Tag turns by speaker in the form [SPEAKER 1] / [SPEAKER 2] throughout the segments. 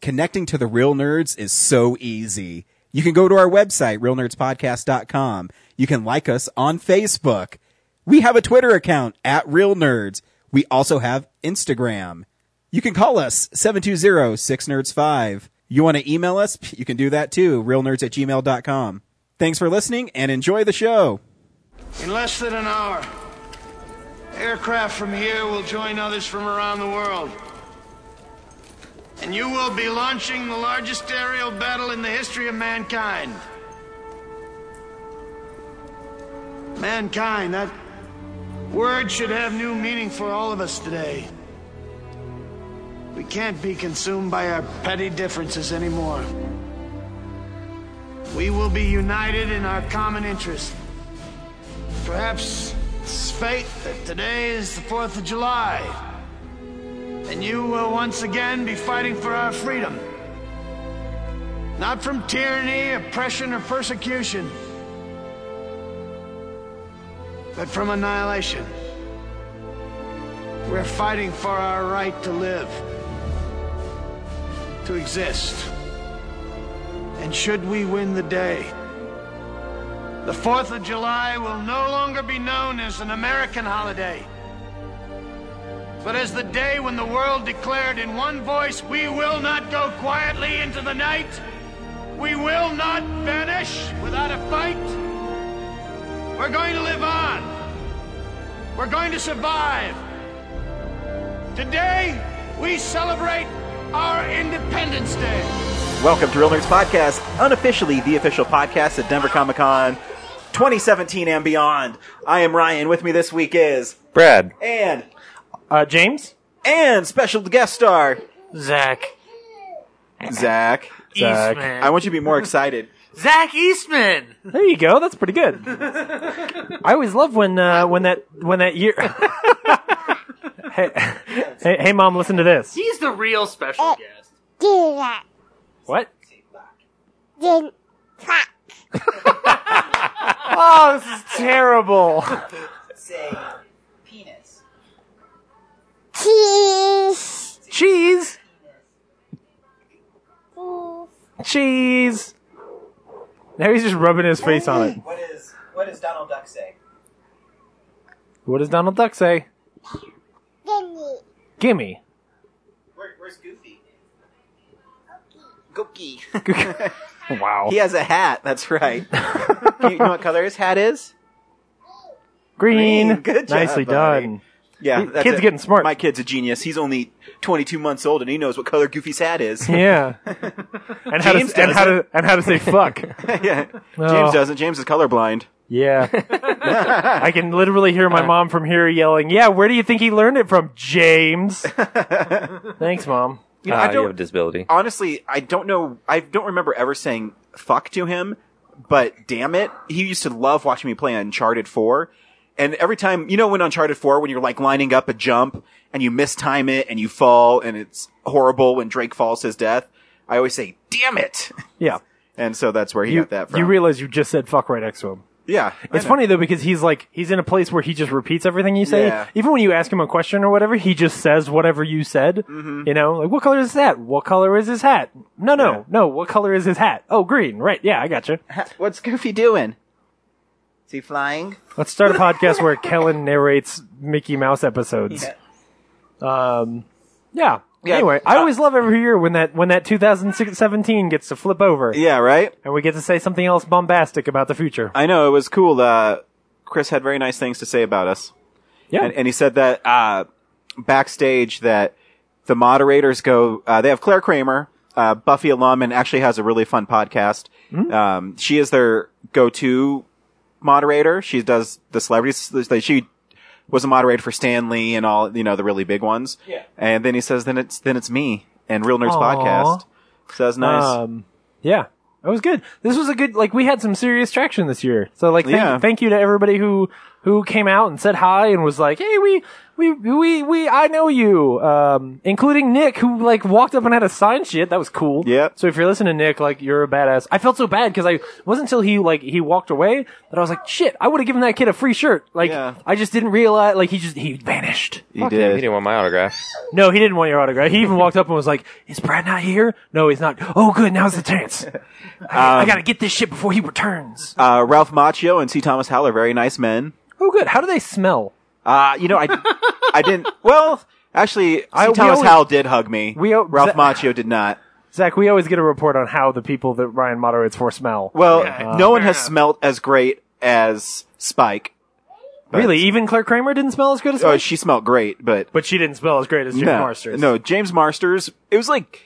[SPEAKER 1] connecting to the real nerds is so easy. You can go to our website, realnerdspodcast.com. You can like us on Facebook. We have a Twitter account at Real Nerds. We also have Instagram. You can call us 720-6nerds5. You want to email us? You can do that too, realnerds at gmail.com. Thanks for listening and enjoy the show.
[SPEAKER 2] In less than an hour, aircraft from here will join others from around the world. And you will be launching the largest aerial battle in the history of mankind. Mankind, that word should have new meaning for all of us today. We can't be consumed by our petty differences anymore. We will be united in our common interest. Perhaps it's fate that today is the 4th of July, and you will once again be fighting for our freedom. Not from tyranny, oppression, or persecution, but from annihilation. We're fighting for our right to live, to exist. And should we win the day, the 4th of July will no longer be known as an American holiday, but as the day when the world declared in one voice, we will not go quietly into the night, we will not vanish without a fight. We're going to live on, we're going to survive. Today, we celebrate our Independence Day.
[SPEAKER 1] Welcome to Real Nerds Podcast, unofficially the official podcast at Denver Comic Con 2017 and beyond. I am Ryan. With me this week is
[SPEAKER 3] Brad.
[SPEAKER 1] and
[SPEAKER 4] Uh, James?
[SPEAKER 1] and special guest star
[SPEAKER 4] Zach.
[SPEAKER 1] Zach.
[SPEAKER 3] Zach.
[SPEAKER 4] Eastman.
[SPEAKER 1] I want you to be more excited.
[SPEAKER 5] Zach Eastman.
[SPEAKER 4] There you go. That's pretty good. I always love when uh, when that when that year. hey, hey, hey, mom, listen to this.
[SPEAKER 5] He's the real special guest.
[SPEAKER 6] do that.
[SPEAKER 4] What?
[SPEAKER 6] Then clap.
[SPEAKER 4] Oh, this is terrible.
[SPEAKER 7] say penis.
[SPEAKER 6] Cheese.
[SPEAKER 4] Cheese, cheese. Now he's just rubbing his face on it.
[SPEAKER 7] What is what does Donald Duck say?
[SPEAKER 4] What does Donald Duck say?
[SPEAKER 6] Then
[SPEAKER 4] Gimme.
[SPEAKER 7] Where, where's Goofy?
[SPEAKER 1] Gookie.
[SPEAKER 4] Wow.
[SPEAKER 1] He has a hat. That's right. you, you know what color his hat is?
[SPEAKER 4] Green.
[SPEAKER 1] Green. Good job,
[SPEAKER 4] Nicely
[SPEAKER 1] buddy.
[SPEAKER 4] done.
[SPEAKER 1] Yeah,
[SPEAKER 4] Kid's
[SPEAKER 1] that's it.
[SPEAKER 4] getting smart.
[SPEAKER 1] My kid's a genius. He's only 22 months old and he knows what color Goofy's hat is.
[SPEAKER 4] Yeah. And how, to,
[SPEAKER 1] James
[SPEAKER 4] and how
[SPEAKER 1] does
[SPEAKER 4] to and how to say fuck.
[SPEAKER 1] yeah.
[SPEAKER 4] Oh.
[SPEAKER 1] James doesn't. James is colorblind.
[SPEAKER 4] Yeah. I can literally hear
[SPEAKER 1] Uh.
[SPEAKER 4] my mom from here yelling, Yeah, where do you think he learned it from, James? Thanks, Mom. Uh,
[SPEAKER 1] You know,
[SPEAKER 3] Ah,
[SPEAKER 1] I
[SPEAKER 3] you have a
[SPEAKER 1] don't Uh,
[SPEAKER 3] disability.
[SPEAKER 1] honestly, I don't know. I don't remember ever saying fuck to him, but damn it, he used to love watching me play Uncharted 4. And every time, you know, when Uncharted 4, when you're like lining up a jump and you mistime it and you fall and it's horrible when Drake falls to his death, I always say, damn it.
[SPEAKER 4] Yeah.
[SPEAKER 1] And so that's where he
[SPEAKER 4] You,
[SPEAKER 1] got that from.
[SPEAKER 4] you realize you just said fuck right next to him.
[SPEAKER 1] yeah. I
[SPEAKER 4] It's
[SPEAKER 1] know.
[SPEAKER 4] funny though because he's like he's in a place where he just repeats everything you say.
[SPEAKER 1] Yeah.
[SPEAKER 4] Even when you ask him a question or whatever, he just says whatever you said.
[SPEAKER 1] Mm-hmm.
[SPEAKER 4] You know, like what color is that? What color is his hat? No, no, no. What color is his hat? Oh, green. Right. Yeah, I gotcha.
[SPEAKER 1] What's Goofy doing? Is he flying?
[SPEAKER 4] Let's start a podcast where Kellen narrates Mickey Mouse episodes. Um, yeah. Anyway,
[SPEAKER 1] Uh,
[SPEAKER 4] I always love every year when that when that 2017 gets to flip over
[SPEAKER 1] Yeah, right?
[SPEAKER 4] and we get to say something else bombastic about the future.
[SPEAKER 1] I know. It was cool. Uh, Chris had very nice things to say about us.
[SPEAKER 4] yeah.
[SPEAKER 1] and, and he said that uh, backstage that the moderators go uh, they have claire kramer uh, buffy alum and actually has a really fun podcast
[SPEAKER 4] Mm-hmm.
[SPEAKER 1] um, she is their go-to moderator she does the celebrities like, she was a moderator for stan lee and all you know the really big ones yeah. and then he says then it's then it's me and real nerds
[SPEAKER 4] Aw.
[SPEAKER 1] podcast so that's nice
[SPEAKER 4] Um, yeah. That was good. This was a good like we had some serious traction this year. So like thank,
[SPEAKER 1] Yeah.
[SPEAKER 4] thank you to everybody who who came out and said hi and was like, "Hey, we we we we I know you, um, including Nick, who like walked up and had a sign shit. That was cool.
[SPEAKER 3] Yep.
[SPEAKER 4] So if you're listening, Nick, like you're a badass. I felt so bad because I wasn't until he like he walked away that I was like, shit, I would have given that kid a free shirt. Like
[SPEAKER 3] Yeah.
[SPEAKER 4] I just didn't realize. Like he just he vanished.
[SPEAKER 3] He
[SPEAKER 8] Fuck him, he
[SPEAKER 3] did.
[SPEAKER 8] didn't want my autograph.
[SPEAKER 4] No, he didn't want your autograph. He even walked up and was like, "Is Brad not here? No, he's not. Oh, good. Now's the chance. I, I gotta get this shit before he returns.
[SPEAKER 3] Um, Uh, Ralph Macchio and C. Thomas Howell are very nice men.
[SPEAKER 4] oh, good. How do they smell?
[SPEAKER 3] Uh, you know, I, I didn't. Well, actually, C.
[SPEAKER 4] I- we
[SPEAKER 3] Thomas
[SPEAKER 4] always-
[SPEAKER 3] Howell did hug me.
[SPEAKER 4] We al-
[SPEAKER 3] Ralph
[SPEAKER 4] Th-
[SPEAKER 3] Macchio did not.
[SPEAKER 4] Zach, we always get a report on how the people that Ryan moderates for smell.
[SPEAKER 3] Well,
[SPEAKER 5] Yeah,
[SPEAKER 3] no one
[SPEAKER 5] fair
[SPEAKER 3] has
[SPEAKER 5] enough.
[SPEAKER 3] smelt as great as Spike. But-
[SPEAKER 4] really, even Claire Kramer didn't smell as good as
[SPEAKER 3] uh, Oh,
[SPEAKER 4] Mike?
[SPEAKER 3] she smelled great, but
[SPEAKER 4] but she didn't smell as great as Jim
[SPEAKER 3] no,
[SPEAKER 4] Marsters.
[SPEAKER 3] no, James Marsters. It was like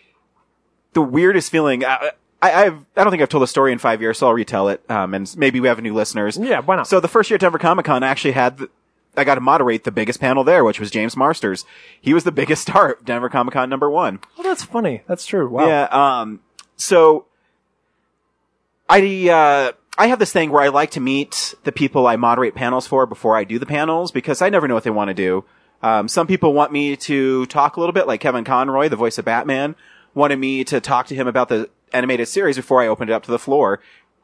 [SPEAKER 3] the weirdest feeling. I, I, I've, I don't think I've told the story in five years, so I'll retell it. Um, and maybe we have new listeners.
[SPEAKER 4] Yeah, why not?
[SPEAKER 3] So the first year at Denver Comic Con, I actually had. The, I got to moderate the biggest panel there, which was James Marsters. He was the biggest star at Denver Comic Con number one.
[SPEAKER 4] Well, Oh, that's funny. That's true. Wow.
[SPEAKER 3] Yeah. Um. So, I uh, I have this thing where I like to meet the people I moderate panels for before I do the panels because I never know what they want to do. Um, some people want me to talk a little bit, like Kevin Conroy, the voice of Batman, wanted me to talk to him about the animated series before I opened it up to the floor.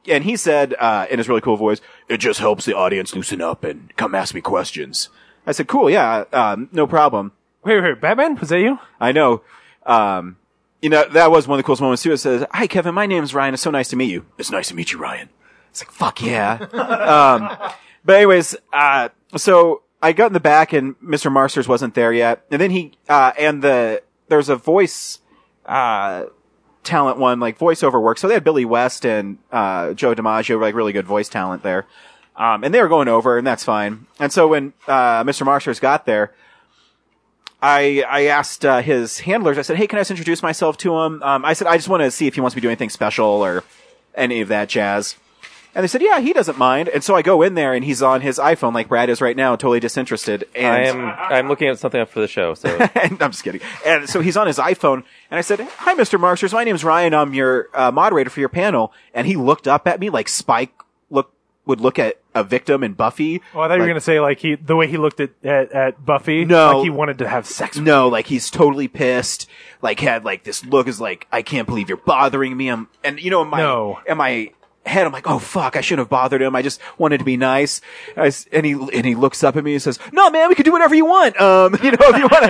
[SPEAKER 3] And he said, uh, in his really cool voice, it just helps the audience loosen up and come ask me questions. I said, cool, yeah, um, no problem.
[SPEAKER 4] Wait, wait, Batman? Was that you?
[SPEAKER 3] I know. Um, you know, that was one of the coolest moments too. It says, Hi, Kevin, my name's Ryan. It's so nice to meet you. It's nice to meet you, Ryan. It's like, fuck yeah. um, but anyways, uh, so I got in the back and Mr. Marsters wasn't there yet. And then he, uh, and the, there's a voice, uh, talent one, like voiceover work. So they had Billy West and, uh, Joe DiMaggio, like really good voice talent there. Um, and they were going over and that's fine. And so when, uh, Mr. Marsters got there, I I asked uh, his handlers. I said, "Hey, can I just introduce myself to him?" Um, I said, "I just want to see if he wants me to do anything special or any of that jazz." And they said, "Yeah, he doesn't mind." And so I go in there, and he's on his iPhone, like Brad is right now, totally disinterested. And
[SPEAKER 8] I am I'm looking at something up for the show. So
[SPEAKER 3] and I'm just kidding. And so he's on his iPhone, and I said, "Hi, Mr. Marsters. My name's Ryan. I'm your uh, moderator for your panel." And he looked up at me like Spike look would look at a victim in Buffy.
[SPEAKER 4] Oh, I thought you were
[SPEAKER 3] Like,
[SPEAKER 4] going to say, like, he, the way he looked at, at, at Buffy.
[SPEAKER 3] No.
[SPEAKER 4] Like, he wanted to have sex with
[SPEAKER 3] No, like he's totally pissed. Like had like this look is like I can't believe you're bothering me. I'm and you know in my
[SPEAKER 4] No.
[SPEAKER 3] in my head I'm like oh fuck I shouldn't have bothered him. I just wanted to be nice. I s and he and he looks up at me and says no man we can do whatever you want. Um you know if you want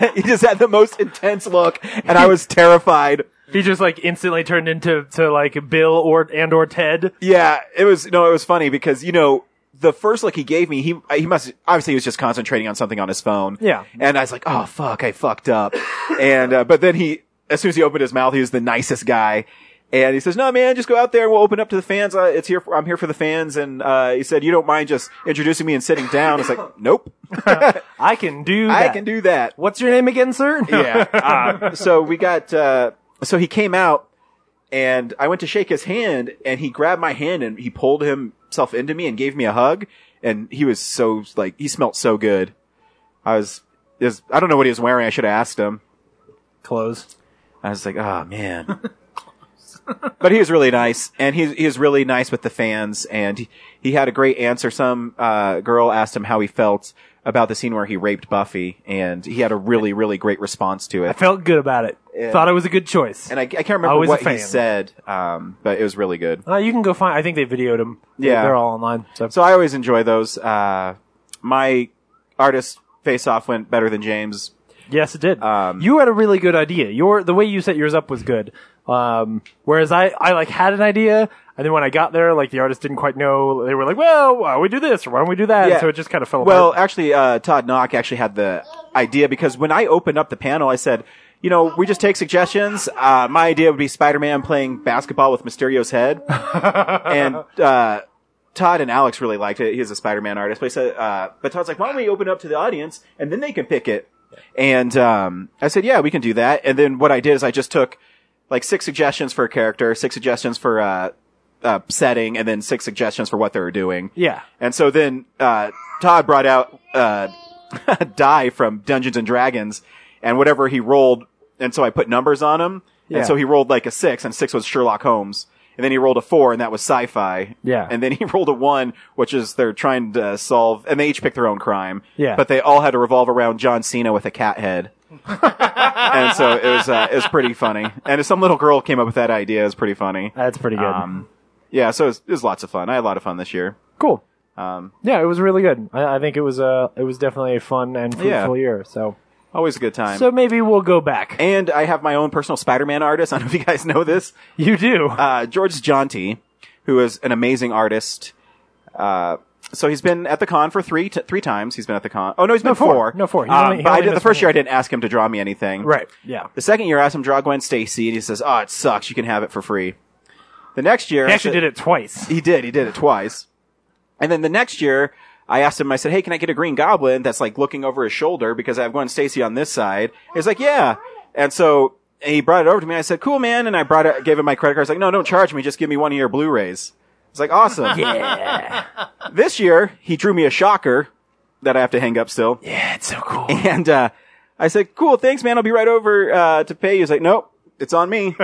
[SPEAKER 3] to. he just had the most intense look and I was terrified.
[SPEAKER 4] He just, like, instantly turned into, to, like, Bill or, and or Ted.
[SPEAKER 3] Yeah, it was no, it was funny because you know the first look he gave me, he he must obviously he was just concentrating on something on his phone.
[SPEAKER 4] Yeah.
[SPEAKER 3] and I was like, oh fuck, I fucked up. and uh, but then he, as soon as he opened his mouth, he was the nicest guy. And he says, "No, man, just go out there and we'll open up to the fans. Uh, it's here. For, I'm here for the fans." And uh, he said, "You don't mind just introducing me and sitting down?" It's like, "Nope,
[SPEAKER 4] I can do
[SPEAKER 3] I
[SPEAKER 4] that.
[SPEAKER 3] can do that."
[SPEAKER 4] What's your name again, sir?
[SPEAKER 3] yeah. Uh, so we got. Uh, so he came out, and I went to shake his hand, and he grabbed my hand and he pulled himself into me and gave me a hug, and he was so like he smelt so good. I was, it was I don't know what he was wearing. I should have asked him.
[SPEAKER 4] Close.
[SPEAKER 3] I was like, oh man. but he was really nice, and he he was really nice with the fans, and he, he had a great answer. Some uh, girl asked him how he felt about the scene where he raped Buffy, and he had a really really great response to it.
[SPEAKER 4] I felt good about it. Thought it was a good choice.
[SPEAKER 3] and I, I can't remember
[SPEAKER 4] Always a
[SPEAKER 3] what he
[SPEAKER 4] fan.
[SPEAKER 3] said, um, but it was really good.
[SPEAKER 4] Uh, you can go find. I think they videoed him. They-
[SPEAKER 3] Yeah.
[SPEAKER 4] they're all online. So,
[SPEAKER 3] So I always enjoy those. Uh, my artist face off went better than James.
[SPEAKER 4] yes, it did.
[SPEAKER 3] Um,
[SPEAKER 4] you had a really good idea. Your the way you set yours up was good. Um, whereas I, I like had an idea, and then when I got there, like the artist didn't quite know. They were like, "Well, why don't we do this? Or why don't we do that?"
[SPEAKER 3] Yeah.
[SPEAKER 4] So it just kind of fell
[SPEAKER 3] Well,
[SPEAKER 4] apart.
[SPEAKER 3] actually, uh, Todd Knock actually had the idea because when I opened up the panel, I said, you know, we just take suggestions. Uh, my idea would be Spider-Man playing basketball with Mysterio's head. and, uh, Todd and Alex really liked it. He's a Spider-Man artist, but he said, uh, but Todd's like, why don't we open it up to the audience and then they can pick it? And, um, I said, yeah, we can do that. And then what I did is I just took like six suggestions for a character, six suggestions for, uh, uh, setting, and then six suggestions for what they were doing.
[SPEAKER 4] Yeah.
[SPEAKER 3] And so then uh, Todd brought out uh, die from Dungeons and Dragons, and whatever he rolled, and so I put numbers on him,
[SPEAKER 4] Yeah.
[SPEAKER 3] and so he rolled like a six, and six was Sherlock Holmes, and then he rolled a four, and that was sci-fi.
[SPEAKER 4] Yeah.
[SPEAKER 3] And then he rolled a one, which is they're trying to solve, and they each pick their own crime.
[SPEAKER 4] Yeah.
[SPEAKER 3] But they all had to revolve around John Cena with a cat head. and so it was uh, it was pretty funny. And if some little girl came up with that idea, it was pretty funny.
[SPEAKER 4] That's pretty good.
[SPEAKER 3] Um, yeah, so it was, it was lots of fun. I had a lot of fun this year.
[SPEAKER 4] cool.
[SPEAKER 3] Um,
[SPEAKER 4] Yeah, it was really good. I, I think it was uh it was definitely a fun and fruitful
[SPEAKER 3] Yeah.
[SPEAKER 4] year. So
[SPEAKER 3] always a good time.
[SPEAKER 4] so maybe we'll go back.
[SPEAKER 3] and I have my own personal Spider-Man artist. I don't know if you guys know this.
[SPEAKER 4] You do.
[SPEAKER 3] uh, George Jonty, who is an amazing artist. Uh, so he's been at the con for three t- three times. He's been at the con. Oh no, he's been
[SPEAKER 4] four.
[SPEAKER 3] four.
[SPEAKER 4] No, four. He
[SPEAKER 3] Um,
[SPEAKER 4] only- he
[SPEAKER 3] but I
[SPEAKER 4] only
[SPEAKER 3] did the
[SPEAKER 4] missed
[SPEAKER 3] first
[SPEAKER 4] one.
[SPEAKER 3] year. I didn't ask him to draw me anything.
[SPEAKER 4] right. Yeah.
[SPEAKER 3] The second year, I asked him to draw Gwen Stacy, and he says, "Oh, it sucks. You can have it for free." The next year,
[SPEAKER 4] He actually did it twice.
[SPEAKER 3] He did. He did it twice. And then the next year, I asked him. I said, "Hey, can I get a Green Goblin that's like looking over his shoulder because I have Gwen Stacy on this side?" He's like, "Yeah." And so he brought it over to me. I said, "Cool, man." And I brought it, gave him my credit card. He's like, "No, don't charge me. Just give me one of your Blu-rays." It's like awesome. yeah. This year, he drew me a shocker that I have to hang up still.
[SPEAKER 4] Yeah, it's so cool.
[SPEAKER 3] And uh, I said, "Cool, thanks, man. I'll be right over uh, to pay you." He's like, "Nope, it's on me."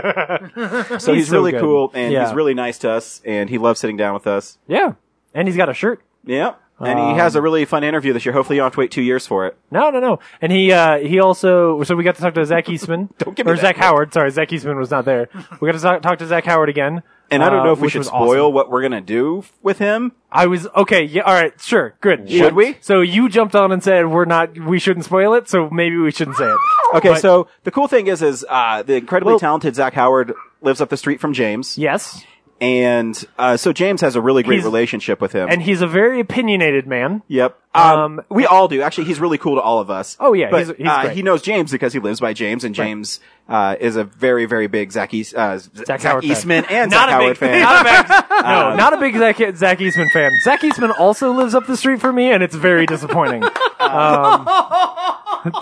[SPEAKER 3] so he's,
[SPEAKER 4] so
[SPEAKER 3] really
[SPEAKER 4] good.
[SPEAKER 3] cool, and
[SPEAKER 4] Yeah.
[SPEAKER 3] he's really nice to us, and he loves sitting down with us.
[SPEAKER 4] Yeah. And he's got a shirt.
[SPEAKER 3] Yeah, and he
[SPEAKER 4] Um,
[SPEAKER 3] has a really fun interview this year. Hopefully, you don't have to wait two years for it.
[SPEAKER 4] No, no, no. And he uh, he also so we got to talk to Zach Eastman
[SPEAKER 3] Don't give me
[SPEAKER 4] or
[SPEAKER 3] that
[SPEAKER 4] Zach
[SPEAKER 3] look.
[SPEAKER 4] Howard. Sorry, Zach Eastman was not there. We got to talk, talk to Zach Howard again.
[SPEAKER 3] And I don't
[SPEAKER 4] uh,
[SPEAKER 3] know if we
[SPEAKER 4] which
[SPEAKER 3] should
[SPEAKER 4] was
[SPEAKER 3] spoil
[SPEAKER 4] awesome.
[SPEAKER 3] what we're gonna do f- with him.
[SPEAKER 4] I was okay. Yeah, all right, sure, good.
[SPEAKER 3] Should we?
[SPEAKER 4] So you jumped on and said we're not, we shouldn't spoil it. So maybe we shouldn't say it.
[SPEAKER 3] Okay,
[SPEAKER 4] But-
[SPEAKER 3] so the cool thing is, is uh, the incredibly
[SPEAKER 4] Well-
[SPEAKER 3] talented Zach Howard lives up the street from James,
[SPEAKER 4] Yes,
[SPEAKER 3] and uh, so James has a really great
[SPEAKER 4] He's-
[SPEAKER 3] relationship with him.
[SPEAKER 4] and he's a very opinionated man.
[SPEAKER 3] Yep. Um,
[SPEAKER 4] Um,
[SPEAKER 3] we all do. Actually, he's really cool to all of us.
[SPEAKER 4] Oh, yeah,
[SPEAKER 3] But,
[SPEAKER 4] he's- he's
[SPEAKER 3] uh,
[SPEAKER 4] great.
[SPEAKER 3] he knows James because he lives by James, and James uh, is a very, very big Zach, East, uh, Zach,
[SPEAKER 4] Howard fan.
[SPEAKER 3] Eastman and
[SPEAKER 4] Not
[SPEAKER 3] Zach
[SPEAKER 4] a
[SPEAKER 3] Howard
[SPEAKER 4] big-
[SPEAKER 3] fan.
[SPEAKER 4] Not a big,
[SPEAKER 3] Uh,
[SPEAKER 4] no, not a big Zach, Zach Eastman fan. Zach Eastman also lives up the street from me, and it's very disappointing. Um,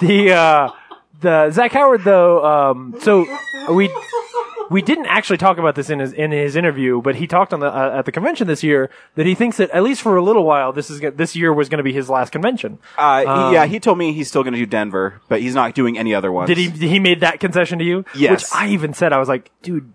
[SPEAKER 4] the uh, the Zach Howard though, um, so we we didn't actually talk about this in his in his interview, but he talked on the uh, at the convention this year that he thinks that at least for a little while this is go- this year was going to be his last convention.
[SPEAKER 3] Uh, he- yeah, he told me he's still going to do Denver, but he's not doing any other ones.
[SPEAKER 4] Um, Did he he made that concession to you?
[SPEAKER 3] Yes.
[SPEAKER 4] Which I even said I was like, dude,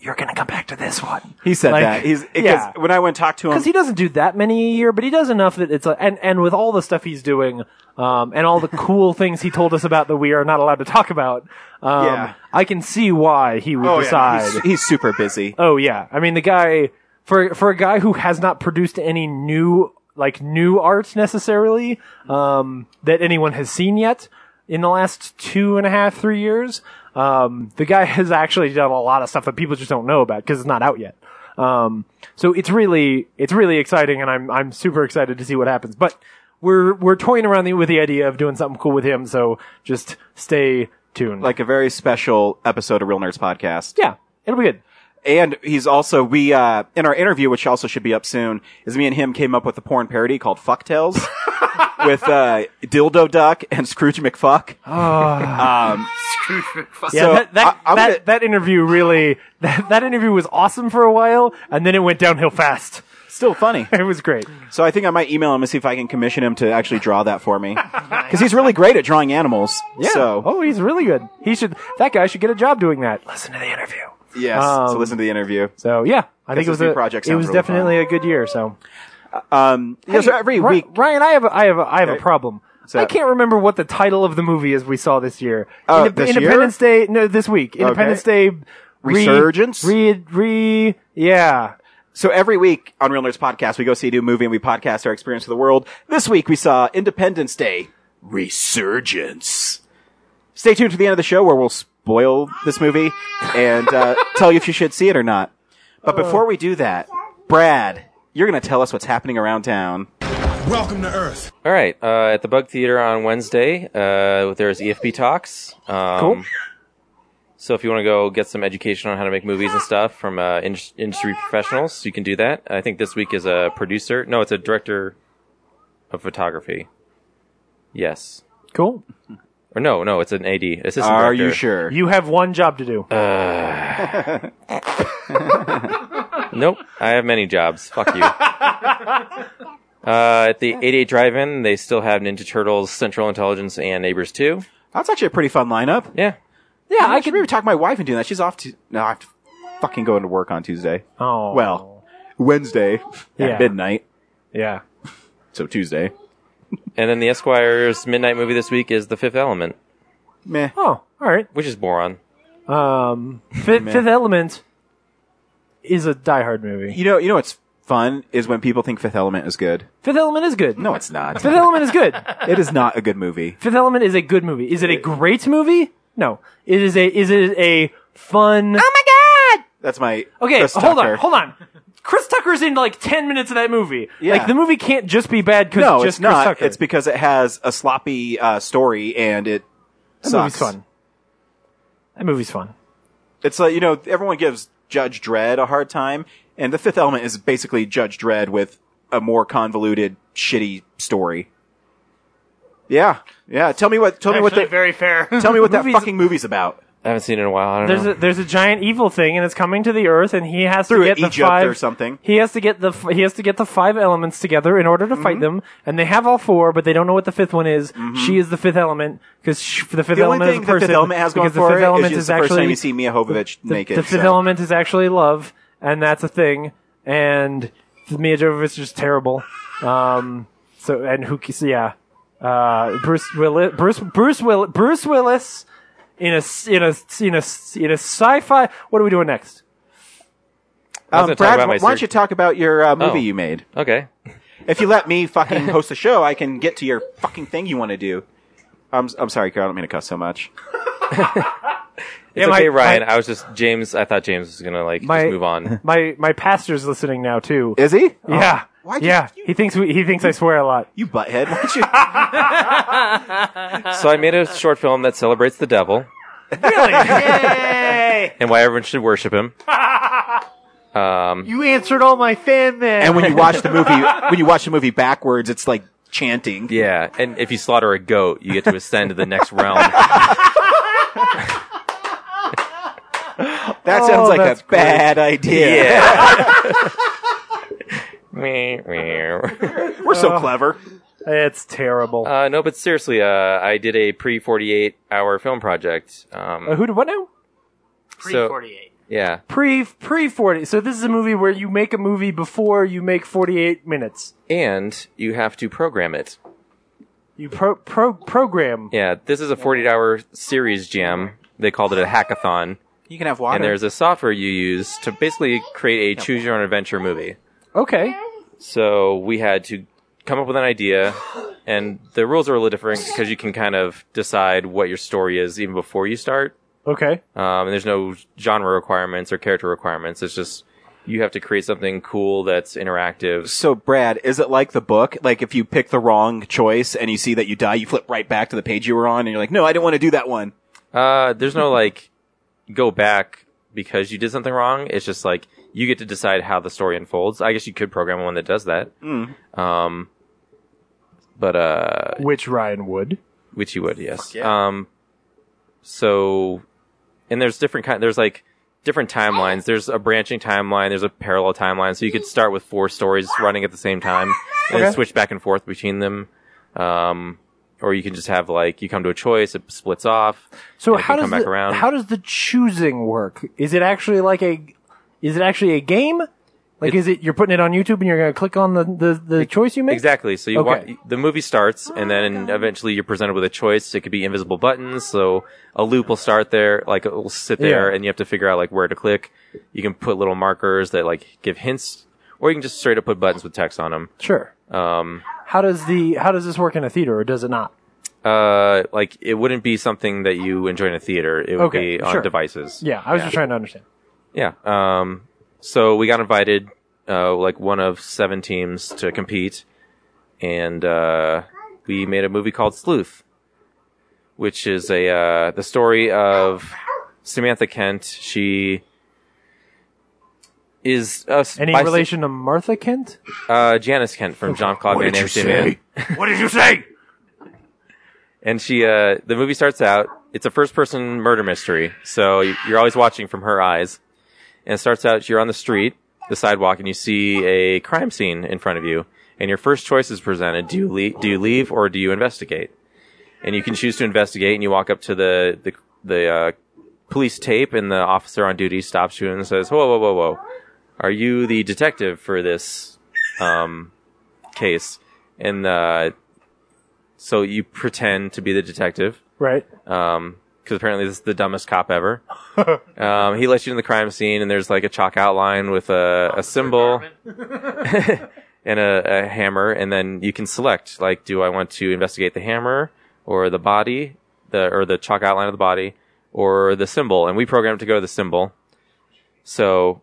[SPEAKER 4] you're going to come back to this one.
[SPEAKER 3] He said
[SPEAKER 4] Like,
[SPEAKER 3] that. He's because
[SPEAKER 4] yeah.
[SPEAKER 3] when I went and talked to him,
[SPEAKER 4] because he doesn't do that many a year, but he does enough that it's like, and and with all the stuff he's doing, um, and all the cool things he told us about that we are not allowed to talk about, um,
[SPEAKER 3] Yeah.
[SPEAKER 4] I can see why he would
[SPEAKER 3] Oh, yeah,
[SPEAKER 4] decide.
[SPEAKER 3] he's, he's super busy.
[SPEAKER 4] oh yeah, I mean the guy for for a guy who has not produced any new like new art necessarily um, that anyone has seen yet in the last two and a half three years. Um, the guy has actually done a lot of stuff that people just don't know about because it's not out yet. Um, so it's really it's really exciting, and I'm I'm super excited to see what happens. But we're we're toying around the, with the idea of doing something cool with him. So just stay tuned.
[SPEAKER 3] Like a very special episode of Real Nerds Podcast.
[SPEAKER 4] yeah, it'll be good.
[SPEAKER 3] And he's also we uh in our interview, which also should be up soon, is me and him came up with a porn parody called Fuck Tales with uh Dildo Duck and Scrooge McFuck. Um,
[SPEAKER 5] Scrooge McFuck.
[SPEAKER 4] Yeah,
[SPEAKER 3] So,
[SPEAKER 4] that that,
[SPEAKER 3] I- I'm
[SPEAKER 4] that,
[SPEAKER 3] gonna-
[SPEAKER 4] that interview really that, that interview was awesome for a while, and then it went downhill fast.
[SPEAKER 3] Still funny.
[SPEAKER 4] It was great.
[SPEAKER 3] So I think I might email him and see if I can commission him to actually draw that for me because he's really great at drawing animals. So
[SPEAKER 4] oh, he's really good. He should that guy should get a job doing that. Listen to the interview.
[SPEAKER 3] yes. so
[SPEAKER 4] um,
[SPEAKER 3] listen to the interview.
[SPEAKER 4] So yeah, I think
[SPEAKER 3] Guess
[SPEAKER 4] it was
[SPEAKER 3] this new
[SPEAKER 4] a
[SPEAKER 3] project
[SPEAKER 4] It
[SPEAKER 3] sounds
[SPEAKER 4] was
[SPEAKER 3] really fun.
[SPEAKER 4] definitely a good year. So
[SPEAKER 3] Um. yeah, so every
[SPEAKER 4] Ri-
[SPEAKER 3] week.
[SPEAKER 4] Ryan, I have a, I have a, I have a problem. I
[SPEAKER 3] that?
[SPEAKER 4] can't remember what the title of the movie is we saw this year.
[SPEAKER 3] Oh, this year?
[SPEAKER 4] Independence Day. No, this week. Independence Day. Re,
[SPEAKER 3] Resurgence?
[SPEAKER 4] Re, re, yeah.
[SPEAKER 3] So every week on Real Nerds Podcast, we go see a new movie and we podcast our experience with the world. This week we saw Independence Day Resurgence. Stay tuned to the end of the show where we'll spoil this movie and uh, tell you if you should see it or not. But before we do that, Brad, you're going to tell us what's happening around town.
[SPEAKER 9] Welcome to Earth.
[SPEAKER 8] All right. Uh, at the Bug Theater on Wednesday, uh, there's EFB Talks. Um,
[SPEAKER 4] Cool.
[SPEAKER 8] So if you want to go get some education on how to make movies and stuff from uh, in- industry professionals, you can do that. I think this week is a producer. No, it's a director of photography. Yes.
[SPEAKER 4] Cool.
[SPEAKER 8] Or no, no, it's an AD. Assistant
[SPEAKER 3] Are
[SPEAKER 8] director.
[SPEAKER 3] you sure?
[SPEAKER 4] You have one job to do.
[SPEAKER 3] Uh,
[SPEAKER 8] Nope. I have many jobs. Fuck you. uh, at the 88 Drive-In, they still have Ninja Turtles, Central Intelligence, and Neighbors 2.
[SPEAKER 3] That's actually a pretty fun lineup.
[SPEAKER 8] Yeah.
[SPEAKER 4] yeah,
[SPEAKER 3] I could maybe talk my wife into doing that. She's off to. No, I have to fucking going to work on Tuesday.
[SPEAKER 4] Oh.
[SPEAKER 3] Well, Wednesday
[SPEAKER 4] Yeah.
[SPEAKER 3] at midnight.
[SPEAKER 4] Yeah.
[SPEAKER 3] So Tuesday.
[SPEAKER 8] And then the Esquire's midnight movie this week is The Fifth Element,
[SPEAKER 3] Meh.
[SPEAKER 4] Oh, all right.
[SPEAKER 8] which is boron.
[SPEAKER 4] Um, Fifth, Fifth Element is a Die Hard movie.
[SPEAKER 3] You know, you know what's fun is when people think Fifth Element is good.
[SPEAKER 4] Fifth Element is good.
[SPEAKER 3] No, it's not.
[SPEAKER 4] Fifth Element is good.
[SPEAKER 3] it is not a good movie.
[SPEAKER 4] Fifth Element is a good movie. Is it a great movie? No. It is a is it a fun.
[SPEAKER 3] That's my
[SPEAKER 4] Okay,
[SPEAKER 3] Chris
[SPEAKER 4] hold
[SPEAKER 3] Tucker.
[SPEAKER 4] on, hold on. Chris Tucker's in like ten minutes of that movie.
[SPEAKER 3] Yeah.
[SPEAKER 4] Like the movie can't just be bad because
[SPEAKER 3] No,
[SPEAKER 4] just
[SPEAKER 3] it's not.
[SPEAKER 4] Chris Tucker.
[SPEAKER 3] It's because it has a sloppy uh, story and it
[SPEAKER 4] that
[SPEAKER 3] sucks.
[SPEAKER 4] movie's fun. That movie's fun.
[SPEAKER 3] It's like you know, everyone gives Judge Dredd a hard time, and the Fifth Element is basically Judge Dredd with a more convoluted, shitty story. Yeah, yeah. Tell me what. Tell me what.
[SPEAKER 5] Actually,
[SPEAKER 3] The,
[SPEAKER 5] very fair.
[SPEAKER 3] tell me what that
[SPEAKER 4] Movies-
[SPEAKER 3] fucking movie's about.
[SPEAKER 8] I haven't seen it in a while. I don't
[SPEAKER 4] There's
[SPEAKER 8] know.
[SPEAKER 4] a there's a giant evil thing and it's coming to the Earth and he has
[SPEAKER 3] Through
[SPEAKER 4] to get the
[SPEAKER 3] Egypt
[SPEAKER 4] five
[SPEAKER 3] or something.
[SPEAKER 4] He has to get the f- he has to get the five elements together in order to
[SPEAKER 3] Mm-hmm.
[SPEAKER 4] fight them and they have all four but they don't know what the fifth one is. She is the fifth element because the fifth
[SPEAKER 3] The only
[SPEAKER 4] element
[SPEAKER 3] thing
[SPEAKER 4] is a
[SPEAKER 3] the
[SPEAKER 4] person.
[SPEAKER 3] Fifth Element has going
[SPEAKER 4] because the
[SPEAKER 3] for
[SPEAKER 4] fifth
[SPEAKER 3] it
[SPEAKER 4] element
[SPEAKER 3] is, just
[SPEAKER 4] is
[SPEAKER 3] the
[SPEAKER 4] actually
[SPEAKER 3] first time you see Mia Jovovich
[SPEAKER 4] the,
[SPEAKER 3] naked.
[SPEAKER 4] the fifth
[SPEAKER 3] so.
[SPEAKER 4] element is actually love, and that's a thing. And Mia Jovovich is terrible. Um, so and who? so Yeah, uh, Bruce Willis. Bruce Bruce Will Bruce Willis in a s- in a s- in a s- in a sci-fi. What are we doing next?
[SPEAKER 8] I was
[SPEAKER 3] Um,
[SPEAKER 8] gonna talk
[SPEAKER 3] Brad,
[SPEAKER 8] about my
[SPEAKER 3] why don't
[SPEAKER 8] search-
[SPEAKER 3] you talk about your uh, movie
[SPEAKER 8] Oh.
[SPEAKER 3] you made?
[SPEAKER 8] Okay.
[SPEAKER 3] If you let me fucking host the show, I can get to your fucking thing you want to do. I'm I'm sorry, Carol. I don't mean to cuss so much.
[SPEAKER 8] It's
[SPEAKER 4] my-
[SPEAKER 8] okay, Ryan. I was just James. I thought James was gonna like
[SPEAKER 4] My-
[SPEAKER 8] just move on.
[SPEAKER 4] My my pastor's listening now too.
[SPEAKER 3] Is he?
[SPEAKER 4] yeah.
[SPEAKER 3] Why'd you-
[SPEAKER 4] yeah, he thinks we, he thinks I swear a lot.
[SPEAKER 3] You butthead. Why don't you?
[SPEAKER 8] so I made a short film that celebrates the devil
[SPEAKER 4] Really?
[SPEAKER 8] and why everyone should worship him.
[SPEAKER 5] you answered all my fan mail.
[SPEAKER 3] and when you watch the movie, when you watch the movie backwards, it's like chanting.
[SPEAKER 8] Yeah, and if you slaughter a goat, you get to ascend to the next realm.
[SPEAKER 3] That sounds like a
[SPEAKER 4] that's great.
[SPEAKER 3] bad idea.
[SPEAKER 8] Yeah. Meh, meh.
[SPEAKER 3] We're so clever.
[SPEAKER 4] it's terrible.
[SPEAKER 8] uh, no, but seriously, uh, I did a pre forty-eight hour film project. Um,
[SPEAKER 4] Uh, who did what now?
[SPEAKER 5] Pre
[SPEAKER 8] so-
[SPEAKER 5] 48.
[SPEAKER 8] yeah,
[SPEAKER 4] Pre pre forty. So this is a movie where you make a movie before you make forty eight minutes.
[SPEAKER 8] and you have to program it.
[SPEAKER 4] You pro, pro program.
[SPEAKER 8] Yeah, this is a forty-hour series jam. They called it a hackathon,
[SPEAKER 3] You can have water.
[SPEAKER 8] and there's a software you use to basically create a choose-your-own-adventure movie.
[SPEAKER 4] Okay.
[SPEAKER 8] So we had to come up with an idea, and the rules are a little different because you can kind of decide what your story is even before you start.
[SPEAKER 4] Okay.
[SPEAKER 8] Um, and there's no genre requirements or character requirements. It's just you have to create something cool that's interactive.
[SPEAKER 3] so Brad, is it like the book? Like if you pick the wrong choice and you see that you die, you flip right back to the page you were on, and you're like, "No, I didn't want to do that one."
[SPEAKER 8] Uh, there's no like go back because you did something wrong. It's just like you get to decide how the story unfolds. I guess you could program one that does that. Um, but uh,
[SPEAKER 4] Which Ryan would?
[SPEAKER 8] which you would, yes. Um, so, and there's different kind. There's like different timelines. There's a branching timeline. There's a parallel timeline. So you could start with four stories running at the same time and then switch back and forth between them. Um, or you can just have like you come to a choice, it splits off.
[SPEAKER 4] So
[SPEAKER 8] and it
[SPEAKER 4] how
[SPEAKER 8] can
[SPEAKER 4] does
[SPEAKER 8] come back
[SPEAKER 4] the,
[SPEAKER 8] around?
[SPEAKER 4] how does the choosing work? Is it actually like a is it actually a game? Like is it you're putting it on YouTube and you're going to click on the the, the choice you make?
[SPEAKER 8] Exactly. So you
[SPEAKER 4] Okay. Oh,
[SPEAKER 8] want the movie starts, and then eventually you're presented with a choice. It could be invisible buttons, so a loop will start there, like it will sit there,
[SPEAKER 4] Yeah.
[SPEAKER 8] and you have to figure out like where to click. You can put little markers that like give hints, or you can just straight up put buttons with text on them.
[SPEAKER 4] Sure. Um how does the how does this work in a theater or does it not?
[SPEAKER 8] Uh, like it wouldn't be something that you enjoy in a theater. It would
[SPEAKER 4] Okay,
[SPEAKER 8] be on
[SPEAKER 4] sure.
[SPEAKER 8] devices.
[SPEAKER 4] Yeah, I was just trying to understand.
[SPEAKER 8] Yeah. Um, so we got invited, uh, like one of seven teams to compete, and uh, we made a movie called Sleuth, which is a uh, the story of Samantha Kent. She is a s-
[SPEAKER 4] Any
[SPEAKER 8] bicy-
[SPEAKER 4] relation to Martha Kent?
[SPEAKER 8] uh, Janice Kent from John Claude Van Damme. Superman.
[SPEAKER 5] What did you say?
[SPEAKER 8] And she, uh, the movie starts out, it's a first person murder mystery. So you- you're always watching from her eyes. And it starts out, you're on the street, the sidewalk, and you see a crime scene in front of you. And your first choice is presented. Do you leave, do you leave or do you investigate? And you can choose to investigate and you walk up to the, the, the, uh, police tape, and the officer on duty stops you and says, "Whoa, whoa, whoa, whoa! Are you the detective for this um, case?" And uh, so you pretend to be the detective
[SPEAKER 4] Right.
[SPEAKER 8] because Um, apparently this is the dumbest cop ever. um, he lets you in the crime scene, and there's like a chalk outline with a, a symbol and a, a hammer, and then you can select like, do I want to investigate the hammer or the body, the or the chalk outline of the body, or the symbol? And we programmed to go to the symbol, so uh,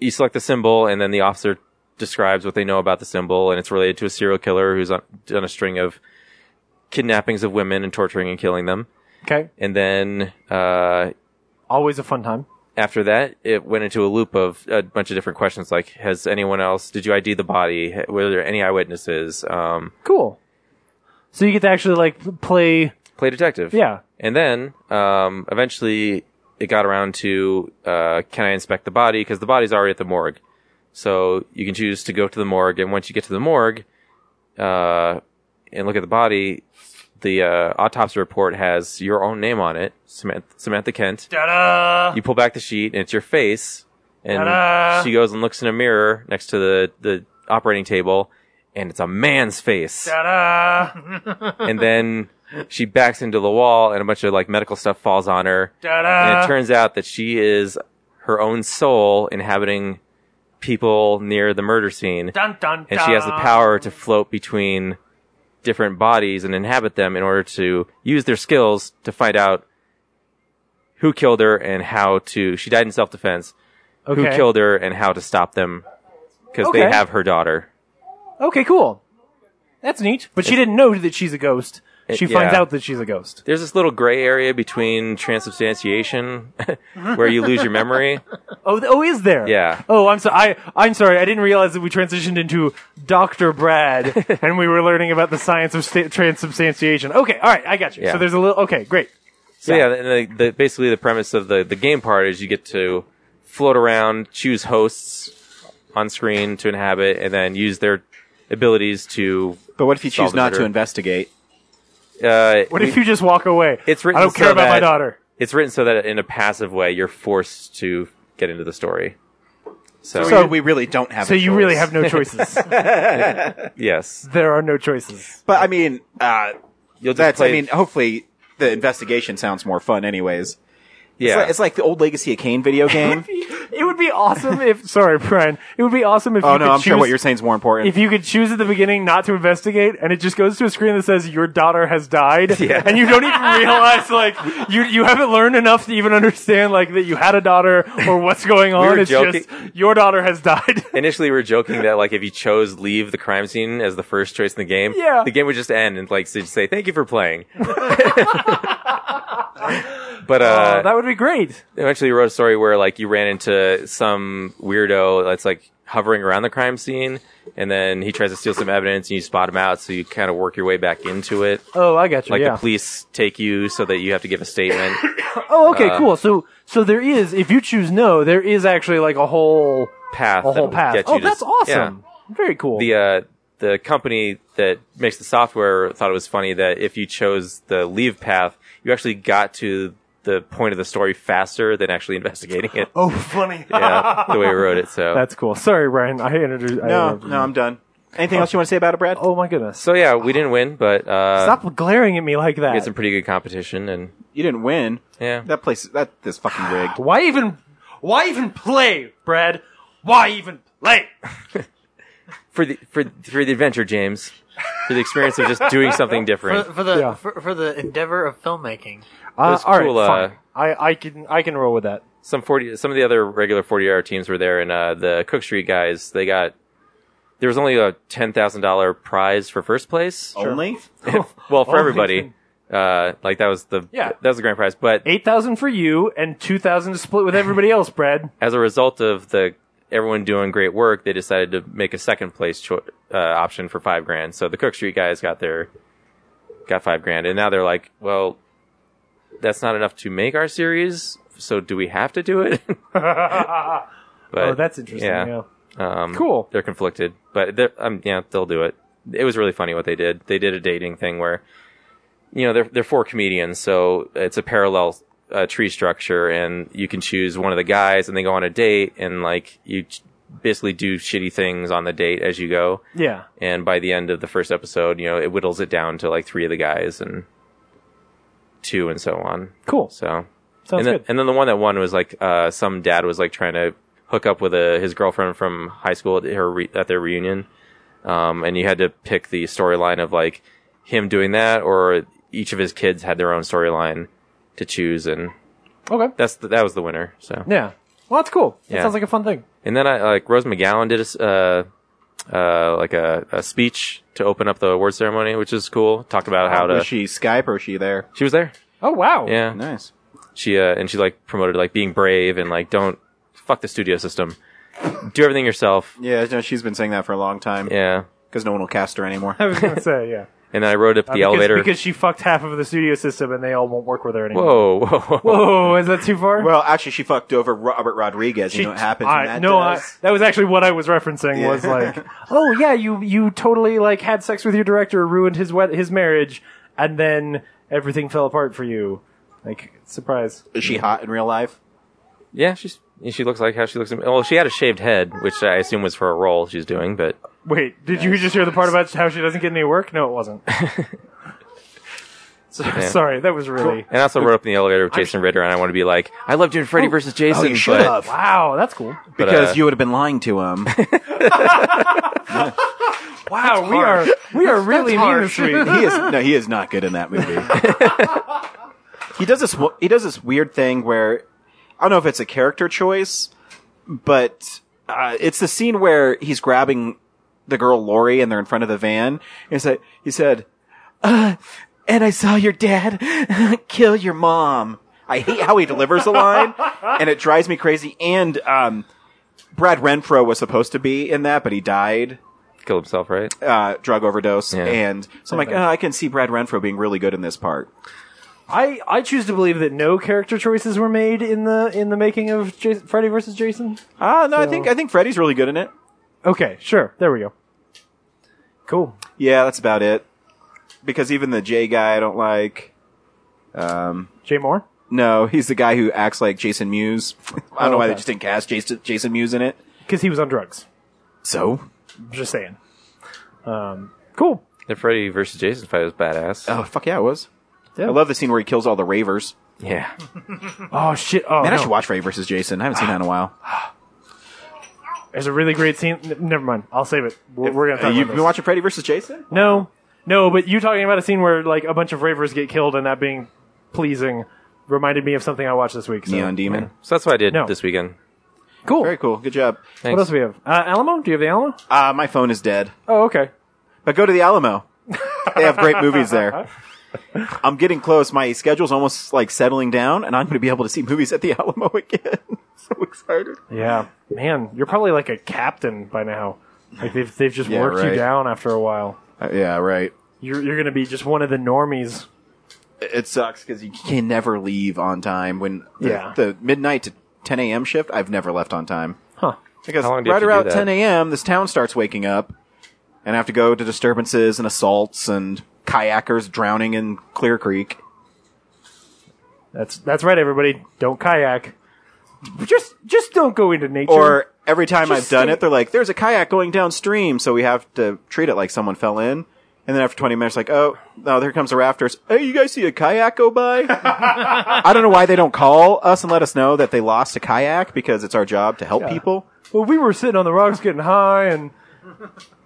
[SPEAKER 8] you select the symbol, and then the officer describes what they know about the symbol, and it's related to a serial killer who's on, done a string of kidnappings of women and torturing and killing them.
[SPEAKER 4] Okay.
[SPEAKER 8] And then uh,
[SPEAKER 4] Always a fun time.
[SPEAKER 8] after that, it went into a loop of a bunch of different questions like, has anyone else, did you ID the body? Ha- Were there any eyewitnesses? Um,
[SPEAKER 4] Cool. So you get to actually like play.
[SPEAKER 8] play detective.
[SPEAKER 4] Yeah.
[SPEAKER 8] And then um, eventually it got around to, uh, can I inspect the body? Because the body's already at the morgue. So you can choose to go to the morgue. And once you get to the morgue uh, and look at the body, the uh, autopsy report has your own name on it, Samantha, Samantha Kent.
[SPEAKER 5] Ta-da!
[SPEAKER 8] you pull back the sheet and it's your face and
[SPEAKER 5] Ta-da!
[SPEAKER 8] she goes and looks in a mirror next to the, the operating table and it's a man's face
[SPEAKER 5] Ta-da!
[SPEAKER 8] and then she backs into the wall and a bunch of like medical stuff falls on her and it
[SPEAKER 5] Ta-da!
[SPEAKER 8] turns out that she is her own soul inhabiting people near the murder scene
[SPEAKER 5] Dun, dun,
[SPEAKER 8] and she has the
[SPEAKER 5] dun.
[SPEAKER 8] power to float between different bodies and inhabit them in order to use their skills to find out who killed her and how to. She died in self defense.
[SPEAKER 4] Okay.
[SPEAKER 8] Who killed her and how to stop them because they
[SPEAKER 4] Okay.
[SPEAKER 8] have her daughter.
[SPEAKER 4] Okay. Cool. That's neat. But she didn't know that she's a ghost. She finds
[SPEAKER 8] yeah.
[SPEAKER 4] out that she's a ghost.
[SPEAKER 8] There's this little gray area between transubstantiation, where you lose your memory.
[SPEAKER 4] Oh, th- oh, is there?
[SPEAKER 8] Yeah.
[SPEAKER 4] Oh, I'm sorry. I I'm sorry. I didn't realize that we transitioned into Doctor Brad, and we were learning about the science of sta- transubstantiation. Okay. All right. I got you.
[SPEAKER 8] Yeah.
[SPEAKER 4] So there's a little. Okay. Great.
[SPEAKER 8] So yeah, and the, the, basically the premise of the, the game part is you get to float around, choose hosts on screen to inhabit, and then use their abilities to.
[SPEAKER 3] But what if you
[SPEAKER 8] Solve
[SPEAKER 3] choose
[SPEAKER 8] the
[SPEAKER 3] not to
[SPEAKER 8] murder.
[SPEAKER 3] investigate?
[SPEAKER 8] Uh,
[SPEAKER 4] What if you just walk away?
[SPEAKER 8] It's written
[SPEAKER 4] I don't care
[SPEAKER 8] so
[SPEAKER 4] about my
[SPEAKER 8] that-
[SPEAKER 4] daughter.
[SPEAKER 8] it's written so that in a passive way you're forced to get into the story. So,
[SPEAKER 3] So we really don't have.
[SPEAKER 4] So
[SPEAKER 3] a
[SPEAKER 4] you
[SPEAKER 3] choice.
[SPEAKER 4] really have no choices.
[SPEAKER 8] yes,
[SPEAKER 4] there are no choices.
[SPEAKER 3] But I mean, uh,
[SPEAKER 8] you'll just
[SPEAKER 3] that's.
[SPEAKER 8] play.
[SPEAKER 3] I mean, hopefully the investigation sounds more fun, anyways. It's,
[SPEAKER 8] yeah,
[SPEAKER 3] like, it's like the old Legacy of Kane video game.
[SPEAKER 4] It would be awesome if. Sorry, Brian. It would be awesome if.
[SPEAKER 3] oh
[SPEAKER 4] you
[SPEAKER 3] no,
[SPEAKER 4] could
[SPEAKER 3] I'm
[SPEAKER 4] choose,
[SPEAKER 3] sure what you're saying is more important.
[SPEAKER 4] If you could choose at the beginning not to investigate, and it just goes to a screen that says your daughter has died, and you don't even realize like you you haven't learned enough to even understand like that you had a daughter or what's going on.
[SPEAKER 8] were
[SPEAKER 4] it's
[SPEAKER 8] joking-
[SPEAKER 4] just your daughter has died.
[SPEAKER 8] initially we were joking that like if you chose leave the crime scene as the first choice in the game,
[SPEAKER 4] Yeah.
[SPEAKER 8] the game would just end and like so say thank you for playing. but uh,
[SPEAKER 4] Oh, that would be great.
[SPEAKER 8] eventually you wrote a story where like you ran into some weirdo that's like hovering around the crime scene and then he tries to steal some evidence and you spot him out so you kind of work your way back into it
[SPEAKER 4] Oh, I got you.
[SPEAKER 8] like
[SPEAKER 4] yeah.
[SPEAKER 8] the police take you so that you have to give a statement
[SPEAKER 4] oh,
[SPEAKER 8] uh,
[SPEAKER 4] okay, cool. So so there is if you choose no, there is actually like a whole
[SPEAKER 8] path
[SPEAKER 4] a
[SPEAKER 8] that
[SPEAKER 4] whole
[SPEAKER 8] will
[SPEAKER 4] path.
[SPEAKER 8] get you
[SPEAKER 4] Oh,
[SPEAKER 8] to-
[SPEAKER 4] that's awesome. Very cool.
[SPEAKER 8] yeah. the uh the company that makes the software thought it was funny that if you chose the leave path you actually got to the point of the story faster than actually investigating it
[SPEAKER 4] oh, funny.
[SPEAKER 8] yeah the way we wrote it so
[SPEAKER 4] That's cool. Sorry, Brian. I introduced.
[SPEAKER 3] no, no, I'm done. Anything else you want to say about it, Brad?
[SPEAKER 4] Oh my goodness.
[SPEAKER 8] so yeah we didn't win but uh
[SPEAKER 4] Stop glaring at me like
[SPEAKER 8] we
[SPEAKER 4] that.
[SPEAKER 8] had some pretty good competition and
[SPEAKER 3] You didn't win.
[SPEAKER 8] Yeah.
[SPEAKER 3] That place, that this fucking rigged.
[SPEAKER 4] why even? Why even play, Brad? Why even play?
[SPEAKER 8] for the for for the adventure, James, for the experience of just doing something different.
[SPEAKER 5] For, for the
[SPEAKER 4] Yeah.
[SPEAKER 5] for, for the endeavor of filmmaking.
[SPEAKER 4] Uh,
[SPEAKER 8] was
[SPEAKER 4] all right,
[SPEAKER 8] Uh, cool, uh,
[SPEAKER 4] fine. I I can I can roll with that.
[SPEAKER 8] Some forty, some of the other regular forty-hour teams were there, and uh, the Cook Street guys, they got. There was only a ten thousand dollar prize for first place.
[SPEAKER 3] Only
[SPEAKER 8] well, for
[SPEAKER 4] Only
[SPEAKER 8] everybody, uh, like that was the
[SPEAKER 4] oh, Yeah.
[SPEAKER 8] that was the grand prize. But
[SPEAKER 4] Eight thousand for you and two thousand to split with everybody else, Brad. Oh,
[SPEAKER 8] as a result of the everyone doing great work, they decided to make a second place cho- uh, option for five grand. So the Cook Street guys got their got five grand, and now they're like, well, that's not enough to make our series. So do we have to do it? But,
[SPEAKER 4] oh, that's interesting. Yeah.
[SPEAKER 8] Um,
[SPEAKER 4] Cool.
[SPEAKER 8] They're conflicted, but they're, um, yeah, they'll do it. It was really funny what they did. They did a dating thing where you know, they're they're four comedians, so it's a parallel uh, tree structure, and you can choose one of the guys, and they go on a date, and like you ch- basically do shitty things on the date as you go,
[SPEAKER 4] Yeah.
[SPEAKER 8] and by the end of the first episode, you know, it whittles it down to like three of the guys and two, and so on.
[SPEAKER 4] Cool.
[SPEAKER 8] So
[SPEAKER 4] Sounds
[SPEAKER 8] and then,
[SPEAKER 4] good.
[SPEAKER 8] And then the one that won was like uh, some dad was like trying to hook up with a, his girlfriend from high school at, her re- at their reunion, um, and you had to pick the storyline of like him doing that, or each of his kids had their own storyline to choose, and
[SPEAKER 4] okay.
[SPEAKER 8] that's the, that was the winner. So
[SPEAKER 4] Yeah. Well, that's cool. That
[SPEAKER 8] Yeah.
[SPEAKER 4] sounds like a fun thing.
[SPEAKER 8] and then I like Rose McGowan did a s uh, uh, like a, a speech to open up the award ceremony, which is cool. Talked about how to
[SPEAKER 3] Was she Skype or was she there?
[SPEAKER 8] she was there,
[SPEAKER 4] Oh wow.
[SPEAKER 8] yeah.
[SPEAKER 3] Nice.
[SPEAKER 8] she uh, and she like promoted like being brave and like don't fuck the studio system, do everything yourself.
[SPEAKER 3] Yeah, no, she's been saying that for a long time.
[SPEAKER 8] Yeah,
[SPEAKER 3] Because no one will cast her anymore.
[SPEAKER 4] I was gonna say yeah.
[SPEAKER 8] and then I rode up the
[SPEAKER 4] Uh, because,
[SPEAKER 8] elevator.
[SPEAKER 4] because she fucked half of the studio system and they all won't work with her anymore.
[SPEAKER 8] whoa, whoa, whoa,
[SPEAKER 4] Whoa, is that too far?
[SPEAKER 3] Well, actually, she fucked over Robert Rodriguez. you know what happens
[SPEAKER 4] I,
[SPEAKER 3] when that
[SPEAKER 4] no, I,
[SPEAKER 3] does?
[SPEAKER 4] that was actually what I was referencing. Was like, oh yeah, you you totally like had sex with your director, ruined his wed- his marriage, and then everything fell apart for you. Like surprise.
[SPEAKER 3] Is she hot in real life?
[SPEAKER 8] Yeah, she's she looks like how she looks. In, well, she had a shaved head, which I assume was for a role she's doing. But
[SPEAKER 4] Wait, did you just hear the part about how she doesn't get any work? No, it wasn't. So- Sorry, that was really
[SPEAKER 8] and I also rode up in the elevator with Jason Ritter, and I want to be like, I loved you in Freddy versus Jason.
[SPEAKER 3] you should
[SPEAKER 8] but-
[SPEAKER 3] have.
[SPEAKER 4] Oh, wow. That's cool.
[SPEAKER 8] but,
[SPEAKER 3] Because
[SPEAKER 8] uh,
[SPEAKER 3] you would have been lying to him.
[SPEAKER 4] Wow, we are we are really mean this week.
[SPEAKER 3] he is no, he is not good in that movie. he does this wo- he does this weird thing where I don't know if it's a character choice, but uh, it's the scene where he's grabbing the girl Lori and they're in front of the van. And said he said, uh, "And I saw your dad kill your mom." I hate how he delivers the line, and it drives me crazy. And um, Brad Renfro was supposed to be in that, but he died
[SPEAKER 8] kill himself, right?
[SPEAKER 3] uh, drug overdose,
[SPEAKER 8] Yeah.
[SPEAKER 3] and so I'm like, oh, I can see Brad Renfro being really good in this part.
[SPEAKER 4] I, I choose to believe that no character choices were made in the in the making of Jason, Freddy versus Jason.
[SPEAKER 3] Ah, no, I think I think Freddy's really good in it.
[SPEAKER 4] Okay, sure. There we go. Cool.
[SPEAKER 3] Yeah, that's about it. Because even the J guy, I don't like.
[SPEAKER 4] Jay Moore.
[SPEAKER 3] No, he's the guy who acts like Jason Mewes. I don't know why they just didn't cast Jason Jason Mewes in it.
[SPEAKER 4] because he was on drugs.
[SPEAKER 3] So,
[SPEAKER 4] I'm just saying. Um, cool.
[SPEAKER 8] The Freddy versus Jason fight was badass.
[SPEAKER 3] oh fuck yeah, it was.
[SPEAKER 4] Yeah.
[SPEAKER 3] I love the scene where he kills all the ravers.
[SPEAKER 8] Yeah,
[SPEAKER 4] Oh shit! Oh,
[SPEAKER 3] Man, I
[SPEAKER 4] no.
[SPEAKER 3] should watch Freddy versus Jason. I haven't seen that in a while.
[SPEAKER 4] there's a really great scene. N- never mind. I'll save it. We're, we're gonna
[SPEAKER 3] Uh,
[SPEAKER 4] talk
[SPEAKER 3] you've
[SPEAKER 4] about
[SPEAKER 3] been
[SPEAKER 4] this.
[SPEAKER 3] watching Freddy versus Jason?
[SPEAKER 4] no, no. But you talking about a scene where like a bunch of ravers get killed and that being pleasing reminded me of something I watched this week. So.
[SPEAKER 3] Neon Demon.
[SPEAKER 8] so that's what I did
[SPEAKER 4] No.
[SPEAKER 8] this weekend.
[SPEAKER 4] Cool.
[SPEAKER 3] Very cool. Good job.
[SPEAKER 4] What else do we have? Uh, Alamo? Do you have the Alamo?
[SPEAKER 3] Uh, my phone is dead.
[SPEAKER 4] Oh, okay.
[SPEAKER 3] But go to the Alamo. they have great movies there. I'm getting close. My schedule's almost like settling down, and I'm going to be able to see movies at the Alamo again. so excited.
[SPEAKER 4] Yeah, man, you're probably like a captain by now. Like they've they've just
[SPEAKER 3] Yeah,
[SPEAKER 4] worked
[SPEAKER 3] right.
[SPEAKER 4] you down after a while.
[SPEAKER 3] Uh, yeah, right.
[SPEAKER 4] You're you're gonna be just one of the normies.
[SPEAKER 3] It it sucks because you can never leave on time. When the,
[SPEAKER 4] Yeah.
[SPEAKER 3] the midnight to 10 a.m. shift, I've never left on time.
[SPEAKER 4] Huh.
[SPEAKER 3] Because
[SPEAKER 8] How long do you
[SPEAKER 3] right
[SPEAKER 8] have to do
[SPEAKER 3] around
[SPEAKER 8] that?
[SPEAKER 3] 10 a.m., this town starts waking up, and I have to go to disturbances and assaults and kayakers drowning in Clear Creek.
[SPEAKER 4] That's that's right, everybody. Don't kayak. Just just don't go into nature.
[SPEAKER 3] Or every time
[SPEAKER 4] Just
[SPEAKER 3] I've done
[SPEAKER 4] say-
[SPEAKER 3] it, they're like, "There's a kayak going downstream," so we have to treat it like someone fell in. And then after 20 minutes, like, "Oh, no, there comes the rafters." Hey, you guys see a kayak go by? I don't know why they don't call us and let us know that they lost a kayak because it's our job to help people.
[SPEAKER 4] well, we were sitting on the rocks getting high, and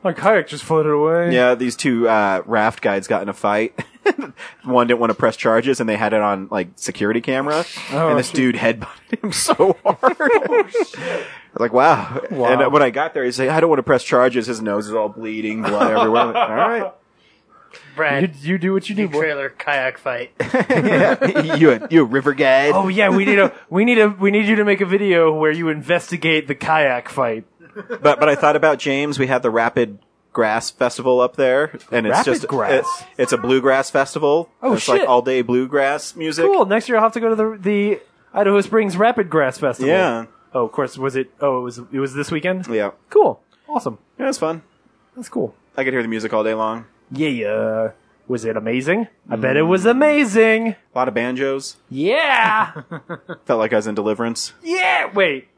[SPEAKER 4] my kayak just floated away.
[SPEAKER 3] Yeah, these two uh, raft guides got in a fight. One didn't want to press charges, and they had it on like security camera.
[SPEAKER 4] Oh,
[SPEAKER 3] and this dude headbutted him so hard. I was like, wow. And uh, when I got there, he's like, I don't want to press charges. His nose is all bleeding, blood everywhere. I'm like, all right,
[SPEAKER 4] You,
[SPEAKER 5] Brad,
[SPEAKER 4] you do what you do,
[SPEAKER 5] new
[SPEAKER 4] boy.
[SPEAKER 5] trailer kayak fight.
[SPEAKER 3] you a, you a river guide?
[SPEAKER 4] Oh yeah, we need a we need a we need you to make a video where you investigate the kayak fight.
[SPEAKER 3] But but I thought about James. We had the Rapid Grass Festival up there, and it's
[SPEAKER 4] Rapid
[SPEAKER 3] just
[SPEAKER 4] Grass?
[SPEAKER 3] it- it's a bluegrass festival.
[SPEAKER 4] Oh,
[SPEAKER 3] it's
[SPEAKER 4] shit.
[SPEAKER 3] like all day bluegrass music.
[SPEAKER 4] Cool. Next year, I'll have to go to the the Idaho Springs Rapid Grass Festival.
[SPEAKER 3] Yeah,
[SPEAKER 4] Oh, of course. Was it? Oh, it was. It was this weekend.
[SPEAKER 3] yeah,
[SPEAKER 4] Cool. Awesome.
[SPEAKER 3] yeah. It's fun.
[SPEAKER 4] That's cool.
[SPEAKER 3] I could hear the music all day long.
[SPEAKER 4] Yeah, yeah. Was it amazing? I bet it was amazing.
[SPEAKER 3] A lot of banjos.
[SPEAKER 4] Yeah.
[SPEAKER 3] Felt like I was in Deliverance.
[SPEAKER 4] yeah. Wait.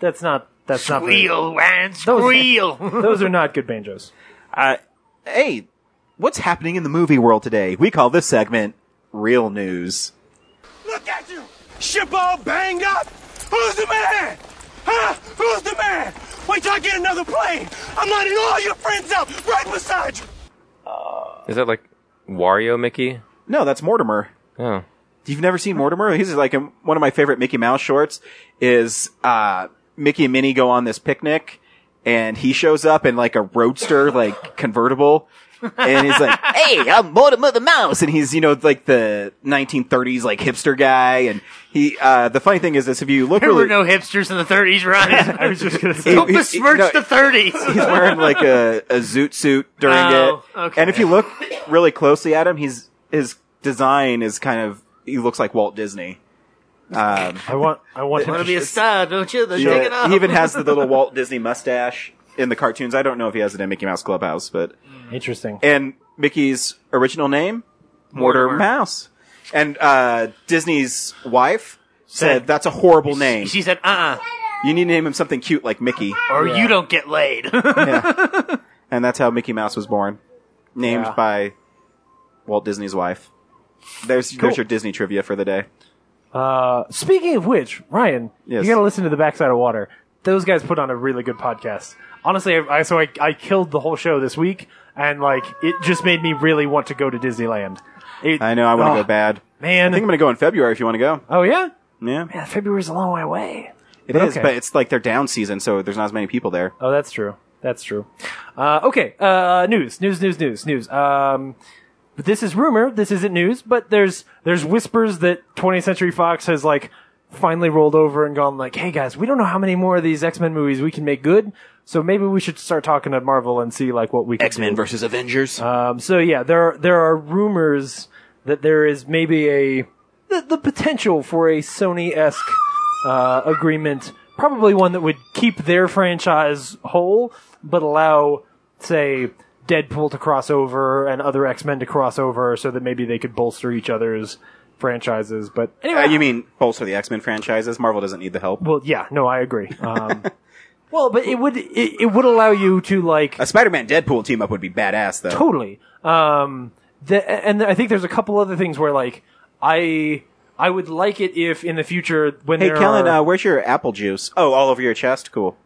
[SPEAKER 4] That's not. That's not. very-
[SPEAKER 5] Squeal and
[SPEAKER 4] Those-
[SPEAKER 5] squeal.
[SPEAKER 4] Those are not good banjos.
[SPEAKER 3] Uh, hey, what's happening in the movie world today? We call this segment Real News.
[SPEAKER 9] Look at you! Ship all banged up! Who's the man? Huh? Who's the man? Wait till I get another plane! I'm lining all your friends up right beside you!
[SPEAKER 8] Is that like Wario Mickey?
[SPEAKER 3] No, that's Mortimer.
[SPEAKER 8] Oh.
[SPEAKER 3] You've never seen Mortimer? He's like in one of my favorite Mickey Mouse shorts. Is uh, Mickey and Minnie go on this picnic, and he shows up in like a roadster, like convertible, and he's like, "Hey, I'm Mortimer the Mouse," and he's you know like the 1930s like hipster guy, and he. Uh, the funny thing is this: if you look,
[SPEAKER 5] There were
[SPEAKER 3] really,
[SPEAKER 5] no hipsters in the 30s, Ryan. I was just going to
[SPEAKER 3] say-
[SPEAKER 5] Don't
[SPEAKER 3] He- he-
[SPEAKER 5] besmirch
[SPEAKER 3] no.
[SPEAKER 5] the 30s.
[SPEAKER 3] he's wearing like a, a zoot suit during
[SPEAKER 5] Oh,
[SPEAKER 3] it.
[SPEAKER 5] okay.
[SPEAKER 3] And if you look really closely at him, he's his design is kind of he looks like Walt Disney. Um,
[SPEAKER 4] I want. I want him
[SPEAKER 5] Want
[SPEAKER 4] to
[SPEAKER 5] to be a star, don't you? Then
[SPEAKER 3] yeah,
[SPEAKER 5] take it off.
[SPEAKER 3] he even has the little Walt Disney mustache in the cartoons. I don't know if he has it in Mickey Mouse Clubhouse, but
[SPEAKER 4] Interesting.
[SPEAKER 3] and Mickey's original name Mortimer,
[SPEAKER 5] Mortimer.
[SPEAKER 3] Mouse. And uh, Disney's wife said
[SPEAKER 5] Said-
[SPEAKER 3] that's a horrible name.
[SPEAKER 5] She said, uh uh
[SPEAKER 3] You need to name him something cute like Mickey.
[SPEAKER 5] or you don't get laid.
[SPEAKER 3] And that's how Mickey Mouse was born, named
[SPEAKER 4] Yeah.
[SPEAKER 3] by Walt Disney's wife. There's there's your Disney trivia for the day.
[SPEAKER 4] Uh, speaking of which, Ryan,
[SPEAKER 3] Yes.
[SPEAKER 4] you got to listen to the backside of water. Those guys put on a really good podcast. Honestly, I, I so I, I killed the whole show this week, and like it just made me really want to go to Disneyland. It-
[SPEAKER 3] I know I want to
[SPEAKER 4] oh,
[SPEAKER 3] go bad.
[SPEAKER 4] man.
[SPEAKER 3] I think I'm going to go in February if you want to go.
[SPEAKER 4] oh yeah,
[SPEAKER 3] Yeah,
[SPEAKER 4] yeah. February's a long way away.
[SPEAKER 3] it is,
[SPEAKER 4] okay.
[SPEAKER 3] but it's like their down season, so there's not as many people there.
[SPEAKER 4] Oh, that's true. That's true. Uh, okay. Uh, news, news, news, news, news. Um, but this is rumor. This isn't news. But there's there's whispers that 20th Century Fox has like finally rolled over and gone like, hey guys, we don't know how many more of these X Men movies we can make good. So maybe we should start talking to Marvel and see like what we can do.
[SPEAKER 3] versus Avengers.
[SPEAKER 4] Um, so yeah, there are, there are rumors that there is maybe a the, the potential for a Sony esque uh, agreement, probably one that would keep their franchise whole, but allow say Deadpool to cross over and other X Men to cross over, so that maybe they could bolster each other's franchises. But anyway,
[SPEAKER 3] Uh, you mean bolster the X Men franchises? Marvel doesn't need the help.
[SPEAKER 4] well, yeah, no, I agree. Um, well, but it would it, it would allow you to like
[SPEAKER 3] a Spider Man Deadpool team up would be badass, though.
[SPEAKER 4] totally um the, and I think there's a couple other things where like I I would like it if in the future when
[SPEAKER 3] Hey,
[SPEAKER 4] there
[SPEAKER 3] Kellen,
[SPEAKER 4] are,
[SPEAKER 3] uh, where's your apple juice? Oh, all over your chest. Cool.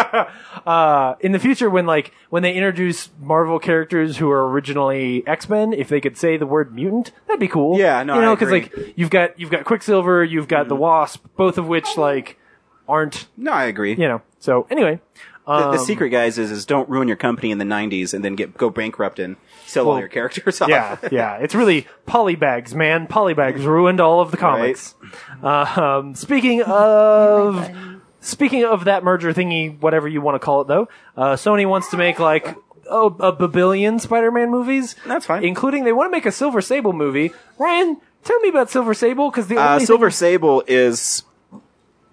[SPEAKER 4] uh, in the future when like when they introduce Marvel characters who are originally X Men, if they could say the word mutant, that'd be cool.
[SPEAKER 3] Yeah, no,
[SPEAKER 4] you know
[SPEAKER 3] I
[SPEAKER 4] because
[SPEAKER 3] agree. Mm-hmm.
[SPEAKER 4] like you've got you've got Quicksilver, you've got the Wasp, both of which like aren't
[SPEAKER 3] No, I agree.
[SPEAKER 4] you know. So anyway,
[SPEAKER 3] The,
[SPEAKER 4] Um,
[SPEAKER 3] the secret, guys, is is don't ruin your company in the '90s and then get go bankrupt and sell all your characters off.
[SPEAKER 4] yeah, yeah. It's really polybags, man. Polybags ruined all of the comics. Uh, um, speaking of speaking of that merger thingy, whatever you want to call it, though, uh, Sony wants to make like oh, a babillion Spider-Man movies.
[SPEAKER 3] That's fine.
[SPEAKER 4] including they want to make a Silver Sable movie. Ryan, tell me about Silver Sable because the
[SPEAKER 3] Uh,
[SPEAKER 4] only
[SPEAKER 3] Silver
[SPEAKER 4] thing-
[SPEAKER 3] Sable is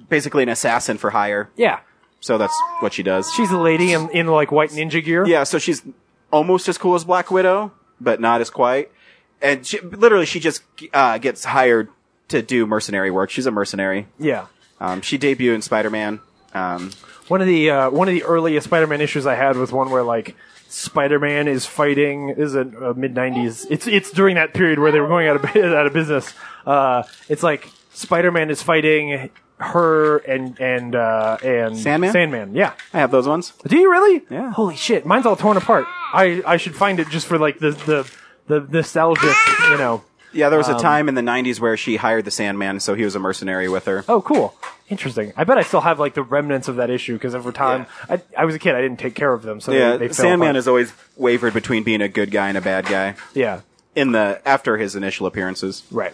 [SPEAKER 3] basically an assassin for hire,
[SPEAKER 4] yeah,
[SPEAKER 3] so that's what she does.
[SPEAKER 4] she's a lady in, in like white ninja gear.
[SPEAKER 3] yeah, so she's almost as cool as Black Widow, but not as quite. And she, literally, she just uh, gets hired to do mercenary work. She's a mercenary.
[SPEAKER 4] yeah.
[SPEAKER 3] Um, she debuted in Spider Man. Um,
[SPEAKER 4] One of the uh, one of the earliest Spider-Man issues I had was one where like Spider-Man is fighting this is a uh, mid '90s. It's it's during that period where they were going out of out of business. Uh, it's like Spider-Man is fighting her and and uh, and
[SPEAKER 3] Sandman?
[SPEAKER 4] Sandman, yeah.
[SPEAKER 3] I have those ones.
[SPEAKER 4] Do you really?
[SPEAKER 3] Yeah.
[SPEAKER 4] Holy shit, mine's all torn apart. I I should find it just for like the the the nostalgic, you know.
[SPEAKER 3] Yeah, there was
[SPEAKER 4] Um,
[SPEAKER 3] a time in the '90s where she hired the Sandman, so he was a mercenary with her.
[SPEAKER 4] Oh, cool. Interesting. I bet I still have like the remnants of that issue because over time, I, I was a kid. I didn't take care of them, so
[SPEAKER 3] yeah,
[SPEAKER 4] they, they fell
[SPEAKER 3] Sandman
[SPEAKER 4] apart.
[SPEAKER 3] has always wavered between being a good guy and a bad guy
[SPEAKER 4] yeah.
[SPEAKER 3] in the after his initial appearances.
[SPEAKER 4] Right.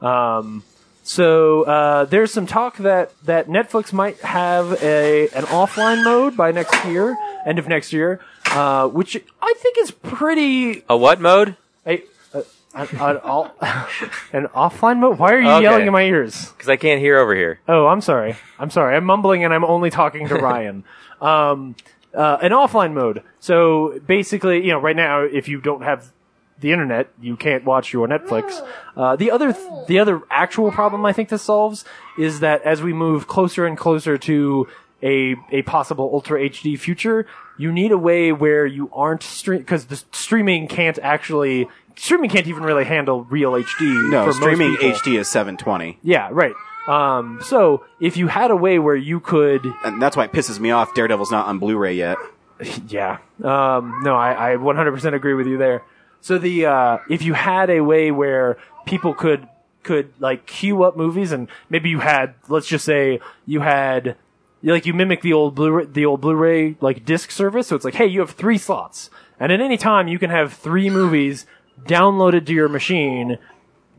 [SPEAKER 4] Um, so uh, there's some talk that, that Netflix might have a an offline mode by next year, end of next year, uh, which I think is pretty.
[SPEAKER 8] A what mode?
[SPEAKER 4] I, uh, an, an all- an offline mode? Why are you
[SPEAKER 8] Okay.
[SPEAKER 4] yelling in my ears?
[SPEAKER 8] Because I can't hear over here.
[SPEAKER 4] Oh, I'm sorry. I'm sorry. I'm mumbling and I'm only talking to Ryan. um, uh, an offline mode. So basically, you know, right now, if you don't have the internet, you can't watch your Netflix. Uh, the other the other actual problem I think this solves is that as we move closer and closer to a a possible ultra HD future, you need a way where you aren't stream because the streaming can't actually streaming can't even really handle real HD. for
[SPEAKER 3] No,
[SPEAKER 4] most
[SPEAKER 3] streaming
[SPEAKER 4] people.
[SPEAKER 3] HD is 720.
[SPEAKER 4] Yeah, right. Um, so if you had a way where you could
[SPEAKER 3] And that's why it pisses me off Daredevil's not on Blu-ray yet.
[SPEAKER 4] Yeah. Um, no, I, I 100% agree with you there. So the uh, if you had a way where people could could like queue up movies and maybe you had let's just say you had like you mimic the old Blu-ray, the old Blu-ray like disc service, so it's like hey, you have three slots, and at any time you can have three movies downloaded to your machine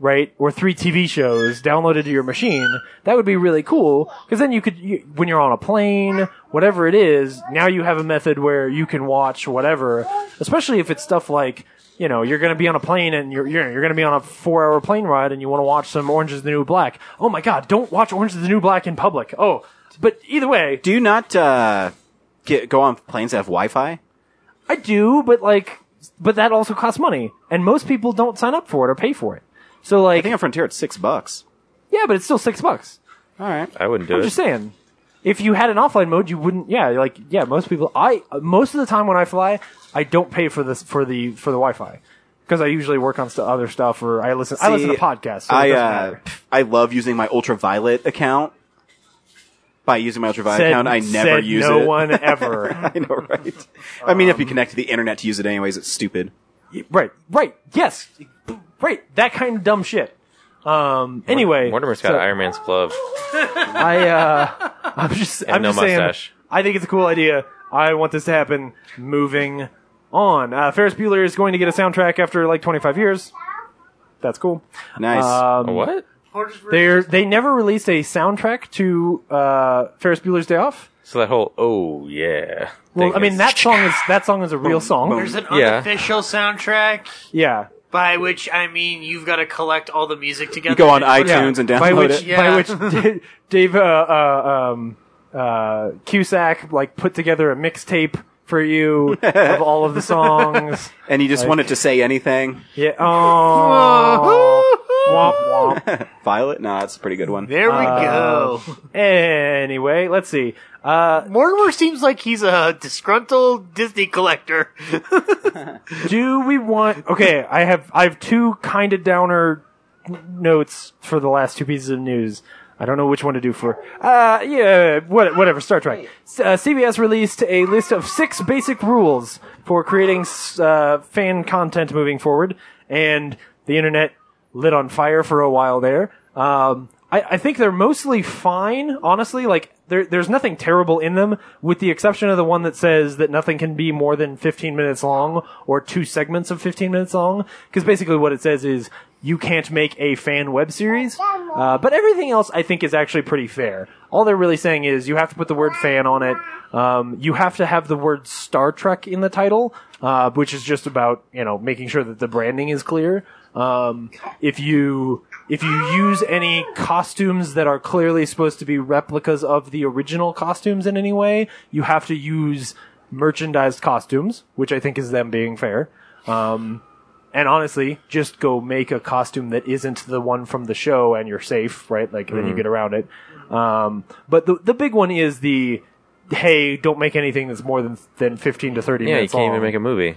[SPEAKER 4] right? Or three TV shows downloaded to your machine. That would be really cool because then you could, you, when you're on a plane, whatever it is, now you have a method where you can watch whatever. Especially if it's stuff like, you know, you're going to be on a plane and you're you're, you're going to be on a four hour plane ride and you want to watch some Orange Is the New Black. Oh my God! Don't watch Orange Is the New Black in public. Oh, but either way,
[SPEAKER 3] Do you not uh, get go on planes that have Wi-Fi?
[SPEAKER 4] I do, but like, but that also costs money, and most people don't sign up for it or pay for it. So
[SPEAKER 3] I
[SPEAKER 4] like,
[SPEAKER 3] think on Frontier it's six bucks.
[SPEAKER 4] yeah, but it's still six bucks.
[SPEAKER 3] All right.
[SPEAKER 8] I wouldn't do
[SPEAKER 4] I'm
[SPEAKER 8] it.
[SPEAKER 4] just saying. If you had an offline mode, you wouldn't. Yeah, like yeah, most people. I uh, most of the time when I fly, I don't pay for this for the for the Wi-Fi because I usually work on st- other stuff or I listen. I listen to
[SPEAKER 3] See,
[SPEAKER 4] podcasts. So
[SPEAKER 3] I
[SPEAKER 4] it doesn't
[SPEAKER 3] uh,
[SPEAKER 4] matter.
[SPEAKER 3] I love using my ultraviolet account. By using my ultraviolet
[SPEAKER 4] Said-
[SPEAKER 3] account, I never
[SPEAKER 4] said
[SPEAKER 3] use
[SPEAKER 4] no
[SPEAKER 3] it.
[SPEAKER 4] one ever.
[SPEAKER 3] I know, right? I mean, if you connect to the internet to use it anyways, it's stupid.
[SPEAKER 4] right, right, yes, right. That kind of dumb shit. Um. Anyway,
[SPEAKER 8] Mortimer's got
[SPEAKER 4] so
[SPEAKER 8] Iron Man's glove
[SPEAKER 4] I uh, I'm just.
[SPEAKER 8] and
[SPEAKER 4] I'm
[SPEAKER 8] no
[SPEAKER 4] just saying,
[SPEAKER 8] mustache.
[SPEAKER 4] I think it's a cool idea. I want this to happen. Moving on. Uh, Ferris Bueller is going to get a soundtrack after like 25 years. That's cool.
[SPEAKER 3] Nice.
[SPEAKER 4] Um,
[SPEAKER 8] A what?
[SPEAKER 4] They they never released a soundtrack to uh, Ferris Bueller's Day Off.
[SPEAKER 8] So that whole oh yeah.
[SPEAKER 4] Well,
[SPEAKER 8] thing
[SPEAKER 4] I mean
[SPEAKER 8] is-
[SPEAKER 4] that song is that song is a real song.
[SPEAKER 5] There's an
[SPEAKER 8] Yeah.
[SPEAKER 5] unofficial soundtrack,
[SPEAKER 4] Yeah.
[SPEAKER 5] by which I mean you've got to collect all the music together.
[SPEAKER 3] you go on
[SPEAKER 5] and put it
[SPEAKER 3] iTunes and download
[SPEAKER 4] By which
[SPEAKER 3] it.
[SPEAKER 5] Yeah.
[SPEAKER 4] by which Dave uh, uh, um, uh, Cusack like put together a mixtape for you of all of the songs.
[SPEAKER 3] and you just wanted to say anything.
[SPEAKER 4] Yeah. Oh. womp womp.
[SPEAKER 3] Violet? No, that's a pretty good one.
[SPEAKER 5] There we go.
[SPEAKER 4] Anyway, let's see. Uh,
[SPEAKER 5] Mortimer seems like he's a disgruntled Disney collector.
[SPEAKER 4] Do we want? Okay, I have I have two kind of downer notes for the last two pieces of news. I don't know which one to do for. Uh, yeah, what, whatever. Star Trek. S- Uh, CBS released a list of six basic rules for creating s- uh, fan content moving forward, and the internet lit on fire for a while there. Um, I, I think they're mostly fine, honestly. Like there, there's nothing terrible in them, with the exception of the one that says that nothing can be more than 15 minutes long or two segments of 15 minutes long. Because basically, what it says is you can't make a fan web series. Uh, but everything else, I think, is actually pretty fair. All they're really saying is you have to put the word fan on it. Um, you have to have the word Star Trek in the title, uh, which is just about you know making sure that the branding is clear. Um, if you if you use any costumes that are clearly supposed to be replicas of the original costumes in any way, you have to use merchandised costumes, which I think is them being fair. Um, and honestly, just go make a costume that isn't the one from the show, and you're safe, right? Like
[SPEAKER 8] Mm-hmm.
[SPEAKER 4] then you get around it. Um, but the the big one is the hey, don't make anything that's more than than fifteen to thirty
[SPEAKER 8] Yeah, you
[SPEAKER 4] minutes.
[SPEAKER 8] can't even
[SPEAKER 4] long.
[SPEAKER 8] make a movie.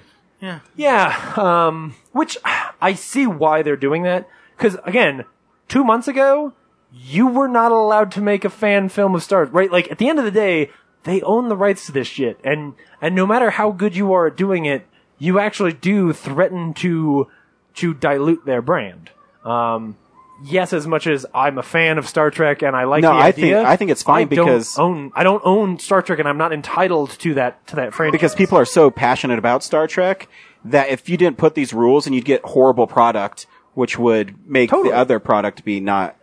[SPEAKER 4] Yeah, um, which I see why they're doing that. Because again, two months ago, you were not allowed to make a fan film of Star. Right? Like at the end of the day, they own the rights to this shit, and and no matter how good you are at doing it, you actually do threaten to to dilute their brand. Um, yes, as much as I'm a fan of Star Trek and I like
[SPEAKER 3] No,
[SPEAKER 4] the
[SPEAKER 3] I think-
[SPEAKER 4] idea,
[SPEAKER 3] I think it's fine
[SPEAKER 4] I don't
[SPEAKER 3] because-
[SPEAKER 4] own I don't own Star Trek and I'm not entitled to that to that franchise
[SPEAKER 3] Because people are so passionate about Star Trek that if you didn't put these rules and you'd get horrible product, which would make
[SPEAKER 4] Totally.
[SPEAKER 3] the other product be not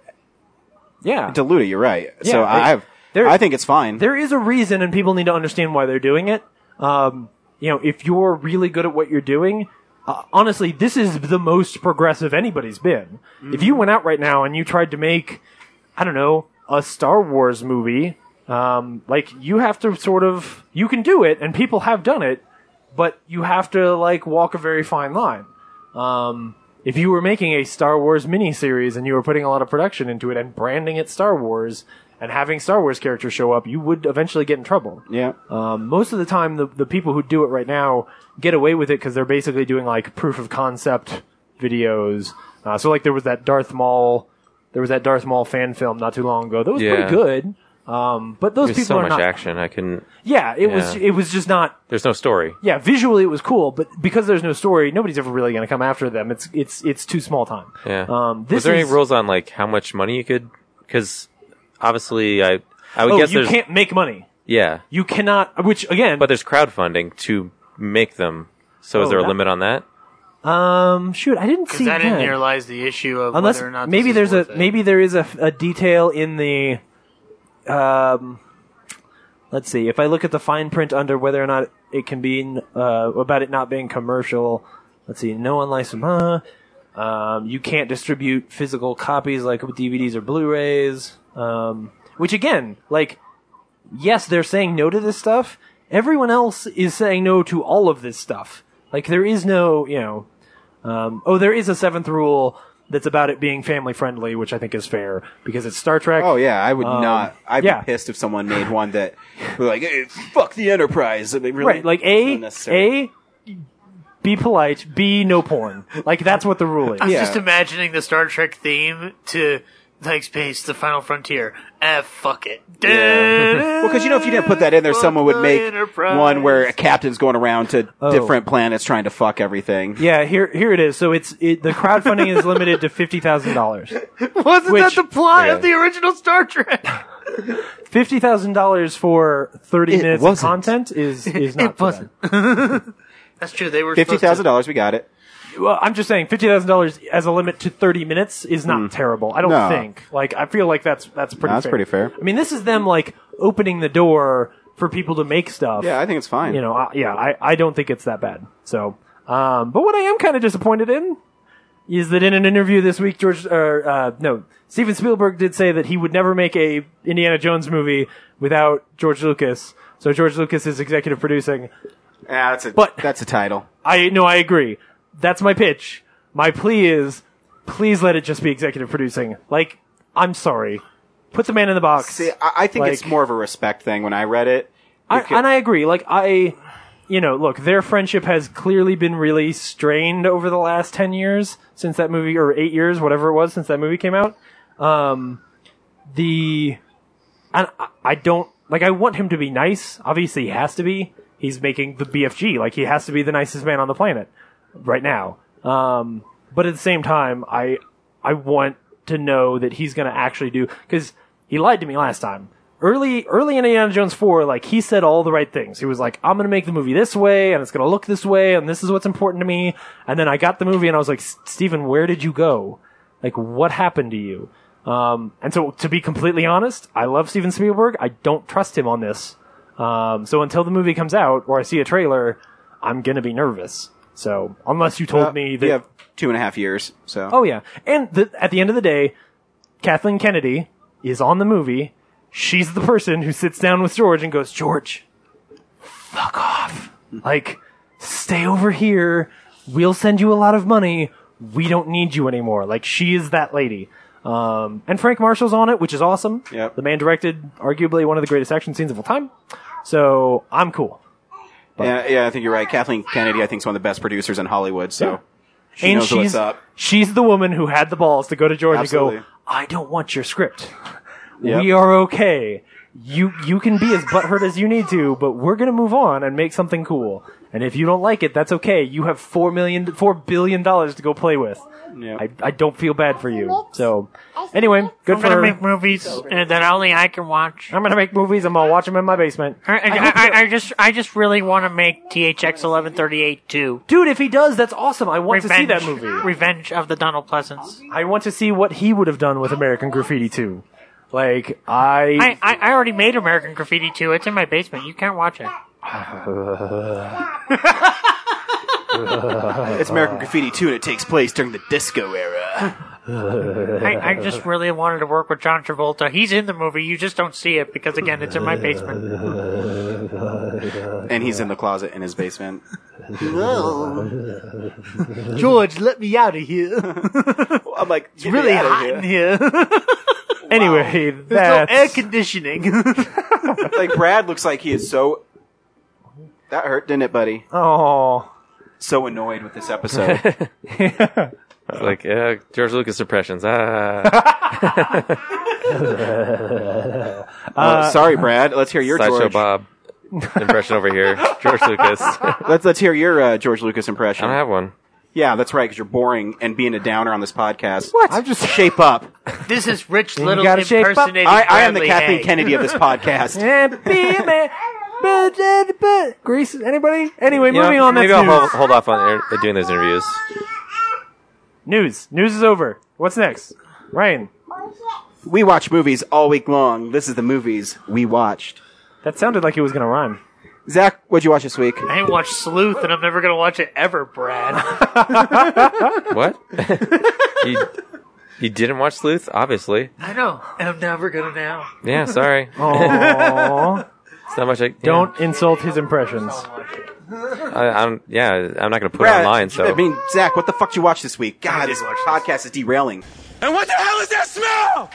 [SPEAKER 4] yeah
[SPEAKER 3] diluted. You're right. so
[SPEAKER 4] they-
[SPEAKER 3] I have,
[SPEAKER 4] they're-
[SPEAKER 3] I think it's fine.
[SPEAKER 4] there is a reason and people need to understand why they're doing it. Um, you know, if you're really good at what you're doing, uh, honestly, this is the most progressive anybody's been. If you went out right now and you tried to make, I don't know, a Star Wars movie, um, like you have to sort of, you can do it and people have done it, but you have to like walk a very fine line. Um, if you were making a Star Wars miniseries and you were putting a lot of production into it and branding it Star Wars and having Star Wars characters show up, you would eventually get in trouble.
[SPEAKER 3] Yeah.
[SPEAKER 4] Um, most of the time, the, the people who do it right now get away with it because they're basically doing like proof of concept videos. Uh, so like there was that Darth Maul, there was that Darth Maul fan film not too long ago. That was
[SPEAKER 8] Yeah.
[SPEAKER 4] pretty good. Um, but those people
[SPEAKER 8] There's so
[SPEAKER 4] are
[SPEAKER 8] much
[SPEAKER 4] not.
[SPEAKER 8] action. I couldn't.
[SPEAKER 4] Yeah, it was.
[SPEAKER 8] Yeah.
[SPEAKER 4] It was just not.
[SPEAKER 8] There's no story.
[SPEAKER 4] Yeah, visually it was cool, but because there's no story, nobody's ever really going to come after them. It's it's it's too small time.
[SPEAKER 8] Yeah.
[SPEAKER 4] Um, this
[SPEAKER 8] was there
[SPEAKER 4] is-
[SPEAKER 8] any rules on like how much money you could? Because obviously, I I would
[SPEAKER 4] Oh,
[SPEAKER 8] guess
[SPEAKER 4] you
[SPEAKER 8] there's
[SPEAKER 4] can't make money.
[SPEAKER 8] yeah,
[SPEAKER 4] You cannot. Which again,
[SPEAKER 8] but there's crowdfunding to make them. So is
[SPEAKER 4] Oh,
[SPEAKER 8] there a
[SPEAKER 4] that-
[SPEAKER 8] limit on that?
[SPEAKER 4] um, shoot, I didn't see
[SPEAKER 5] Because then in
[SPEAKER 4] that.
[SPEAKER 5] there lies the issue of
[SPEAKER 4] Unless
[SPEAKER 5] whether or not
[SPEAKER 4] maybe
[SPEAKER 5] this is
[SPEAKER 4] there's a
[SPEAKER 5] worth it.
[SPEAKER 4] maybe there is a, a detail in the. Um, let's see. If I look at the fine print under whether or not it can be uh, about it not being commercial. Let's see. No unlicensed. Huh? Um, you can't distribute physical copies like with DVDs or Blu-rays. Um, which again, like, yes, they're saying no to this stuff. Everyone else is saying no to all of this stuff. Like, there is no, you know, um, oh, there is a seventh rule that's about it being family friendly, which I think is fair because it's Star Trek.
[SPEAKER 1] Oh yeah, I would
[SPEAKER 4] Um,
[SPEAKER 1] not. I'd
[SPEAKER 4] yeah.
[SPEAKER 1] be pissed if someone made one that was like, hey, "Fuck the Enterprise." and they really-
[SPEAKER 4] right. Like a
[SPEAKER 1] unnecessary.
[SPEAKER 4] a be polite. B no porn. Like that's what the rule is.
[SPEAKER 5] I'm
[SPEAKER 1] Yeah.
[SPEAKER 5] just imagining the Star Trek theme to like space, the final frontier. Eh, fuck it.
[SPEAKER 1] Well, because you know, if you didn't put that in there,
[SPEAKER 5] Fuck
[SPEAKER 1] someone would
[SPEAKER 5] the
[SPEAKER 1] make
[SPEAKER 5] Enterprise.
[SPEAKER 1] one where a captain's going around to
[SPEAKER 4] Oh.
[SPEAKER 1] different planets trying to fuck everything.
[SPEAKER 4] Yeah, here here it is. So it's it, the crowdfunding is limited to fifty thousand dollars.
[SPEAKER 5] Wasn't
[SPEAKER 4] Which-
[SPEAKER 5] that the plot
[SPEAKER 8] Yeah.
[SPEAKER 5] of the original Star Trek?
[SPEAKER 4] Fifty thousand dollars for thirty
[SPEAKER 1] It
[SPEAKER 4] minutes
[SPEAKER 1] wasn't.
[SPEAKER 4] of content is is not.
[SPEAKER 5] it wasn't. That's true. They were
[SPEAKER 1] Fifty
[SPEAKER 5] supposed to-
[SPEAKER 1] thousand dollars, we got it.
[SPEAKER 4] bad. Well, I'm just saying fifty thousand dollars as a limit to thirty minutes is not terrible. I don't
[SPEAKER 1] Hmm. No.
[SPEAKER 4] think. Like I feel like that's that's pretty.
[SPEAKER 1] That's
[SPEAKER 4] fair.
[SPEAKER 1] pretty fair.
[SPEAKER 4] I mean, this is them like opening the door for people to make stuff.
[SPEAKER 1] Yeah, I think it's fine.
[SPEAKER 4] you know, I, yeah, I, I don't think it's that bad. So, um, but what I am kind of disappointed in is that in an interview this week, George, or uh, no, Steven Spielberg did say that he would never make a Indiana Jones movie without George Lucas. So George Lucas is executive producing.
[SPEAKER 1] yeah, Ah, that's a
[SPEAKER 4] But-
[SPEAKER 1] that's a title.
[SPEAKER 4] I no, I agree. That's my pitch. My plea is, please let it just be executive producing. Like, I'm sorry, put the man in the box.
[SPEAKER 1] See, I, I think it's
[SPEAKER 4] Like-
[SPEAKER 1] more of a respect thing. When I read it,
[SPEAKER 4] I,
[SPEAKER 1] You could-
[SPEAKER 4] and I agree. Like I, you know, look, their friendship has clearly been really strained over the last ten years since that movie, or eight years, whatever it was, since that movie came out. Um, the, and I, I don't like. I want him to be nice. Obviously, he has to be. He's making the BFG. Like he has to be the nicest man on the planet right now. Um, but at the same time, I I want to know that he's going to actually do because he lied to me last time. Early early in Indiana Jones four, like he said all the right things. He was like, "I'm going to make the movie this way, and it's going to look this way, and this is what's important to me." And then I got the movie, and I was like, "S- "Steven, where did you go? Like, what happened to you?" Um, and so, to be completely honest, I love Steven Spielberg. I don't trust him on this. Um, so until the movie comes out or I see a trailer, I'm gonna be nervous. So unless you told
[SPEAKER 1] Uh,
[SPEAKER 4] me that,
[SPEAKER 1] you have two and a half years. So
[SPEAKER 4] oh yeah, and the, at the end of the day, Kathleen Kennedy is on the movie. She's the person who sits down with George and goes, George, fuck off. Like, stay over here. We'll send you a lot of money. We don't need you anymore. Like, she is that lady. Um, and Frank Marshall's on it, which is awesome.
[SPEAKER 1] Yep.
[SPEAKER 4] The man directed arguably one of the greatest action scenes of all time. So I'm cool.
[SPEAKER 1] yeah, yeah, I think you're right. Kathleen Kennedy, I think, is one of the best producers in Hollywood. So she
[SPEAKER 4] and
[SPEAKER 1] knows
[SPEAKER 4] she's
[SPEAKER 1] what's up.
[SPEAKER 4] she's the woman who had the balls to go to George and
[SPEAKER 1] Absolutely.
[SPEAKER 4] go, "I don't want your script.
[SPEAKER 1] Yep.
[SPEAKER 4] We are okay. You you can be as butthurt as you need to, but we're gonna move on and make something cool. And if you don't like it, that's okay. You have four million, four billion dollars to go play with.
[SPEAKER 1] Yeah.
[SPEAKER 4] I, I don't feel bad for you. So anyway, good
[SPEAKER 5] I'm
[SPEAKER 4] for.
[SPEAKER 5] gonna make movies and that only I can watch.
[SPEAKER 4] I'm gonna make movies. I'm gonna watch them in my basement,
[SPEAKER 5] I, I, I, I just, I just really want to make THX 1138 too.
[SPEAKER 4] dude. If he does, that's awesome. I want
[SPEAKER 5] Revenge,
[SPEAKER 4] to see that movie.
[SPEAKER 5] Revenge of the Donald Pleasance.
[SPEAKER 4] I want to see what he would have done with American Graffiti too. Like
[SPEAKER 5] I, I, I already made American Graffiti 2. It's in my basement. You can't watch it.
[SPEAKER 1] It's American Graffiti 2, and it takes place during the disco era.
[SPEAKER 5] I, I just really wanted to work with John Travolta. He's in the movie. You just don't see it because, again, it's in my basement.
[SPEAKER 3] and he's in the closet in his basement.
[SPEAKER 5] George, let me out of here.
[SPEAKER 3] I'm like,
[SPEAKER 5] It's really hot in here.
[SPEAKER 4] Anyway,
[SPEAKER 5] no
[SPEAKER 4] that's
[SPEAKER 5] air conditioning.
[SPEAKER 3] like Brad looks like he is so. That hurt, didn't it, buddy?
[SPEAKER 4] oh,
[SPEAKER 3] So annoyed with this episode.
[SPEAKER 8] like uh, George Lucas impressions. Ah,
[SPEAKER 3] Uh, sorry, Brad. Let's hear your
[SPEAKER 8] Sideshow
[SPEAKER 3] George.
[SPEAKER 8] Bob impression over here. George Lucas. I
[SPEAKER 3] Let's let's hear your uh, George Lucas impression.
[SPEAKER 8] don't have one.
[SPEAKER 3] yeah, that's right. Because you're boring and being a downer on this podcast.
[SPEAKER 4] I'm just
[SPEAKER 3] Shape up.
[SPEAKER 5] this is Rich
[SPEAKER 4] you
[SPEAKER 5] Little
[SPEAKER 4] gotta shape up.
[SPEAKER 5] impersonating
[SPEAKER 3] I, I am the
[SPEAKER 5] Bradley
[SPEAKER 3] Kathleen
[SPEAKER 5] Hay.
[SPEAKER 3] Kennedy of this podcast.
[SPEAKER 4] and be a man. But, but, but- Grease. Anybody? Anyway,
[SPEAKER 8] You know,
[SPEAKER 4] moving on. That's
[SPEAKER 8] maybe I'll hold,
[SPEAKER 4] news.
[SPEAKER 8] hold off on air, doing those interviews.
[SPEAKER 4] news. News is over. What's next? Ryan.
[SPEAKER 3] We watch movies all week long. This is the movies we watched.
[SPEAKER 4] That sounded like it was gonna rhyme.
[SPEAKER 3] Zach, what'd you watch this week?
[SPEAKER 5] I ain't watched Sleuth, and I'm never gonna watch it ever, Brad.
[SPEAKER 8] What? you, you didn't watch Sleuth, obviously.
[SPEAKER 5] I know, and I'm never gonna now.
[SPEAKER 8] Yeah, sorry.
[SPEAKER 4] Oh,
[SPEAKER 8] It's not much. I, yeah.
[SPEAKER 4] don't insult his impressions.
[SPEAKER 8] I, I'm. Yeah, I'm not gonna put it
[SPEAKER 3] Brad,
[SPEAKER 8] online. So
[SPEAKER 3] I mean, Zach, what the fuck did you watch this week? God, this
[SPEAKER 5] watch
[SPEAKER 3] podcast is derailing.
[SPEAKER 9] And what the hell is that smell?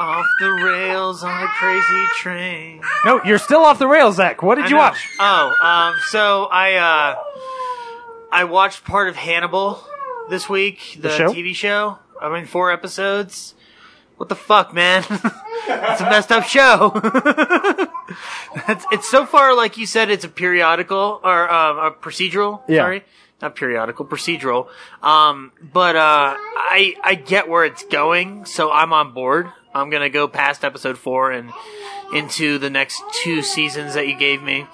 [SPEAKER 5] Off the rails on a crazy train.
[SPEAKER 4] No, you're still off the rails, Zach. What did
[SPEAKER 5] I
[SPEAKER 4] you
[SPEAKER 5] know.
[SPEAKER 4] watch?
[SPEAKER 5] Oh, um, so I uh, I watched part of Hannibal this week, the,
[SPEAKER 4] show?
[SPEAKER 5] TV show. I mean, four episodes. What the fuck, man? it's a messed up show. it's, it's so far, like you said, it's a periodical or um, a procedural.
[SPEAKER 4] Yeah.
[SPEAKER 5] Sorry, not periodical, procedural. Um, but uh, I I get where it's going, so I'm on board. I'm gonna go past episode four and into the next two seasons that you gave me.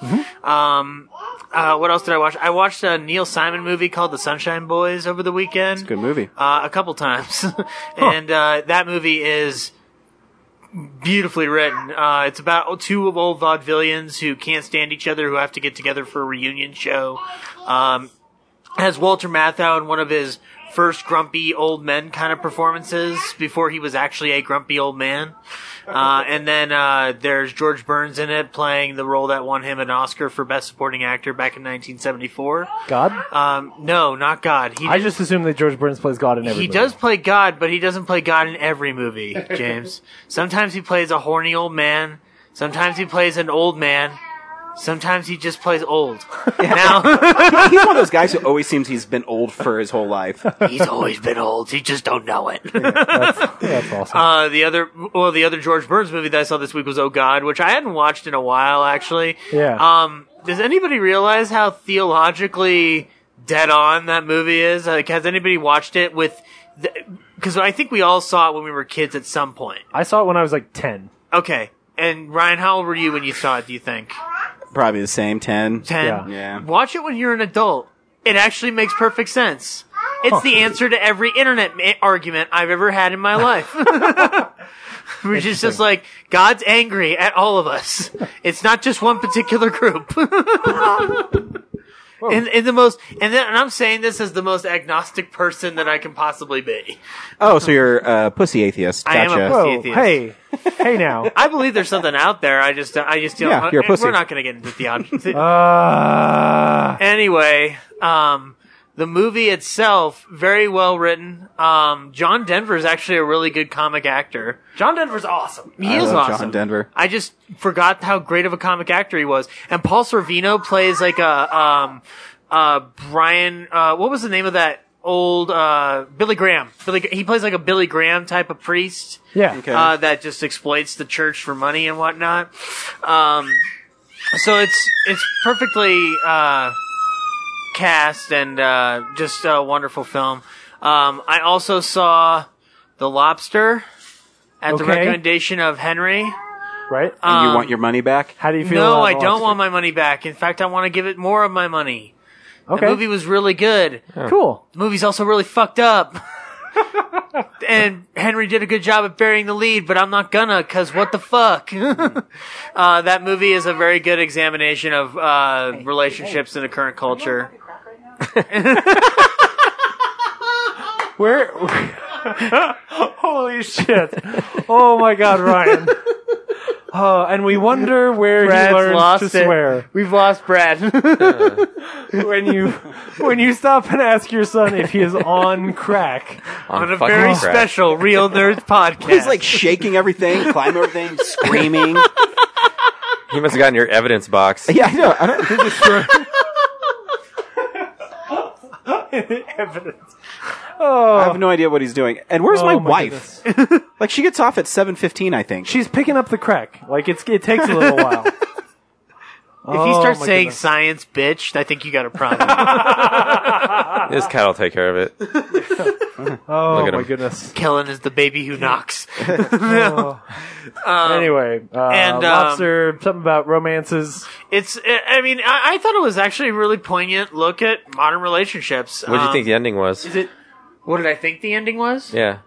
[SPEAKER 5] Um, uh, what else did I watch? I watched a Neil Simon movie called The Sunshine Boys over the weekend.
[SPEAKER 3] Good movie.
[SPEAKER 5] Uh, a couple times, and uh, that movie is beautifully written. Uh, it's about two of old vaudevillians who can't stand each other who have to get together for a reunion show. Um, has Walter Matthau in one of his first grumpy old men kind of performances before he was actually a grumpy old man. Uh, and then uh, there's George Burns in it playing the role that won him an Oscar for Best Supporting Actor back in 1974.
[SPEAKER 4] God.
[SPEAKER 5] Um, no, not God. He
[SPEAKER 4] I just assume that George Burns plays God in every.
[SPEAKER 5] he
[SPEAKER 4] movie.
[SPEAKER 5] does play God, but he doesn't play God in every movie, James. Sometimes he plays a horny old man. Sometimes he plays an old man. Sometimes he just plays old. Now
[SPEAKER 3] He's one of those guys who always seems he's been old for his whole life.
[SPEAKER 5] he's always been old. He just don't know it.
[SPEAKER 4] Yeah, that's awesome.
[SPEAKER 5] Uh, the other, well, the other George Burns movie that I saw this week was Oh God, which I hadn't watched in a while actually.
[SPEAKER 4] Yeah.
[SPEAKER 5] Um, does anybody realize how theologically dead on that movie is? Like, has anybody watched it with? Because I think we all saw it when we were kids at some point.
[SPEAKER 4] I saw it when I was like ten.
[SPEAKER 5] Okay. And Ryan, how old were you when you saw it, do you think?
[SPEAKER 3] Probably the same, 10.
[SPEAKER 5] Ten?
[SPEAKER 4] Yeah.
[SPEAKER 3] Yeah.
[SPEAKER 5] Watch it when you're an adult. It actually makes perfect sense. It's the answer to every internet ma- argument I've ever had in my life. Which is just like, God's angry at all of us. It's not just one particular group. In, in the most, and, then, and I'm saying this as the most agnostic person that I can possibly be.
[SPEAKER 3] Oh, so you're a pussy atheist.
[SPEAKER 5] I am a
[SPEAKER 3] Gotcha.
[SPEAKER 5] pussy.
[SPEAKER 4] Whoa,
[SPEAKER 5] atheist.
[SPEAKER 4] Oh, hey, hey now.
[SPEAKER 5] I believe there's something out there. I just, I just don't.
[SPEAKER 3] Yeah, you're a pussy.
[SPEAKER 5] We're not going to get into theology.
[SPEAKER 4] Uh,
[SPEAKER 5] anyway, um, the movie itself very well written. Um, John Denver is actually a really good comic actor.
[SPEAKER 4] John Denver's awesome.
[SPEAKER 5] He
[SPEAKER 3] I
[SPEAKER 5] is
[SPEAKER 3] love
[SPEAKER 5] awesome.
[SPEAKER 3] John Denver.
[SPEAKER 5] I just forgot how great of a comic actor he was. And Paul Sorvino plays like a um, uh, Brian. Uh, what was the name of that old uh, Billy Graham? Billy. He plays like a Billy Graham type of priest
[SPEAKER 4] Yeah.
[SPEAKER 3] Okay.
[SPEAKER 5] uh, that just exploits the church for money and whatnot. Um, so it's it's perfectly uh, cast and uh, just a wonderful film. Um, I also saw The Lobster at the
[SPEAKER 4] Okay.
[SPEAKER 5] recommendation of Henry.
[SPEAKER 4] Right.
[SPEAKER 3] you
[SPEAKER 5] um,
[SPEAKER 3] want your money back?
[SPEAKER 4] How do you feel?
[SPEAKER 5] No,
[SPEAKER 4] about
[SPEAKER 5] I
[SPEAKER 4] the
[SPEAKER 5] don't
[SPEAKER 4] lobster?
[SPEAKER 5] want my money back. In fact, I want to give it more of my money.
[SPEAKER 4] Okay.
[SPEAKER 5] The movie was really good.
[SPEAKER 4] Cool.
[SPEAKER 5] The movie's also really fucked up. and Henry did a good job at burying the lead, but I'm not gonna, cause what the fuck? uh, that movie is a very good examination of uh, relationships in the current culture.
[SPEAKER 4] Where? Holy shit! Oh my God, Ryan. Oh, and we wonder where
[SPEAKER 5] Brad's
[SPEAKER 4] he learns
[SPEAKER 5] lost
[SPEAKER 4] to
[SPEAKER 5] it.
[SPEAKER 4] swear.
[SPEAKER 5] We've lost Brad.
[SPEAKER 4] When you when you stop and ask your son if he is on crack.
[SPEAKER 5] on a very special Real Nerds podcast.
[SPEAKER 1] He's like shaking everything, climbing everything, screaming.
[SPEAKER 8] He must have gotten your evidence box.
[SPEAKER 1] Yeah, I know. I don't think it's true.
[SPEAKER 4] Evidence.
[SPEAKER 1] I have no idea what he's doing. And where's
[SPEAKER 4] Oh
[SPEAKER 1] my,
[SPEAKER 4] my
[SPEAKER 1] wife? Like she gets off at seven fifteen, I think.
[SPEAKER 4] She's picking up the crack. Like it's it takes a little while.
[SPEAKER 5] if he starts saying
[SPEAKER 4] goodness.
[SPEAKER 5] science, bitch, I think you got a problem.
[SPEAKER 8] His cat will take care of it.
[SPEAKER 4] Oh
[SPEAKER 8] Look at
[SPEAKER 4] my
[SPEAKER 8] him.
[SPEAKER 4] goodness.
[SPEAKER 5] Kellen is the baby who knocks.
[SPEAKER 4] anyway, uh,
[SPEAKER 5] and, um,
[SPEAKER 4] lobster. Something about romances.
[SPEAKER 5] It's. I I mean, I, I thought it was actually a really poignant look at modern relationships.
[SPEAKER 8] What do you
[SPEAKER 5] Um,
[SPEAKER 8] think the ending was?
[SPEAKER 5] Is it? What did I think the ending was?
[SPEAKER 8] Yeah.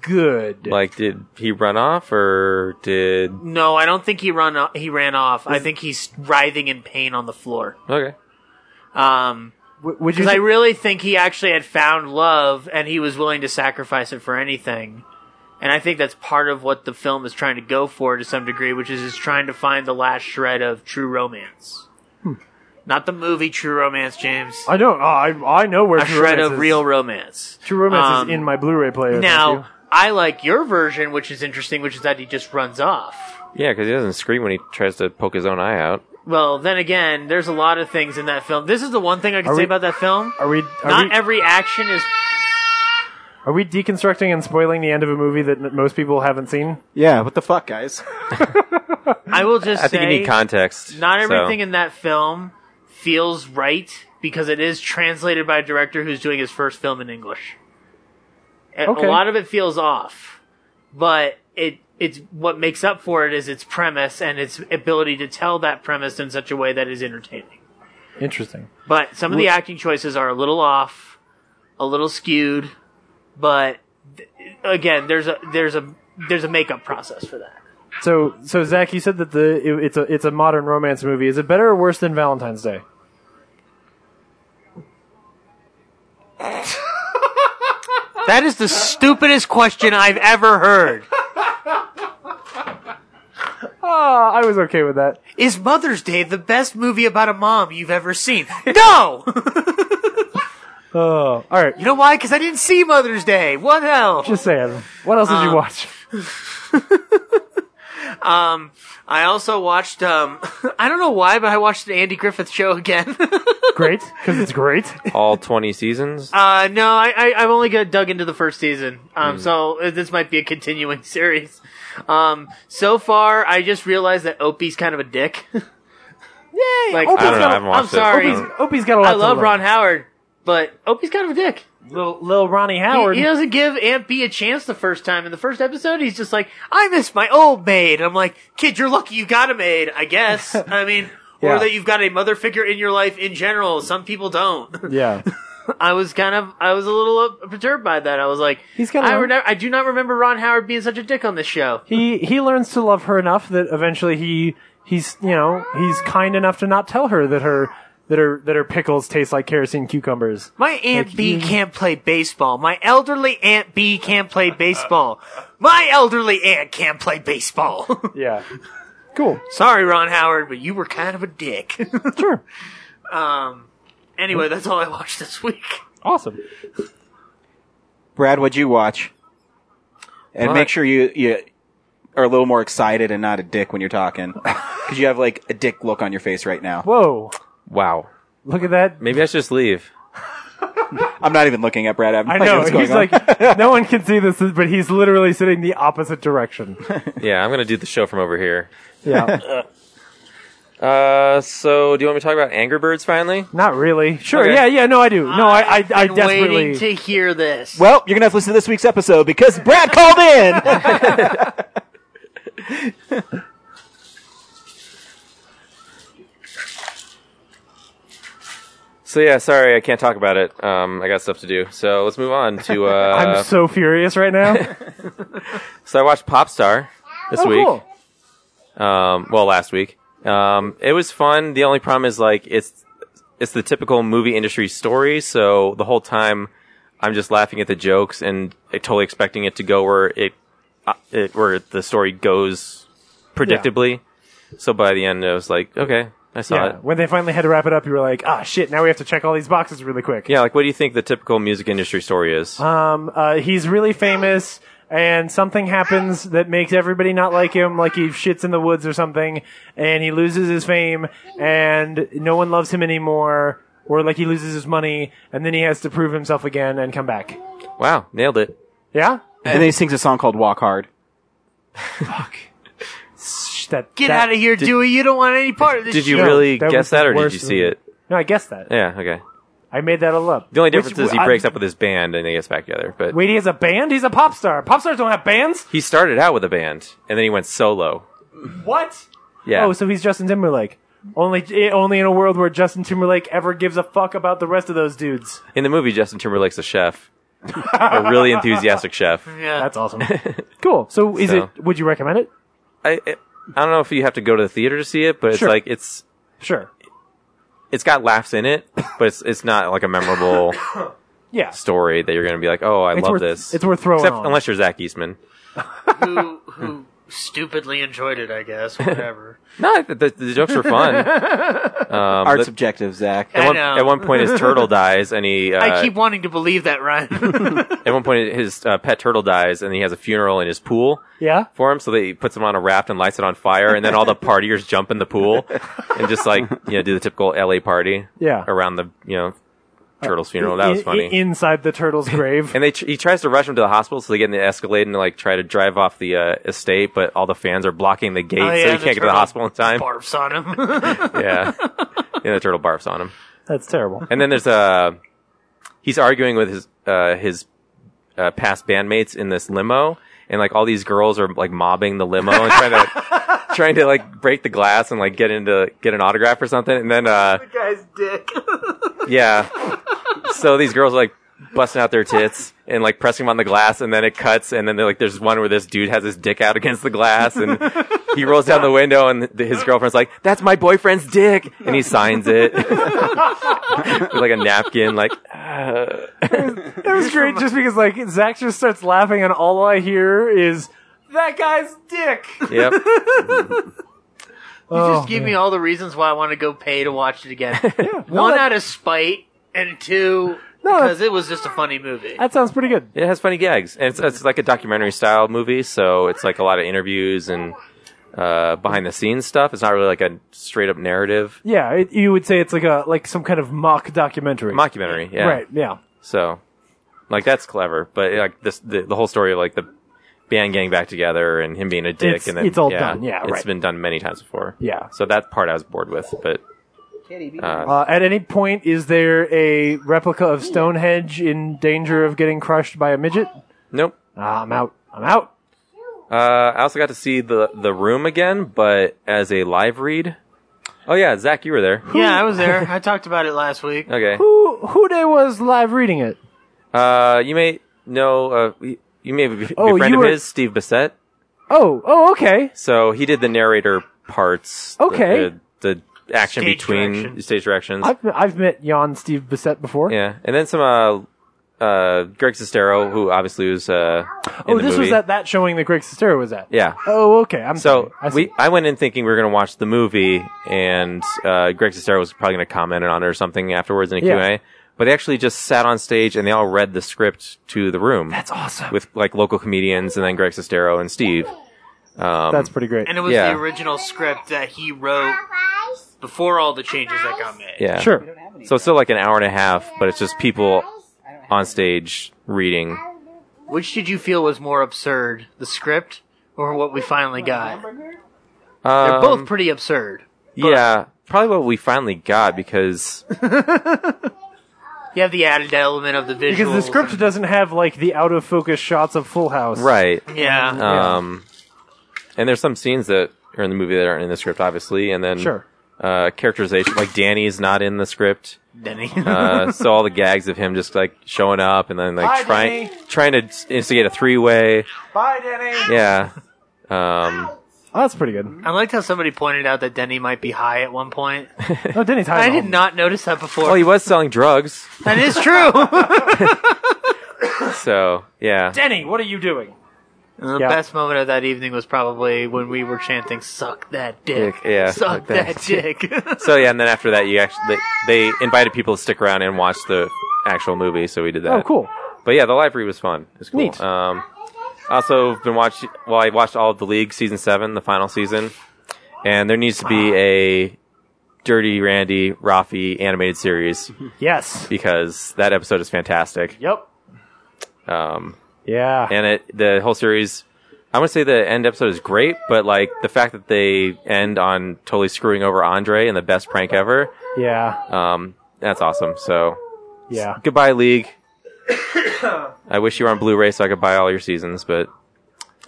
[SPEAKER 4] Good.
[SPEAKER 8] Like, did he run off or did.
[SPEAKER 5] No, I don't think he run. o- He ran off. I think he's writhing in pain on the floor.
[SPEAKER 8] Okay.
[SPEAKER 5] Um,
[SPEAKER 4] W- would you?
[SPEAKER 5] because I really think he actually had found love and he was willing to sacrifice it for anything. And I think that's part of what the film is trying to go for to some degree, which is is trying to find the last shred of true romance.
[SPEAKER 8] Hmm.
[SPEAKER 5] Not the movie True Romance, James.
[SPEAKER 4] I know. oh, I I know where
[SPEAKER 5] A
[SPEAKER 4] True
[SPEAKER 5] shred
[SPEAKER 4] Romance
[SPEAKER 5] of
[SPEAKER 4] is.
[SPEAKER 5] real romance.
[SPEAKER 4] True Romance
[SPEAKER 5] Um,
[SPEAKER 4] is in my Blu-ray player. thank
[SPEAKER 5] Now,
[SPEAKER 4] you.
[SPEAKER 5] I like your version, which is interesting, which is that he just runs off.
[SPEAKER 8] Yeah, because he doesn't scream when he tries to poke his own eye out.
[SPEAKER 5] Well, then again, there's a lot of things in that film. This is the one thing I can
[SPEAKER 4] Are
[SPEAKER 5] say
[SPEAKER 4] we-
[SPEAKER 5] about that film.
[SPEAKER 4] are we? Are
[SPEAKER 5] Not
[SPEAKER 4] we,
[SPEAKER 5] every action is
[SPEAKER 4] Are we deconstructing and spoiling the end of a movie that n- most people haven't seen?
[SPEAKER 1] yeah, what the fuck, guys?
[SPEAKER 5] I will just
[SPEAKER 8] I
[SPEAKER 5] say
[SPEAKER 8] think you need context.
[SPEAKER 5] not
[SPEAKER 8] so-
[SPEAKER 5] everything in that film feels right because it is translated by a director who's doing his first film in English. And
[SPEAKER 4] Okay.
[SPEAKER 5] A lot of it feels off, but it it's what makes up for it is its premise and its ability to tell that premise in such a way that is entertaining.
[SPEAKER 4] Interesting.
[SPEAKER 5] But some of the acting choices are a little off, a little skewed, but th- again, there's a there's a there's a makeup process for that.
[SPEAKER 4] So, so Zach, you said that the it- it's a it's a modern romance movie. Is it better or worse than Valentine's Day?
[SPEAKER 5] That is the stupidest question I've ever heard.
[SPEAKER 4] Ah, I was okay with that.
[SPEAKER 5] Is Mother's Day the best movie about a mom you've ever seen? No!
[SPEAKER 4] Oh, all right.
[SPEAKER 5] you know why? Because I didn't see Mother's Day. What hell?
[SPEAKER 4] Just saying. What else did you watch?
[SPEAKER 5] I also watched, um, I don't know why, but I watched the Andy Griffith show again.
[SPEAKER 4] Great, because it's great.
[SPEAKER 8] All 20 seasons?
[SPEAKER 5] uh, no, I, I, I've only got dug into the first season. Um, so uh, this might be a continuing series. Um, so far, I just realized that Opie's kind of a dick.
[SPEAKER 4] Yay! Opie's
[SPEAKER 8] I
[SPEAKER 5] Like,
[SPEAKER 8] don't know.
[SPEAKER 4] got
[SPEAKER 8] I
[SPEAKER 4] a-
[SPEAKER 8] haven't watched
[SPEAKER 5] I'm sorry.
[SPEAKER 8] it.
[SPEAKER 5] Opie's-
[SPEAKER 4] Opie's got a lot.
[SPEAKER 5] I love
[SPEAKER 4] to
[SPEAKER 5] Ron Howard, but Opie's kind of a dick.
[SPEAKER 4] Little, little Ronnie Howard.
[SPEAKER 5] He, he doesn't give Aunt B a chance the first time. In the first episode, he's just like, I miss my old maid. I'm like, kid, you're lucky you got a maid, I guess. I mean,
[SPEAKER 4] Yeah.
[SPEAKER 5] or that you've got a mother figure in your life in general. Some people don't.
[SPEAKER 4] Yeah.
[SPEAKER 5] I was kind of, I was a little uh, perturbed by that. I was like,
[SPEAKER 4] He's got a-
[SPEAKER 5] I, rene- I do not remember Ron Howard being such a dick on this show.
[SPEAKER 4] he he learns to love her enough that eventually he he's you know he's kind enough to not tell her that her that her that her pickles taste like kerosene cucumbers.
[SPEAKER 5] My Aunt
[SPEAKER 4] Like,
[SPEAKER 5] B
[SPEAKER 4] you-
[SPEAKER 5] can't play baseball. My elderly Aunt B can't play baseball. My elderly aunt can't play baseball.
[SPEAKER 4] Yeah. Cool.
[SPEAKER 5] Sorry, Ron Howard, but you were kind of a dick.
[SPEAKER 4] Sure.
[SPEAKER 5] Um, Anyway, that's all I watched this week.
[SPEAKER 4] Awesome.
[SPEAKER 1] Brad, what'd you watch? And
[SPEAKER 8] What?
[SPEAKER 1] make sure you, you are a little more excited and not a dick when you're talking. Because you have like a dick look on your face right now.
[SPEAKER 4] Whoa.
[SPEAKER 8] wow.
[SPEAKER 4] Look at that.
[SPEAKER 8] Maybe I should just leave.
[SPEAKER 1] I'm not even looking at Brad. I'm
[SPEAKER 4] I
[SPEAKER 1] like,
[SPEAKER 4] know.
[SPEAKER 1] what's going
[SPEAKER 4] He's
[SPEAKER 1] on?
[SPEAKER 4] like no one can see this, but he's literally sitting the opposite direction.
[SPEAKER 8] Yeah, I'm going to do the show from over here.
[SPEAKER 4] Yeah.
[SPEAKER 8] Uh, so do you want me to talk about Angry Birds finally?
[SPEAKER 4] Not really. Sure.
[SPEAKER 8] Okay.
[SPEAKER 4] Yeah. Yeah. No, I do. No, I I, I
[SPEAKER 5] I've been
[SPEAKER 4] desperately.
[SPEAKER 5] waiting to hear this.
[SPEAKER 1] well, you're going to have to listen to this week's episode because Brad called in.
[SPEAKER 8] So yeah, sorry, I can't talk about it. Um, I got stuff to do. So let's move on to. Uh,
[SPEAKER 4] I'm so furious right now.
[SPEAKER 8] so I watched Popstar this
[SPEAKER 4] oh,
[SPEAKER 8] week.
[SPEAKER 4] cool.
[SPEAKER 8] Um, well, last week. Um, it was fun. The only problem is like it's it's the typical movie industry story. So the whole time I'm just laughing at the jokes and like, totally expecting it to go where it, uh, it where the story goes predictably. So by the end, I was like, okay, I saw
[SPEAKER 4] Yeah.
[SPEAKER 8] it.
[SPEAKER 4] When they finally had to wrap it up, you were like, ah, shit, now we have to check all these boxes really quick.
[SPEAKER 8] Yeah, like what do you think the typical music industry story is?
[SPEAKER 4] Um, uh, he's really famous, and something happens that makes everybody not like him, like he shits in the woods or something, and he loses his fame, and no one loves him anymore, or like he loses his money, and then he has to prove himself again and come back.
[SPEAKER 8] wow, nailed it.
[SPEAKER 4] Yeah?
[SPEAKER 1] And then he sings a song called Walk Hard.
[SPEAKER 4] Shh, That,
[SPEAKER 5] Get out of here, Dewey. You don't want any part of this
[SPEAKER 8] Did you
[SPEAKER 5] shit.
[SPEAKER 4] No,
[SPEAKER 8] really
[SPEAKER 4] that was
[SPEAKER 8] guess
[SPEAKER 4] the
[SPEAKER 8] that, or did
[SPEAKER 4] worst
[SPEAKER 8] you see
[SPEAKER 4] one.
[SPEAKER 8] it?
[SPEAKER 4] No, I guess that.
[SPEAKER 8] Yeah, okay.
[SPEAKER 4] I made that all up.
[SPEAKER 8] The only
[SPEAKER 4] Which
[SPEAKER 8] difference is he
[SPEAKER 4] w-
[SPEAKER 8] breaks
[SPEAKER 4] I-
[SPEAKER 8] up with his band and they gets back together. But
[SPEAKER 4] Wait, he has a band? He's a pop star. Pop stars don't have bands?
[SPEAKER 8] he started out with a band and then he went solo.
[SPEAKER 4] What?
[SPEAKER 8] Yeah.
[SPEAKER 4] Oh, so he's Justin Timberlake. Only, eh, only in a world where Justin Timberlake ever gives a fuck about the rest of those dudes.
[SPEAKER 8] In the movie, Justin Timberlake's a chef, a really enthusiastic chef.
[SPEAKER 5] Yeah.
[SPEAKER 4] That's awesome. cool. So, is
[SPEAKER 8] So-
[SPEAKER 4] it? Would you recommend it?
[SPEAKER 8] I I I don't know if you have to go to the theater to see it, but it's
[SPEAKER 4] Sure.
[SPEAKER 8] like it's
[SPEAKER 4] Sure.
[SPEAKER 8] it's got laughs in it, but it's it's not like a memorable
[SPEAKER 4] Yeah.
[SPEAKER 8] story that you're gonna be like, oh, I
[SPEAKER 4] It's
[SPEAKER 8] love
[SPEAKER 4] worth-
[SPEAKER 8] this.
[SPEAKER 4] it's worth throwing
[SPEAKER 8] Except
[SPEAKER 4] on.
[SPEAKER 8] unless you're Zach Eastman.
[SPEAKER 5] who who stupidly enjoyed it, I guess. Whatever.
[SPEAKER 8] No, the, the, the jokes are fun. Um,
[SPEAKER 1] Art
[SPEAKER 8] the-
[SPEAKER 1] subjective, Zach.
[SPEAKER 8] at, one,
[SPEAKER 5] know.
[SPEAKER 8] at one point, his turtle dies, and he. Uh,
[SPEAKER 5] I keep wanting to believe that, Ryan.
[SPEAKER 8] At one point, his uh, pet turtle dies, and he has a funeral in his pool.
[SPEAKER 4] Yeah.
[SPEAKER 8] for him, so they puts him on a raft and lights it on fire, and then all the partiers jump in the pool and just like you know do the typical LA party,
[SPEAKER 4] Yeah.
[SPEAKER 8] around the you know turtle's funeral. That was
[SPEAKER 4] In-
[SPEAKER 8] funny.
[SPEAKER 4] Inside the turtle's grave.
[SPEAKER 8] and they tr- he tries to rush him to the hospital, so they get in the Escalade and like try to drive off the uh, estate, but all the fans are blocking the gate,
[SPEAKER 5] Oh, yeah,
[SPEAKER 8] so he
[SPEAKER 5] the
[SPEAKER 8] can't get to the
[SPEAKER 5] turtle
[SPEAKER 8] hospital in time.
[SPEAKER 5] Barfs on him.
[SPEAKER 8] Yeah, and the turtle barfs on him,
[SPEAKER 4] That's terrible.
[SPEAKER 8] and then there's uh, he's arguing with his uh, his uh, past bandmates in this limo. And like all these girls are like mobbing the limo and trying to trying to like break the glass and like get into get an autograph or something and then uh
[SPEAKER 5] Guy's dick.
[SPEAKER 8] yeah so these girls are like busting out their tits and like pressing them on the glass and then it cuts and then they're like there's one where this dude has his dick out against the glass and he rolls down the window and th- his girlfriend's like that's my boyfriend's dick and he signs it with like a napkin like
[SPEAKER 4] It was great just because like Zach just starts laughing and all I hear is that guy's dick.
[SPEAKER 8] yep
[SPEAKER 5] You
[SPEAKER 4] Oh,
[SPEAKER 5] just give me all the reasons why I want to go pay to watch it again. One out of spite, and two
[SPEAKER 4] Uh,
[SPEAKER 5] because it was just a funny movie.
[SPEAKER 4] That sounds pretty good.
[SPEAKER 8] It has funny gags, and it's, it's like a documentary style movie, so it's like a lot of interviews and uh, behind the scenes stuff. It's not really like a straight up narrative
[SPEAKER 4] Yeah, it, you would say it's like a like some kind of mock documentary.
[SPEAKER 8] mockumentary, yeah.
[SPEAKER 4] Right. Yeah.
[SPEAKER 8] So, like that's clever, but like this the, the whole story of like the band getting back together and him being a dick,
[SPEAKER 4] It's-
[SPEAKER 8] and then
[SPEAKER 4] it's all done, yeah,
[SPEAKER 8] it's
[SPEAKER 4] right.
[SPEAKER 8] been done many times before.
[SPEAKER 4] Yeah.
[SPEAKER 8] So that part I was bored with, but
[SPEAKER 7] Kitty, be
[SPEAKER 8] uh,
[SPEAKER 4] Uh, at any point, is there a replica of Stonehenge in danger of getting crushed by a midget?
[SPEAKER 8] nope.
[SPEAKER 4] Ah, I'm out. I'm out.
[SPEAKER 8] Uh, I also got to see the the room again, but as a live read. Oh yeah, Zach, you were there.
[SPEAKER 5] yeah, I was there. I talked about it last week.
[SPEAKER 8] Okay.
[SPEAKER 4] Who who day was live reading it?
[SPEAKER 8] Uh, you may know. Uh, you- you may be a
[SPEAKER 4] Oh,
[SPEAKER 8] friend
[SPEAKER 4] you
[SPEAKER 8] of
[SPEAKER 4] were-
[SPEAKER 8] his, Steve Bissett.
[SPEAKER 4] Oh, oh, okay.
[SPEAKER 8] So he did the narrator parts. the-
[SPEAKER 4] Okay.
[SPEAKER 8] The, the action
[SPEAKER 5] Stage
[SPEAKER 8] between
[SPEAKER 5] direction.
[SPEAKER 8] stage directions.
[SPEAKER 4] I've I've met Jan Steve Bissett before.
[SPEAKER 8] Yeah, and then some. Uh, uh, Greg Sestero, who obviously was. Uh, in
[SPEAKER 4] Oh,
[SPEAKER 8] the
[SPEAKER 4] this
[SPEAKER 8] movie.
[SPEAKER 4] was at that showing that Greg Sestero was at.
[SPEAKER 8] Yeah.
[SPEAKER 4] Oh, okay. I'm
[SPEAKER 8] So
[SPEAKER 4] sorry. I see.
[SPEAKER 8] we, I went in thinking we were going to watch the movie, and uh, Greg Sestero was probably going to comment on it or something afterwards in a
[SPEAKER 4] Yeah.
[SPEAKER 8] Q&A. But they actually just sat on stage and they all read the script to the room.
[SPEAKER 4] That's awesome.
[SPEAKER 8] with like local comedians and then Greg Sestero and Steve. Um,
[SPEAKER 4] That's pretty great.
[SPEAKER 5] And it was
[SPEAKER 8] Yeah.
[SPEAKER 5] the original script that he wrote before all the changes that got made.
[SPEAKER 8] yeah,
[SPEAKER 4] Sure.
[SPEAKER 8] So it's still like an hour and a half, but it's just people on stage reading.
[SPEAKER 5] Which did you feel was more absurd, the script or what we finally got? They're
[SPEAKER 8] Um,
[SPEAKER 5] both pretty absurd.
[SPEAKER 8] yeah, probably what we finally got because
[SPEAKER 5] You have the added element of the visual.
[SPEAKER 4] because the script doesn't have like the out of focus shots of Full House.
[SPEAKER 8] right,
[SPEAKER 5] Yeah.
[SPEAKER 8] um, and there's some scenes that are in the movie that aren't in the script, obviously, and then
[SPEAKER 4] Sure.
[SPEAKER 8] uh, characterization like Danny's not in the script.
[SPEAKER 5] Denny.
[SPEAKER 8] Uh, so all the gags of him just like showing up and then like trying trying to instigate a three way.
[SPEAKER 4] Bye, Danny.
[SPEAKER 8] Yeah. Um,
[SPEAKER 4] Oh, that's pretty good.
[SPEAKER 5] I liked how somebody pointed out that Denny might be high at one point.
[SPEAKER 4] Oh, Denny's high.
[SPEAKER 5] I
[SPEAKER 4] now.
[SPEAKER 8] Oh,
[SPEAKER 5] did not notice that before.
[SPEAKER 8] well, he was selling drugs.
[SPEAKER 5] That is true.
[SPEAKER 8] so yeah,
[SPEAKER 4] Denny, what are you doing?
[SPEAKER 5] And the
[SPEAKER 4] Yeah.
[SPEAKER 5] best moment of that evening was probably when we were chanting "Suck that dick,
[SPEAKER 8] Dick, yeah,
[SPEAKER 5] suck
[SPEAKER 8] suck that
[SPEAKER 5] that dick."
[SPEAKER 8] so yeah, and then after that, you actually they, they invited people to stick around and watch the actual movie, so we did that.
[SPEAKER 4] Oh, cool.
[SPEAKER 8] But yeah, the library was fun. It was cool.
[SPEAKER 4] Neat.
[SPEAKER 8] Um, also been watching. Well, I watched all of the league season seven, the final season, and there needs to be a Dirty Randy Rafi animated series
[SPEAKER 4] Yes.
[SPEAKER 8] because that episode is fantastic.
[SPEAKER 4] Yep.
[SPEAKER 8] Um,
[SPEAKER 4] Yeah.
[SPEAKER 8] and it the whole series. I want to say the end episode is great, but like the fact that they end on totally screwing over Andre and the best prank ever,
[SPEAKER 4] yeah.
[SPEAKER 8] um, that's awesome. So
[SPEAKER 4] Yeah.
[SPEAKER 8] goodbye, League. I wish you were on Blu-ray so I could buy all your seasons, but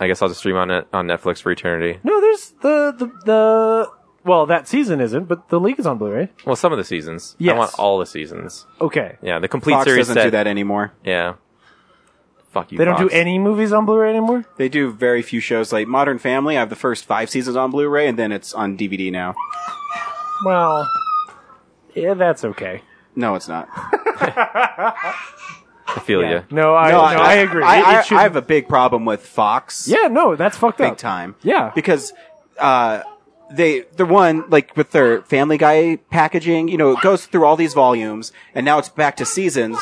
[SPEAKER 8] I guess I'll just stream on it on Netflix for eternity.
[SPEAKER 4] No, there's the the the. Well, that season isn't, but the league is on Blu-ray.
[SPEAKER 8] Well, some of the seasons.
[SPEAKER 4] Yes.
[SPEAKER 8] I want all the seasons.
[SPEAKER 4] Okay.
[SPEAKER 8] Yeah, the complete
[SPEAKER 1] Fox
[SPEAKER 8] series
[SPEAKER 1] doesn't
[SPEAKER 8] set.
[SPEAKER 1] do that anymore.
[SPEAKER 8] Yeah. Fuck you.
[SPEAKER 4] They don't do
[SPEAKER 8] Fox.
[SPEAKER 4] any movies on Blu-ray anymore.
[SPEAKER 1] They do very few shows. Like Modern Family, I have the first five seasons on Blu-ray, and then it's on DVD now.
[SPEAKER 4] Well, yeah, that's okay.
[SPEAKER 1] No, it's not.
[SPEAKER 8] I feel ya.
[SPEAKER 4] No, I no,
[SPEAKER 1] No,
[SPEAKER 4] I, agree.
[SPEAKER 1] I,
[SPEAKER 4] It- it
[SPEAKER 1] I-
[SPEAKER 4] shouldn't-
[SPEAKER 1] I have a big problem with Fox.
[SPEAKER 4] yeah, no, that's fucked
[SPEAKER 1] big
[SPEAKER 4] up.
[SPEAKER 1] time.
[SPEAKER 4] Yeah.
[SPEAKER 1] because uh, they the one like with their Family Guy packaging, you know, it goes through all these volumes, and now it's back to seasons.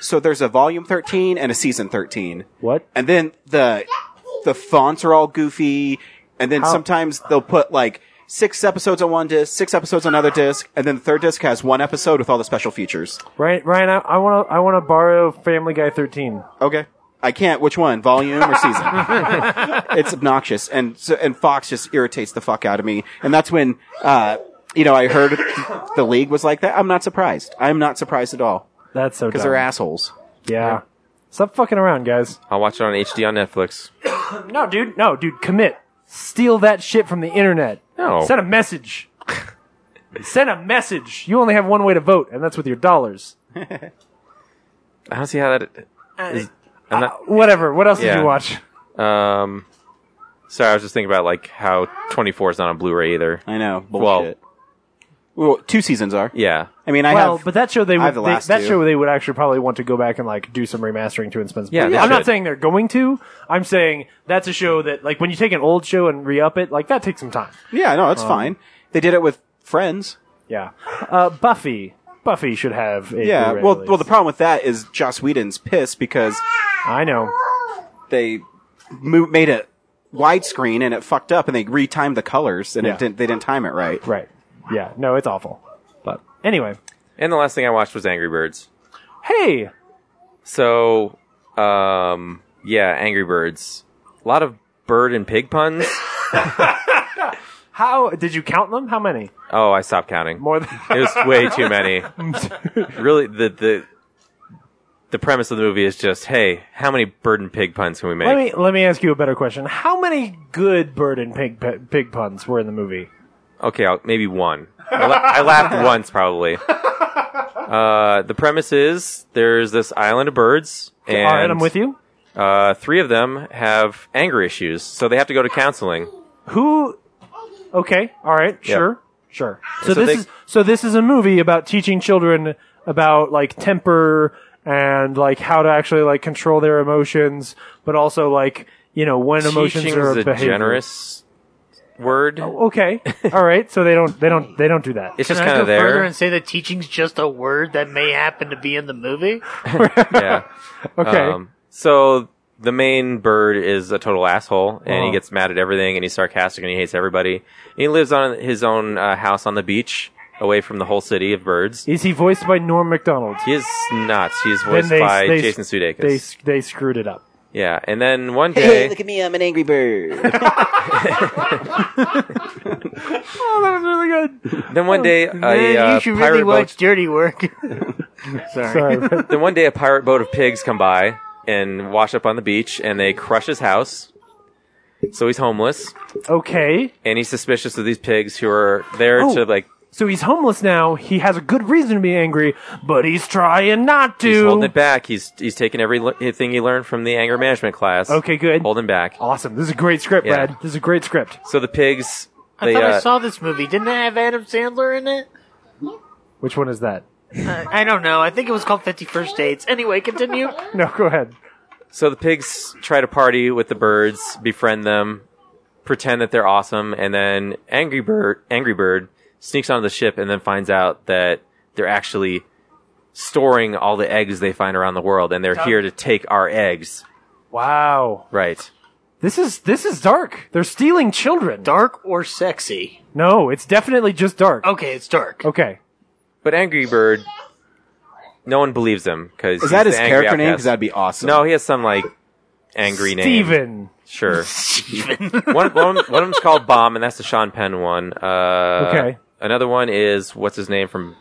[SPEAKER 1] So there's a volume thirteen and a season thirteen.
[SPEAKER 4] What?
[SPEAKER 1] And then the the fonts are all goofy, and then sometimes they'll put like six episodes on one disc, six episodes on another disc, and then the third disc has one episode with all the special features.
[SPEAKER 4] Ryan, Ryan, I want to, I want to borrow Family Guy 13.
[SPEAKER 1] Okay. I can't. Which one? Volume or season? it's obnoxious, and so, and Fox just irritates the fuck out of me. And that's when, uh, you know, I heard the league was like that. I'm not surprised. I'm not surprised at all
[SPEAKER 4] That's so
[SPEAKER 1] because
[SPEAKER 4] dumb.
[SPEAKER 1] they're assholes.
[SPEAKER 4] Yeah. Stop fucking around, guys.
[SPEAKER 8] I'll watch it on HD on Netflix.
[SPEAKER 4] No, dude. No, dude. Commit. Steal that shit from the internet.
[SPEAKER 8] No.
[SPEAKER 4] Send a message. Send a message. You only have one way to vote, and that's with your dollars.
[SPEAKER 8] I don't see how that. is- I'm not,
[SPEAKER 4] Whatever. What else did
[SPEAKER 8] Yeah.
[SPEAKER 4] you watch?
[SPEAKER 8] Um, sorry, I was just thinking about like how 24 is not on Blu-ray either.
[SPEAKER 1] I know. Bullshit. Well, two seasons are.
[SPEAKER 8] Yeah,
[SPEAKER 1] I mean, I
[SPEAKER 4] well,
[SPEAKER 1] have.
[SPEAKER 4] but that show they
[SPEAKER 1] I
[SPEAKER 4] would
[SPEAKER 1] have the
[SPEAKER 4] they-
[SPEAKER 1] last
[SPEAKER 4] that
[SPEAKER 1] two.
[SPEAKER 4] show they would actually probably want to go back and like do some remastering to and spend. Some
[SPEAKER 8] Yeah, they
[SPEAKER 4] I'm not
[SPEAKER 8] should.
[SPEAKER 4] saying they're going to. I'm saying that's a show that like when you take an old show and re-up it, like that takes some time.
[SPEAKER 1] yeah, no, it's fine. They did it with Friends.
[SPEAKER 4] Yeah, uh, Buffy. Buffy should have. A
[SPEAKER 1] Yeah.
[SPEAKER 4] Blu-ray
[SPEAKER 1] Uh, Well,
[SPEAKER 4] release.
[SPEAKER 1] well, the problem with that is Joss Whedon's pissed because
[SPEAKER 4] I know.
[SPEAKER 1] they mo- made it widescreen and it fucked up, and they retimed the colors and
[SPEAKER 4] Yeah.
[SPEAKER 1] it didn't. They didn't time it right.
[SPEAKER 4] Right. Yeah. No, it's awful. But anyway,
[SPEAKER 8] and the last thing I watched was Angry Birds.
[SPEAKER 4] hey,
[SPEAKER 8] So, um, yeah, Angry Birds. A lot of bird and pig puns.
[SPEAKER 4] how did you count them? How many?
[SPEAKER 8] Oh, I stopped counting.
[SPEAKER 4] More than
[SPEAKER 8] It was way too many. really, the the the premise of the movie is just, hey, how many bird and pig puns can we
[SPEAKER 4] let
[SPEAKER 8] make?
[SPEAKER 4] me let me ask you a better question. How many good bird and pig pe- pig puns were in the movie?
[SPEAKER 8] okay, I'll, maybe one. I, la- I laughed once, probably. Uh, the premise is there's this island of birds, and
[SPEAKER 4] All right, I'm with you.
[SPEAKER 8] Uh, three of them have anger issues, so they have to go to counseling.
[SPEAKER 4] Who? Okay. All right. Sure. Sure. So,
[SPEAKER 8] so
[SPEAKER 4] this
[SPEAKER 8] they-
[SPEAKER 4] is so this is a movie about teaching children about like temper and like how to actually like control their emotions, but also like you know when emotions
[SPEAKER 8] Teaching
[SPEAKER 4] are
[SPEAKER 8] is a
[SPEAKER 4] behavior.
[SPEAKER 8] generous word.
[SPEAKER 4] Okay. All right. So they don't they don't they don't do that.
[SPEAKER 8] It's
[SPEAKER 5] Oh, Can
[SPEAKER 8] just
[SPEAKER 5] I
[SPEAKER 8] kind
[SPEAKER 5] go
[SPEAKER 8] of there.
[SPEAKER 5] further and say that teaching's just a word that may happen to be in the movie?
[SPEAKER 8] yeah.
[SPEAKER 4] Okay.
[SPEAKER 8] Um, so the main bird is a total asshole, and
[SPEAKER 5] Oh.
[SPEAKER 8] he gets mad at everything, and he's sarcastic, and he hates everybody. And he lives on his own uh, house on the beach, away from the whole city of birds.
[SPEAKER 4] is he voiced by Norm Macdonald?
[SPEAKER 8] He is nuts. He is voiced by Jason Sudeikis.
[SPEAKER 4] They they screwed it up.
[SPEAKER 8] yeah, and then one day,
[SPEAKER 1] at me, I'm an angry bird.
[SPEAKER 4] Oh, that was really good.
[SPEAKER 8] then one day, a
[SPEAKER 5] Oh, Man,
[SPEAKER 8] uh,
[SPEAKER 5] you should really
[SPEAKER 8] pirate
[SPEAKER 5] watch
[SPEAKER 8] boat.
[SPEAKER 5] Dirty Work. Sorry.
[SPEAKER 4] Sorry.
[SPEAKER 8] Then one day, a pirate boat of pigs come by and wash up on the beach, and they crush his house. So he's homeless,
[SPEAKER 4] okay.
[SPEAKER 8] and he's suspicious of these pigs who are there
[SPEAKER 4] Oh.
[SPEAKER 8] to like
[SPEAKER 4] So he's homeless now. He has a good reason to be angry, but he's trying not to.
[SPEAKER 8] He's holding it back. He's he's taking everything he learned from the anger management class.
[SPEAKER 4] Okay, good.
[SPEAKER 8] Holding back.
[SPEAKER 4] Awesome. This is a great script,
[SPEAKER 8] Yeah.
[SPEAKER 4] Brad. This is a great script.
[SPEAKER 8] So the pigs.
[SPEAKER 5] I
[SPEAKER 8] They,
[SPEAKER 5] thought I
[SPEAKER 8] uh,
[SPEAKER 5] saw this movie. Didn't it have Adam Sandler in it?
[SPEAKER 4] Which one is that?
[SPEAKER 5] I, I don't know. I think it was called Fifty First Dates. Anyway, continue.
[SPEAKER 4] No, go ahead.
[SPEAKER 8] So the pigs try to party with the birds, befriend them, pretend that they're awesome, and then Angry Bird Angry Bird sneaks onto the ship and then finds out that they're actually storing all the eggs they find around the world and they're here to take our eggs.
[SPEAKER 4] Wow.
[SPEAKER 8] Right.
[SPEAKER 4] This is this is dark. They're stealing children.
[SPEAKER 5] Dark or sexy?
[SPEAKER 4] No, it's definitely just dark.
[SPEAKER 5] Okay, it's dark.
[SPEAKER 4] Okay.
[SPEAKER 8] But Angry Bird no one believes him because
[SPEAKER 1] Is that his character name? Because that'd be awesome.
[SPEAKER 8] No, he has some like angry name.
[SPEAKER 4] Steven.
[SPEAKER 8] Sure. one, one, one of them's called Bomb, and that's the Sean Penn one. Uh,
[SPEAKER 4] Okay.
[SPEAKER 8] Another one is what's his name from?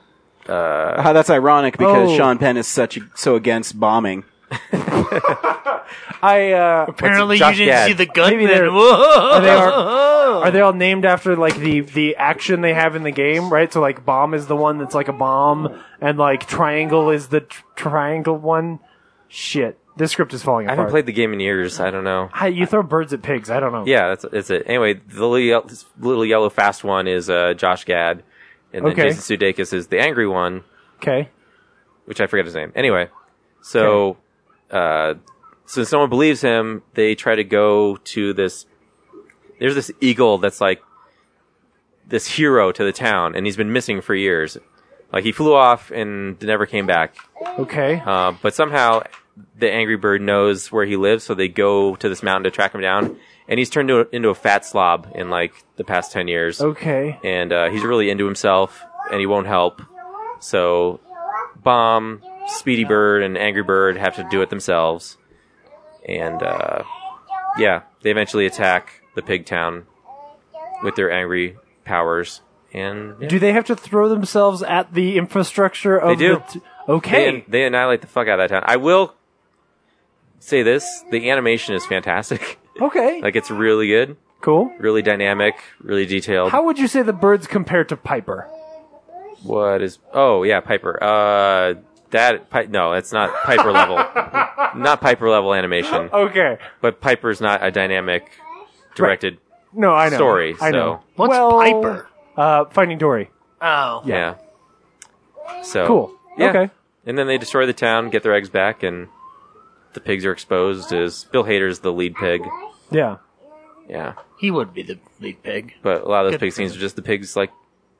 [SPEAKER 1] How that's ironic because
[SPEAKER 4] Oh.
[SPEAKER 1] Sean Penn is such a, so against bombing.
[SPEAKER 4] I uh
[SPEAKER 5] Apparently, you
[SPEAKER 8] Josh
[SPEAKER 5] didn't
[SPEAKER 8] Gad.
[SPEAKER 5] see the
[SPEAKER 4] Maybe they're-
[SPEAKER 5] gunman. Whoa!
[SPEAKER 4] are they are, are they all named after like the the action they have in the game, right? So like bomb is the one that's like a bomb and like triangle is the tr- triangle one. Shit. This script is falling
[SPEAKER 8] I
[SPEAKER 4] apart.
[SPEAKER 8] haven't played the game in years. I don't know.
[SPEAKER 4] Hi, you throw birds at pigs. I don't know.
[SPEAKER 8] Yeah, that's, that's it. Anyway, the little, yel- this little yellow fast one is uh, Josh Gad, and then
[SPEAKER 4] Okay.
[SPEAKER 8] Jason Sudeikis is the angry one,
[SPEAKER 4] Okay.
[SPEAKER 8] which I forget his name. Anyway, so uh, since no one believes him, they try to go to this. There's this eagle that's like this hero to the town, and he's been missing for years. Like he flew off and never came back.
[SPEAKER 4] Okay.
[SPEAKER 8] Uh, but somehow the angry bird knows where he lives, so they go to this mountain to track him down. And he's turned to into a fat slob in like the past ten years,
[SPEAKER 4] Oh, Okay.
[SPEAKER 8] and uh, he's really into himself, and he won't help. So, bomb, Speedy Bird, and Angry Bird have to do it themselves. And uh, yeah, they eventually attack the pig town with their angry powers. And yeah,
[SPEAKER 4] Do they have to throw themselves at the infrastructure of
[SPEAKER 8] They do.
[SPEAKER 4] the t- Okay.
[SPEAKER 8] they, they annihilate the fuck out of that town. I will say this: the animation is fantastic.
[SPEAKER 4] okay.
[SPEAKER 8] Like it's really good,
[SPEAKER 4] cool.
[SPEAKER 8] really dynamic, really detailed.
[SPEAKER 4] How would you say the birds compare to Piper?
[SPEAKER 8] what is? Oh yeah, Piper. Uh, that Pi- no, that's not Piper level. not Piper level animation,
[SPEAKER 4] Okay.
[SPEAKER 8] but Piper's not a dynamic directed.
[SPEAKER 4] No, I know.
[SPEAKER 8] Story,
[SPEAKER 4] I know.
[SPEAKER 8] so-
[SPEAKER 5] What's
[SPEAKER 4] well,
[SPEAKER 5] Piper?
[SPEAKER 4] Uh, Finding Dory.
[SPEAKER 5] Oh,
[SPEAKER 8] Yeah. So
[SPEAKER 4] Cool.
[SPEAKER 8] Yeah.
[SPEAKER 4] Okay.
[SPEAKER 8] And then they destroy the town, get their eggs back, and the pigs are exposed. As Bill Hader's the lead pig.
[SPEAKER 4] Yeah.
[SPEAKER 8] Yeah.
[SPEAKER 5] he would be the lead pig.
[SPEAKER 8] But a lot of those
[SPEAKER 5] Good
[SPEAKER 8] pig
[SPEAKER 5] for
[SPEAKER 8] scenes are just the pigs like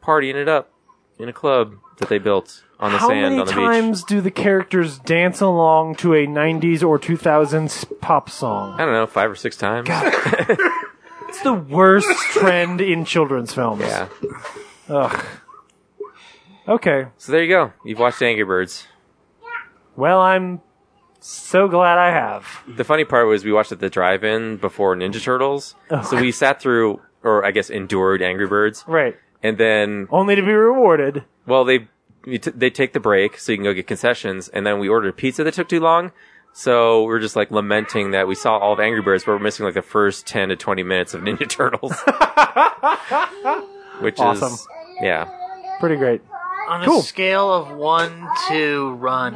[SPEAKER 8] partying it up in a club that they built on the
[SPEAKER 4] How
[SPEAKER 8] sand
[SPEAKER 4] many
[SPEAKER 8] on the beach.
[SPEAKER 4] times do the characters dance along to a 90s or 2000s pop song?
[SPEAKER 8] I don't know, five or six times.
[SPEAKER 4] It's the worst trend in children's films.
[SPEAKER 8] Yeah.
[SPEAKER 4] Okay.
[SPEAKER 8] So there you go. You've watched Angry Birds.
[SPEAKER 4] Well, I'm so glad I have.
[SPEAKER 8] The funny part was we watched at the drive-in before Ninja Turtles,
[SPEAKER 4] Oh,
[SPEAKER 8] so we sat through, or I guess endured Angry Birds,
[SPEAKER 4] Right.
[SPEAKER 8] and then
[SPEAKER 4] Only to be rewarded.
[SPEAKER 8] well they we t- they take the break so you can go get concessions, and then we ordered pizza that took too long. So we were just like lamenting that we saw all of Angry Birds, but we're missing like the first ten to twenty minutes of Ninja Turtles, which is
[SPEAKER 4] Awesome.
[SPEAKER 8] yeah.
[SPEAKER 4] Pretty great.
[SPEAKER 5] On a
[SPEAKER 4] Cool.
[SPEAKER 5] scale of one to run,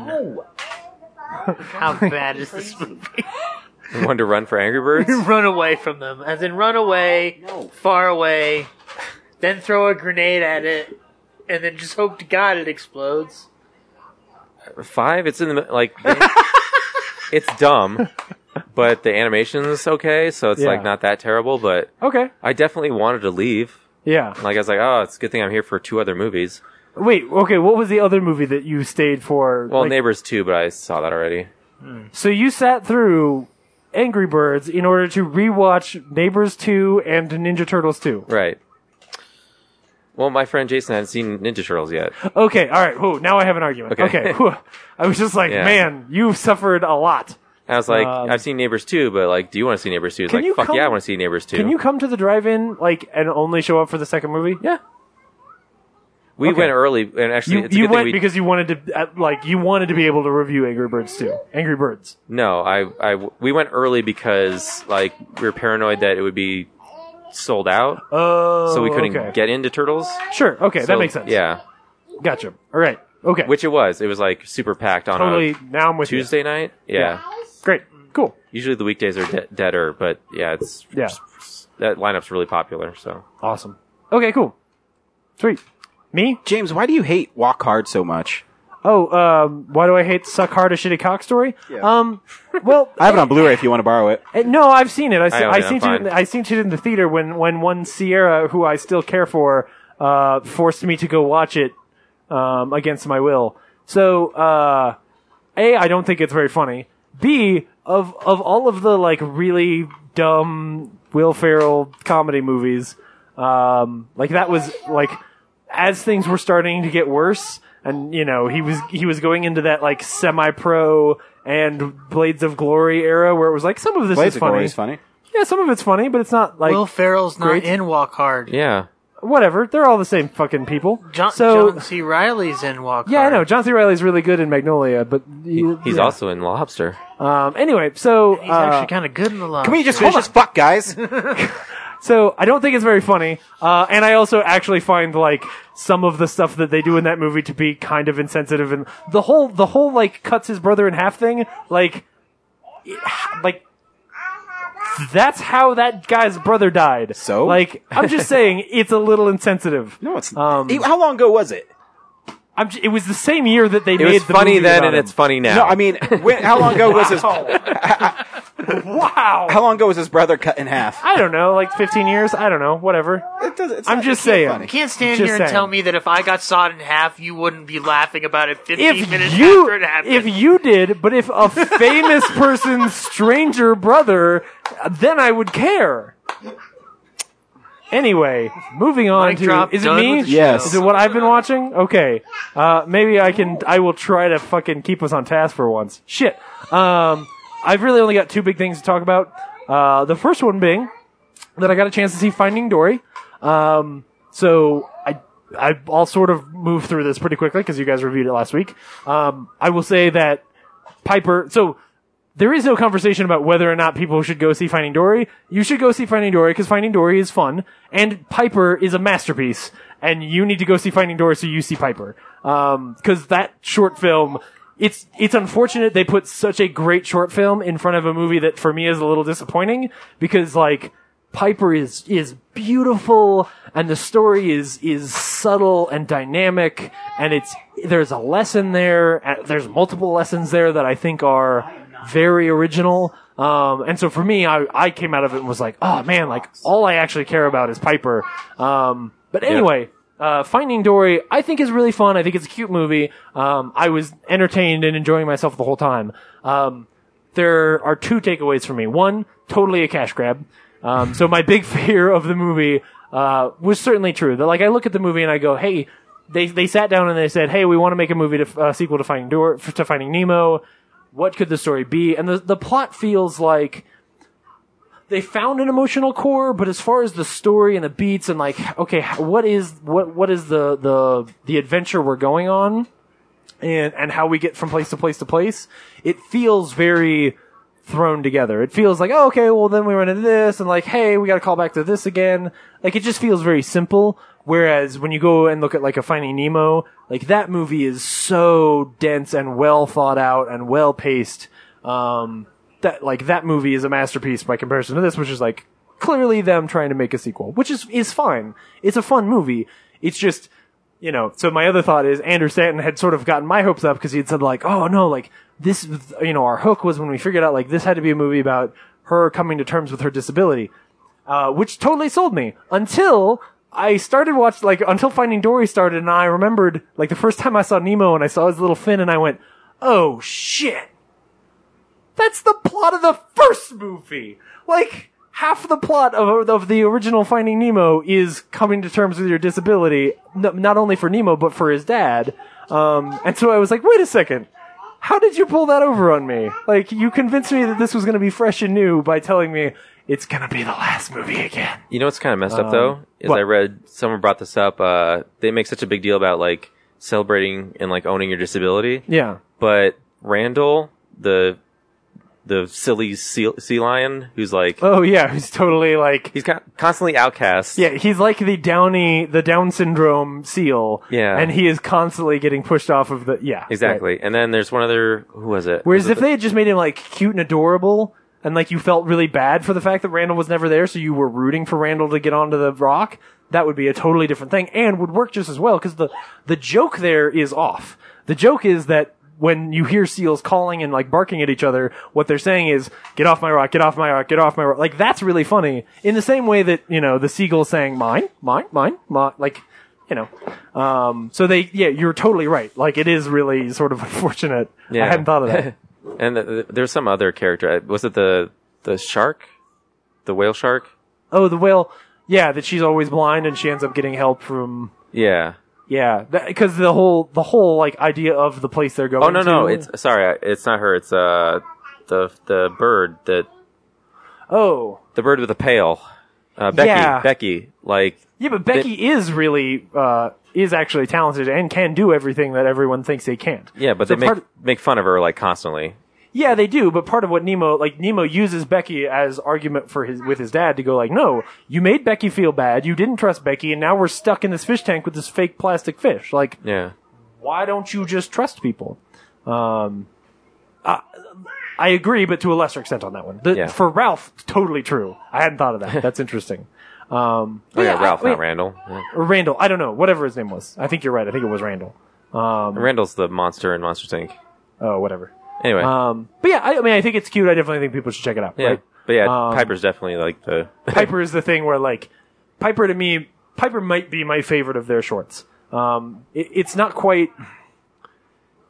[SPEAKER 5] how bad is this movie?
[SPEAKER 8] One to run for Angry Birds.
[SPEAKER 5] run away from them, as in run away, far away, then throw a grenade at it, and then just hope to God it explodes.
[SPEAKER 8] five. It's in the like, it's dumb, but the animation is okay, so it's
[SPEAKER 4] Yeah.
[SPEAKER 8] like not that terrible. But
[SPEAKER 4] Okay.
[SPEAKER 8] I definitely wanted to leave.
[SPEAKER 4] Yeah.
[SPEAKER 8] Like I was like, oh, it's a good thing I'm here for two other movies.
[SPEAKER 4] Wait, okay, what was the other movie that you stayed for?
[SPEAKER 8] Well,
[SPEAKER 4] Like,
[SPEAKER 8] Neighbors too, but I saw that already.
[SPEAKER 4] so you sat through Angry Birds in order to rewatch Neighbors 2 and Ninja Turtles 2.
[SPEAKER 8] Right. Well, my friend Jason hadn't seen Ninja Turtles yet.
[SPEAKER 4] Okay, all right. Whoa, now I have an argument.
[SPEAKER 8] Okay.
[SPEAKER 4] Okay. whew. I was just like,
[SPEAKER 8] Yeah.
[SPEAKER 4] man, you've suffered a lot.
[SPEAKER 8] I was like,
[SPEAKER 4] Um,
[SPEAKER 8] I've seen Neighbors too, but like, do you want to see Neighbors too? He's
[SPEAKER 4] Can
[SPEAKER 8] like,
[SPEAKER 4] you
[SPEAKER 8] fuck
[SPEAKER 4] come-
[SPEAKER 8] yeah, I want to see Neighbors too.
[SPEAKER 4] Can you come to the drive-in like and only show up for the second movie?
[SPEAKER 8] Yeah. We
[SPEAKER 4] Okay.
[SPEAKER 8] went early, and actually,
[SPEAKER 4] You,
[SPEAKER 8] it's a
[SPEAKER 4] you
[SPEAKER 8] good thing
[SPEAKER 4] went
[SPEAKER 8] we
[SPEAKER 4] because you wanted to uh, like you wanted to be able to review Angry Birds 2. Angry Birds.
[SPEAKER 8] No, I, I, we went early because like we were paranoid that it would be sold out,
[SPEAKER 4] Oh.
[SPEAKER 8] so we couldn't
[SPEAKER 4] okay.
[SPEAKER 8] get into Turtles.
[SPEAKER 4] Sure. Okay,
[SPEAKER 8] So,
[SPEAKER 4] that makes sense.
[SPEAKER 8] Yeah,
[SPEAKER 4] Gotcha. All right. Okay.
[SPEAKER 8] which it was. It was like super packed on
[SPEAKER 4] totally
[SPEAKER 8] a
[SPEAKER 4] now I'm with you.
[SPEAKER 8] Tuesday night. Yeah.
[SPEAKER 4] Great. Cool.
[SPEAKER 8] usually the weekdays are de- deader, but yeah, it's
[SPEAKER 4] Yeah.
[SPEAKER 8] that lineup's really popular. So
[SPEAKER 4] Awesome. Okay, cool. Sweet. Me?
[SPEAKER 1] James, why do you hate Walk Hard so much?
[SPEAKER 4] Oh, um, why do I hate suck hard a shitty cock story? Um, well,
[SPEAKER 3] I have it on Blu-ray if you want to borrow it.
[SPEAKER 4] Uh, No, I've seen it. I, se-
[SPEAKER 8] own
[SPEAKER 4] I,
[SPEAKER 8] it, I'm
[SPEAKER 4] seen it. In,
[SPEAKER 8] fine.
[SPEAKER 4] I seen it in the theater when when one Sierra, who I still care for, uh, forced me to go watch it um, against my will. So, uh, a, I don't think it's very funny. B, of of all of the like really dumb Will Ferrell comedy movies, um, like that was like as things were starting to get worse and you know he was he was going into that like semi pro and blades of glory era where it was like some of this
[SPEAKER 3] Blades
[SPEAKER 4] is
[SPEAKER 3] of
[SPEAKER 4] funny
[SPEAKER 3] Glory is funny.
[SPEAKER 4] yeah some of it's funny but it's not like
[SPEAKER 5] Will Ferrell's not
[SPEAKER 4] great.
[SPEAKER 5] in Walk Hard.
[SPEAKER 8] Yeah.
[SPEAKER 4] whatever they're all the same fucking people
[SPEAKER 5] John,
[SPEAKER 4] so
[SPEAKER 5] John C. Riley's in Walk
[SPEAKER 4] yeah i
[SPEAKER 5] Hard.
[SPEAKER 4] know john c riley's really good in magnolia but he-
[SPEAKER 8] He's
[SPEAKER 4] yeah.
[SPEAKER 8] also in Lobster.
[SPEAKER 4] um anyway so
[SPEAKER 5] He's
[SPEAKER 4] uh,
[SPEAKER 5] actually kind of good in the lot.
[SPEAKER 3] Can we just finish this fuck, guys?
[SPEAKER 4] So I don't think it's very funny, uh, and I also actually find like some of the stuff that they do in that movie to be kind of insensitive, and the whole the whole like cuts his brother in half thing, like, it- like that's how that guy's brother died.
[SPEAKER 3] So?
[SPEAKER 4] like, I'm just saying it's a little insensitive.
[SPEAKER 3] No, it's
[SPEAKER 4] Um,
[SPEAKER 3] Hey, How long ago was it?
[SPEAKER 4] I'm ju- it was the same year that they
[SPEAKER 8] It
[SPEAKER 4] made
[SPEAKER 8] was
[SPEAKER 4] the
[SPEAKER 8] funny
[SPEAKER 4] movie
[SPEAKER 8] then,
[SPEAKER 4] about
[SPEAKER 8] and
[SPEAKER 4] him.
[SPEAKER 8] it's funny now.
[SPEAKER 3] No, I mean, when, how long ago was his? How
[SPEAKER 4] wow.
[SPEAKER 3] long ago was his brother cut in half?
[SPEAKER 4] I don't know, like 15 years. I don't know, whatever.
[SPEAKER 3] It doesn't- it's
[SPEAKER 4] I'm
[SPEAKER 3] not-
[SPEAKER 4] just
[SPEAKER 3] it's not
[SPEAKER 4] saying.
[SPEAKER 3] funny.
[SPEAKER 5] You can't stand
[SPEAKER 4] Just
[SPEAKER 5] here and
[SPEAKER 4] saying.
[SPEAKER 5] tell me that if I got sawed in half, you wouldn't be laughing about it 15 minutes
[SPEAKER 4] if you
[SPEAKER 5] after it happened.
[SPEAKER 4] if you did, but if a famous person's stranger brother, then I would care. Anyway, moving on
[SPEAKER 5] Mic
[SPEAKER 4] to
[SPEAKER 5] drop,
[SPEAKER 4] is it
[SPEAKER 5] done
[SPEAKER 4] me?
[SPEAKER 5] with the
[SPEAKER 3] Yes. show.
[SPEAKER 4] Is it what I've been watching? Okay. Uh, maybe I can. I will try to fucking keep us on task for once. Shit. Um, I've really only got two big things to talk about. Uh, the first one being that I got a chance to see Finding Dory. Um, so I, I, I'll sort of move through this pretty quickly because you guys reviewed it last week. Um, I will say that Piper. So there is no conversation about whether or not people should go see Finding Dory. You should go see Finding Dory because Finding Dory is fun, and Piper is a masterpiece. And you need to go see Finding Dory so you see Piper, because that short film. It's it's unfortunate they put such a great short film in front of a movie that for me is a little disappointing because like Piper is is beautiful and the story is is subtle and dynamic and it's there's a lesson there and there's multiple lessons there that I think are very original um and so for me I I came out of it and was like oh man like all I actually care about is Piper um but anyway uh, Finding Dory, I think is really fun. I think it's a cute movie. Um, I was entertained and enjoying myself the whole time. Um, there are two takeaways for me. One, totally a cash grab. Um, so my big fear of the movie uh, was certainly true. That like I look at the movie and I go, hey, they they sat down and they said, hey, we want to make a movie to uh, sequel to Finding Dor- to Finding Nemo. What could the story be? And the the plot feels like they found an emotional core, but as far as the story and the beats and like, okay, h- what is what what is the the the adventure we're going on, and and how we get from place to place to place, it feels very thrown together. It feels like, oh, okay, well then we run into this, and like, hey, we got to call back to this again. Like it just feels very simple. Whereas when you go and look at like a Finding Nemo, like that movie is so dense and well thought out and well paced. Um, that like that movie is a masterpiece by comparison to this, which is like clearly them trying to make a sequel, which is is fine. It's a fun movie. It's just you know, so my other thought is Andrew Stanton had sort of gotten my hopes up because he had said like, oh no, like this, you know, our hook was when we figured out like this had to be a movie about her coming to terms with her disability, uh, which totally sold me until I started watching, like until Finding Dory started and I remembered like the first time I saw Nemo and I saw his little fin and I went, oh shit. That's the plot of the first movie. Like half the plot of of the original Finding Nemo is coming to terms with your disability, n- not only for Nemo but for his dad. Um, and so I was like, wait a second. How did you pull that over on me? Like you convinced me that this was going to be fresh and new by telling me it's going to be the last movie again.
[SPEAKER 8] You know what's kind of messed up though is
[SPEAKER 4] what?
[SPEAKER 8] I read someone brought this up. Uh, they make such a big deal about like celebrating and like owning your disability,
[SPEAKER 4] Yeah.
[SPEAKER 8] but Randall, the the silly sea, sea lion, who's like
[SPEAKER 4] Oh yeah, he's totally like
[SPEAKER 8] he's con- constantly outcast.
[SPEAKER 4] Yeah, he's like the Downy, the Down syndrome seal.
[SPEAKER 8] Yeah.
[SPEAKER 4] and he is constantly getting pushed off of the. Yeah, right.
[SPEAKER 8] exactly. And then there's one other. Who was it?
[SPEAKER 4] Whereas
[SPEAKER 8] Was it
[SPEAKER 4] if they had just made him like cute and adorable, and like you felt really bad for the fact that Randall was never there, so you were rooting for Randall to get onto the rock, that would be a totally different thing and would work just as well because the the joke there is off. The joke is that when you hear seals calling and like barking at each other, what they're saying is, get off my rock, get off my rock, get off my rock. Like that's really funny. In the same way that, you know, the seagull saying mine, mine, mine, mine, like, you know. Um, so they, yeah, you're totally right. Like it is really sort of unfortunate. I
[SPEAKER 8] Yeah.
[SPEAKER 4] hadn't thought of that.
[SPEAKER 8] And th- th- there's some other character. Uh, Was it the the shark, the whale shark?
[SPEAKER 4] oh, the whale. Yeah, that she's always blind and she ends up getting help from.
[SPEAKER 8] Yeah.
[SPEAKER 4] Yeah, because the whole the whole like idea of the place they're going.
[SPEAKER 8] Oh no no,
[SPEAKER 4] to-
[SPEAKER 8] it's sorry, I- it's not her. It's uh the the bird that
[SPEAKER 4] oh
[SPEAKER 8] the bird with the pail. Uh, Becky,
[SPEAKER 4] Yeah.
[SPEAKER 8] Becky, like
[SPEAKER 4] yeah, but Becky is really uh is actually talented and can do everything that everyone thinks they can't.
[SPEAKER 8] yeah, but
[SPEAKER 4] So
[SPEAKER 8] they make
[SPEAKER 4] part of-
[SPEAKER 8] make fun of her like constantly.
[SPEAKER 4] Yeah, they do, but part of what Nemo like Nemo uses Becky as argument for his with his dad to go like, "No, you made Becky feel bad. You didn't trust Becky, and now we're stuck in this fish tank with this fake plastic fish." Like,
[SPEAKER 8] Yeah,
[SPEAKER 4] why don't you just trust people? Um, I, I agree, but to a lesser extent on that one. The,
[SPEAKER 8] Yeah.
[SPEAKER 4] For Ralph, totally true. I hadn't thought of that. That's interesting. Um,
[SPEAKER 8] oh yeah,
[SPEAKER 4] I-
[SPEAKER 8] Ralph,
[SPEAKER 4] wait,
[SPEAKER 8] not Randall. Yeah.
[SPEAKER 4] or Randall. I don't know. Whatever his name was. I think you're right. I think it was Randall.
[SPEAKER 8] Randall's the monster in Monsters Inc.
[SPEAKER 4] Oh, whatever.
[SPEAKER 8] Anyway,
[SPEAKER 4] Um, but yeah, I, I mean, I think it's cute. I definitely think people should check it out.
[SPEAKER 8] yeah,
[SPEAKER 4] Right?
[SPEAKER 8] but yeah,
[SPEAKER 4] um,
[SPEAKER 8] Piper's definitely like the
[SPEAKER 4] Piper is the thing where like Piper to me, Piper might be my favorite of their shorts. Um, it, it's not quite,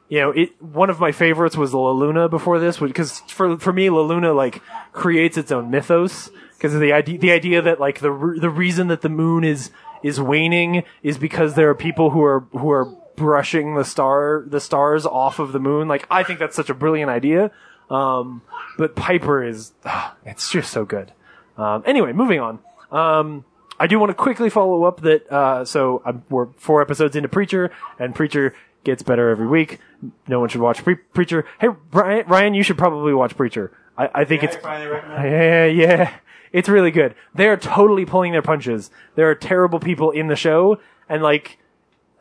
[SPEAKER 4] you know, it. One of my favorites was La Luna before this, because for for me, La Luna like creates its own mythos because of the idea the idea that like the re- the reason that the moon is is waning is because there are people who are who are brushing the star the stars off of the moon. Like I think that's such a brilliant idea. Um, but Piper is, ah, it's just so good. Um, anyway, moving on. Um, I do want to quickly follow up that. Uh, so I'm, we're four episodes into Preacher, and Preacher gets better every week. No one should watch Pre- Preacher. Hey, Ryan, Ryan, you should probably watch Preacher. I, I think it's yeah, yeah, it's really good. They are totally pulling their punches. There are terrible people in the show, and like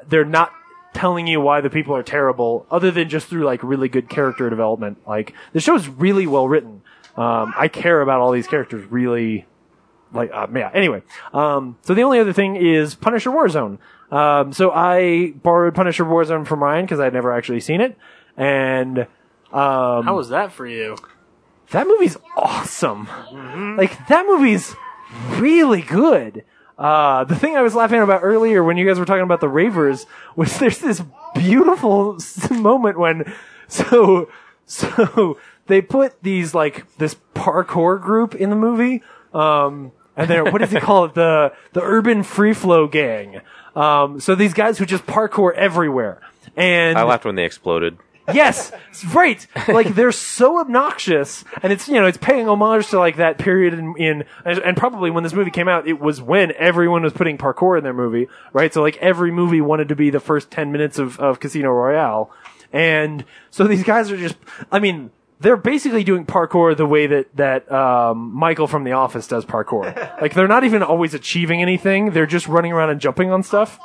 [SPEAKER 4] they're not telling you why the people are terrible other than just through like really good character development like the show's really well written um, i care about all these characters really like uh, yeah anyway um, so the only other thing is punisher warzone um, so i borrowed punisher warzone from ryan because i'd never actually seen it and um,
[SPEAKER 5] How was that for you?
[SPEAKER 4] that movie's awesome. Like that movie's really good. Uh, the thing I was laughing about earlier when you guys were talking about the ravers was there's this beautiful s- moment when so so they put these like this parkour group in the movie um and they're what does he call it the the urban free flow gang um so these guys who just parkour everywhere and
[SPEAKER 8] I laughed when they exploded.
[SPEAKER 4] Yes, it's right. Like they're so obnoxious, and it's you know it's paying homage to like that period in, in and, and probably when this movie came out, it was when everyone was putting parkour in their movie, right? So like every movie wanted to be the first ten minutes of of Casino Royale, and so these guys are just, I mean. They're basically doing parkour the way that that um, Michael from The Office does parkour. Like they're not even always achieving anything; they're just running around and jumping on stuff.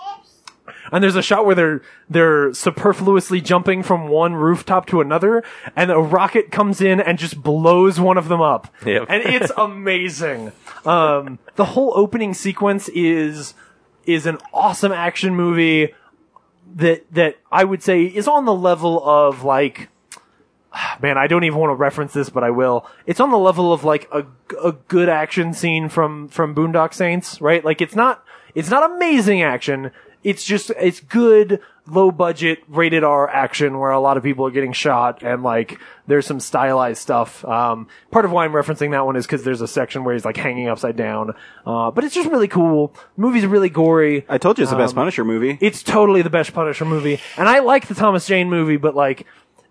[SPEAKER 4] And there's a shot where they're they're superfluously jumping from one rooftop to another, and a rocket comes in and just blows one of them up.
[SPEAKER 8] Yep.
[SPEAKER 4] And it's amazing. Um, the whole opening sequence is is an awesome action movie that that I would say is on the level of like man, I don't even want to reference this, but I will. It's on the level of like a, a good action scene from from Boondock Saints, right? Like it's not it's not amazing action. It's just it's good low budget rated R action where a lot of people are getting shot and like there's some stylized stuff. Um, part of why I'm referencing that one is because there's a section where he's like hanging upside down. Uh, but it's just really cool. The movie's really gory.
[SPEAKER 1] I told you it's the
[SPEAKER 3] Um,
[SPEAKER 1] best Punisher movie.
[SPEAKER 4] It's totally the best Punisher movie, and I like the Thomas Jane movie, but like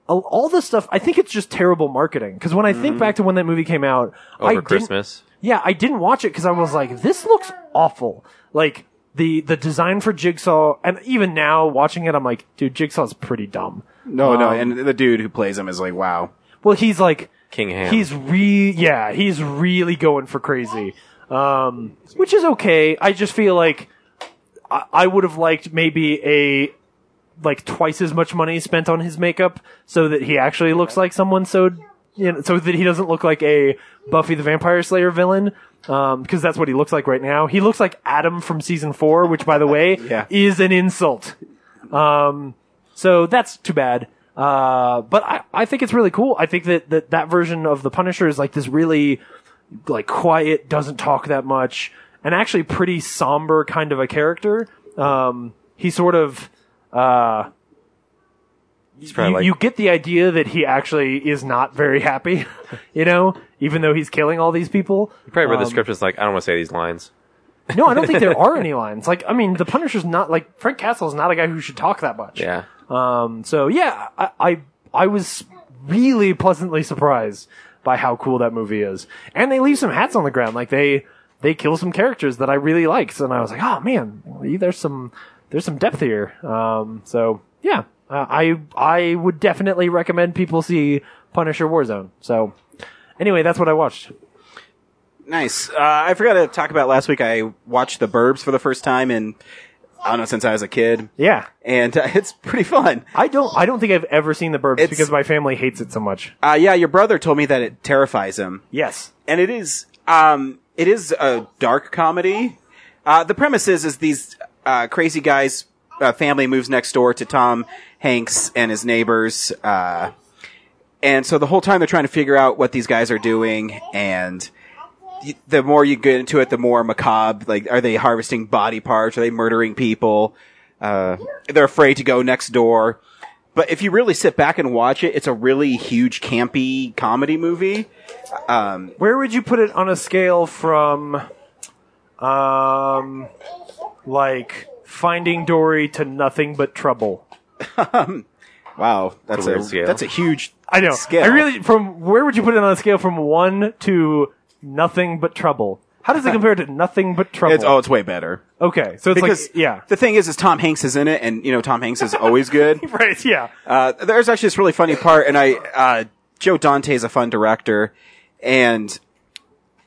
[SPEAKER 4] all- all this stuff, I think it's just terrible marketing. Because when I think back to when that movie came out, I
[SPEAKER 8] Mm-hmm. over
[SPEAKER 4] didn't-
[SPEAKER 8] Christmas.
[SPEAKER 4] yeah, I didn't watch it because I was like, this looks awful. Like the the design for Jigsaw, and even now watching it, I'm like, dude, Jigsaw's pretty dumb.
[SPEAKER 1] no, no, and the dude who plays him is like, wow.
[SPEAKER 4] Well, he's like
[SPEAKER 8] King Ham.
[SPEAKER 4] He's re yeah, he's really going for crazy. Um, which is okay. I just feel like I, I would have liked maybe a like twice as much money spent on his makeup so that he actually looks like someone so you know, so that he doesn't look like a Buffy the Vampire Slayer villain. Um, because that's what he looks like right now. He looks like Adam from season four, which by the way
[SPEAKER 1] Yeah.
[SPEAKER 4] is an insult. Um, So that's too bad. Uh, but I, I think it's really cool. I think that, that that version of the Punisher is like this really like quiet, doesn't talk that much, and actually pretty somber kind of a character. Um, he sort of uh,
[SPEAKER 8] It's
[SPEAKER 4] you,
[SPEAKER 8] probably like
[SPEAKER 4] you get the idea that he actually is not very happy, you know, even though he's killing all these people.
[SPEAKER 8] you probably read the
[SPEAKER 4] um,
[SPEAKER 8] script. It's like I don't want to say these lines.
[SPEAKER 4] No, I don't think there are any lines. Like, I mean, the Punisher's not like Frank Castle is not a guy who should talk that much.
[SPEAKER 8] Yeah,
[SPEAKER 4] Um, so yeah, I, I I was really pleasantly surprised by how cool that movie is, and they leave some hats on the ground. Like they they kill some characters that I really liked, and I was like, oh man, there's some there's some depth here. Um, so yeah, uh, I I would definitely recommend people see Punisher Warzone. So anyway, that's what I watched.
[SPEAKER 1] Nice. Uh, I forgot to talk about last week. I watched The Burbs for the first time in, I don't know, since I was a kid.
[SPEAKER 4] Yeah,
[SPEAKER 1] And uh, it's pretty fun.
[SPEAKER 4] I don't I don't think I've ever seen The Burbs
[SPEAKER 1] It's-
[SPEAKER 4] because my family hates it so much.
[SPEAKER 1] Uh, yeah, your brother told me that it terrifies him.
[SPEAKER 4] Yes.
[SPEAKER 1] and it is um it is a dark comedy. Uh, the premise is is these uh, crazy guys uh, family moves next door to Tom Hanks and his neighbors, uh, and so the whole time they're trying to figure out what these guys are doing, and y- the more you get into it, the more macabre. Like, are they harvesting body parts? Are they murdering people? Uh, they're afraid to go next door. But if you really sit back and watch it, it's a really huge, campy comedy movie.
[SPEAKER 4] Where would you put it on a scale from, um, like Finding Dory to Nothing But Trouble?
[SPEAKER 1] Wow, that's
[SPEAKER 8] Career
[SPEAKER 1] a
[SPEAKER 8] scale.
[SPEAKER 1] that's a huge.
[SPEAKER 4] I know.
[SPEAKER 1] Scale.
[SPEAKER 4] I really from where would you put it on a scale from one to Nothing But Trouble? How does it compare to Nothing But Trouble?
[SPEAKER 1] It's, oh, it's way better
[SPEAKER 4] okay, so it's
[SPEAKER 1] because
[SPEAKER 4] like yeah,
[SPEAKER 1] The thing is, is Tom Hanks is in it, and you know Tom Hanks is always good.
[SPEAKER 4] right, yeah.
[SPEAKER 1] Uh, there's actually this really funny part, and I uh, Joe Dante is a fun director, and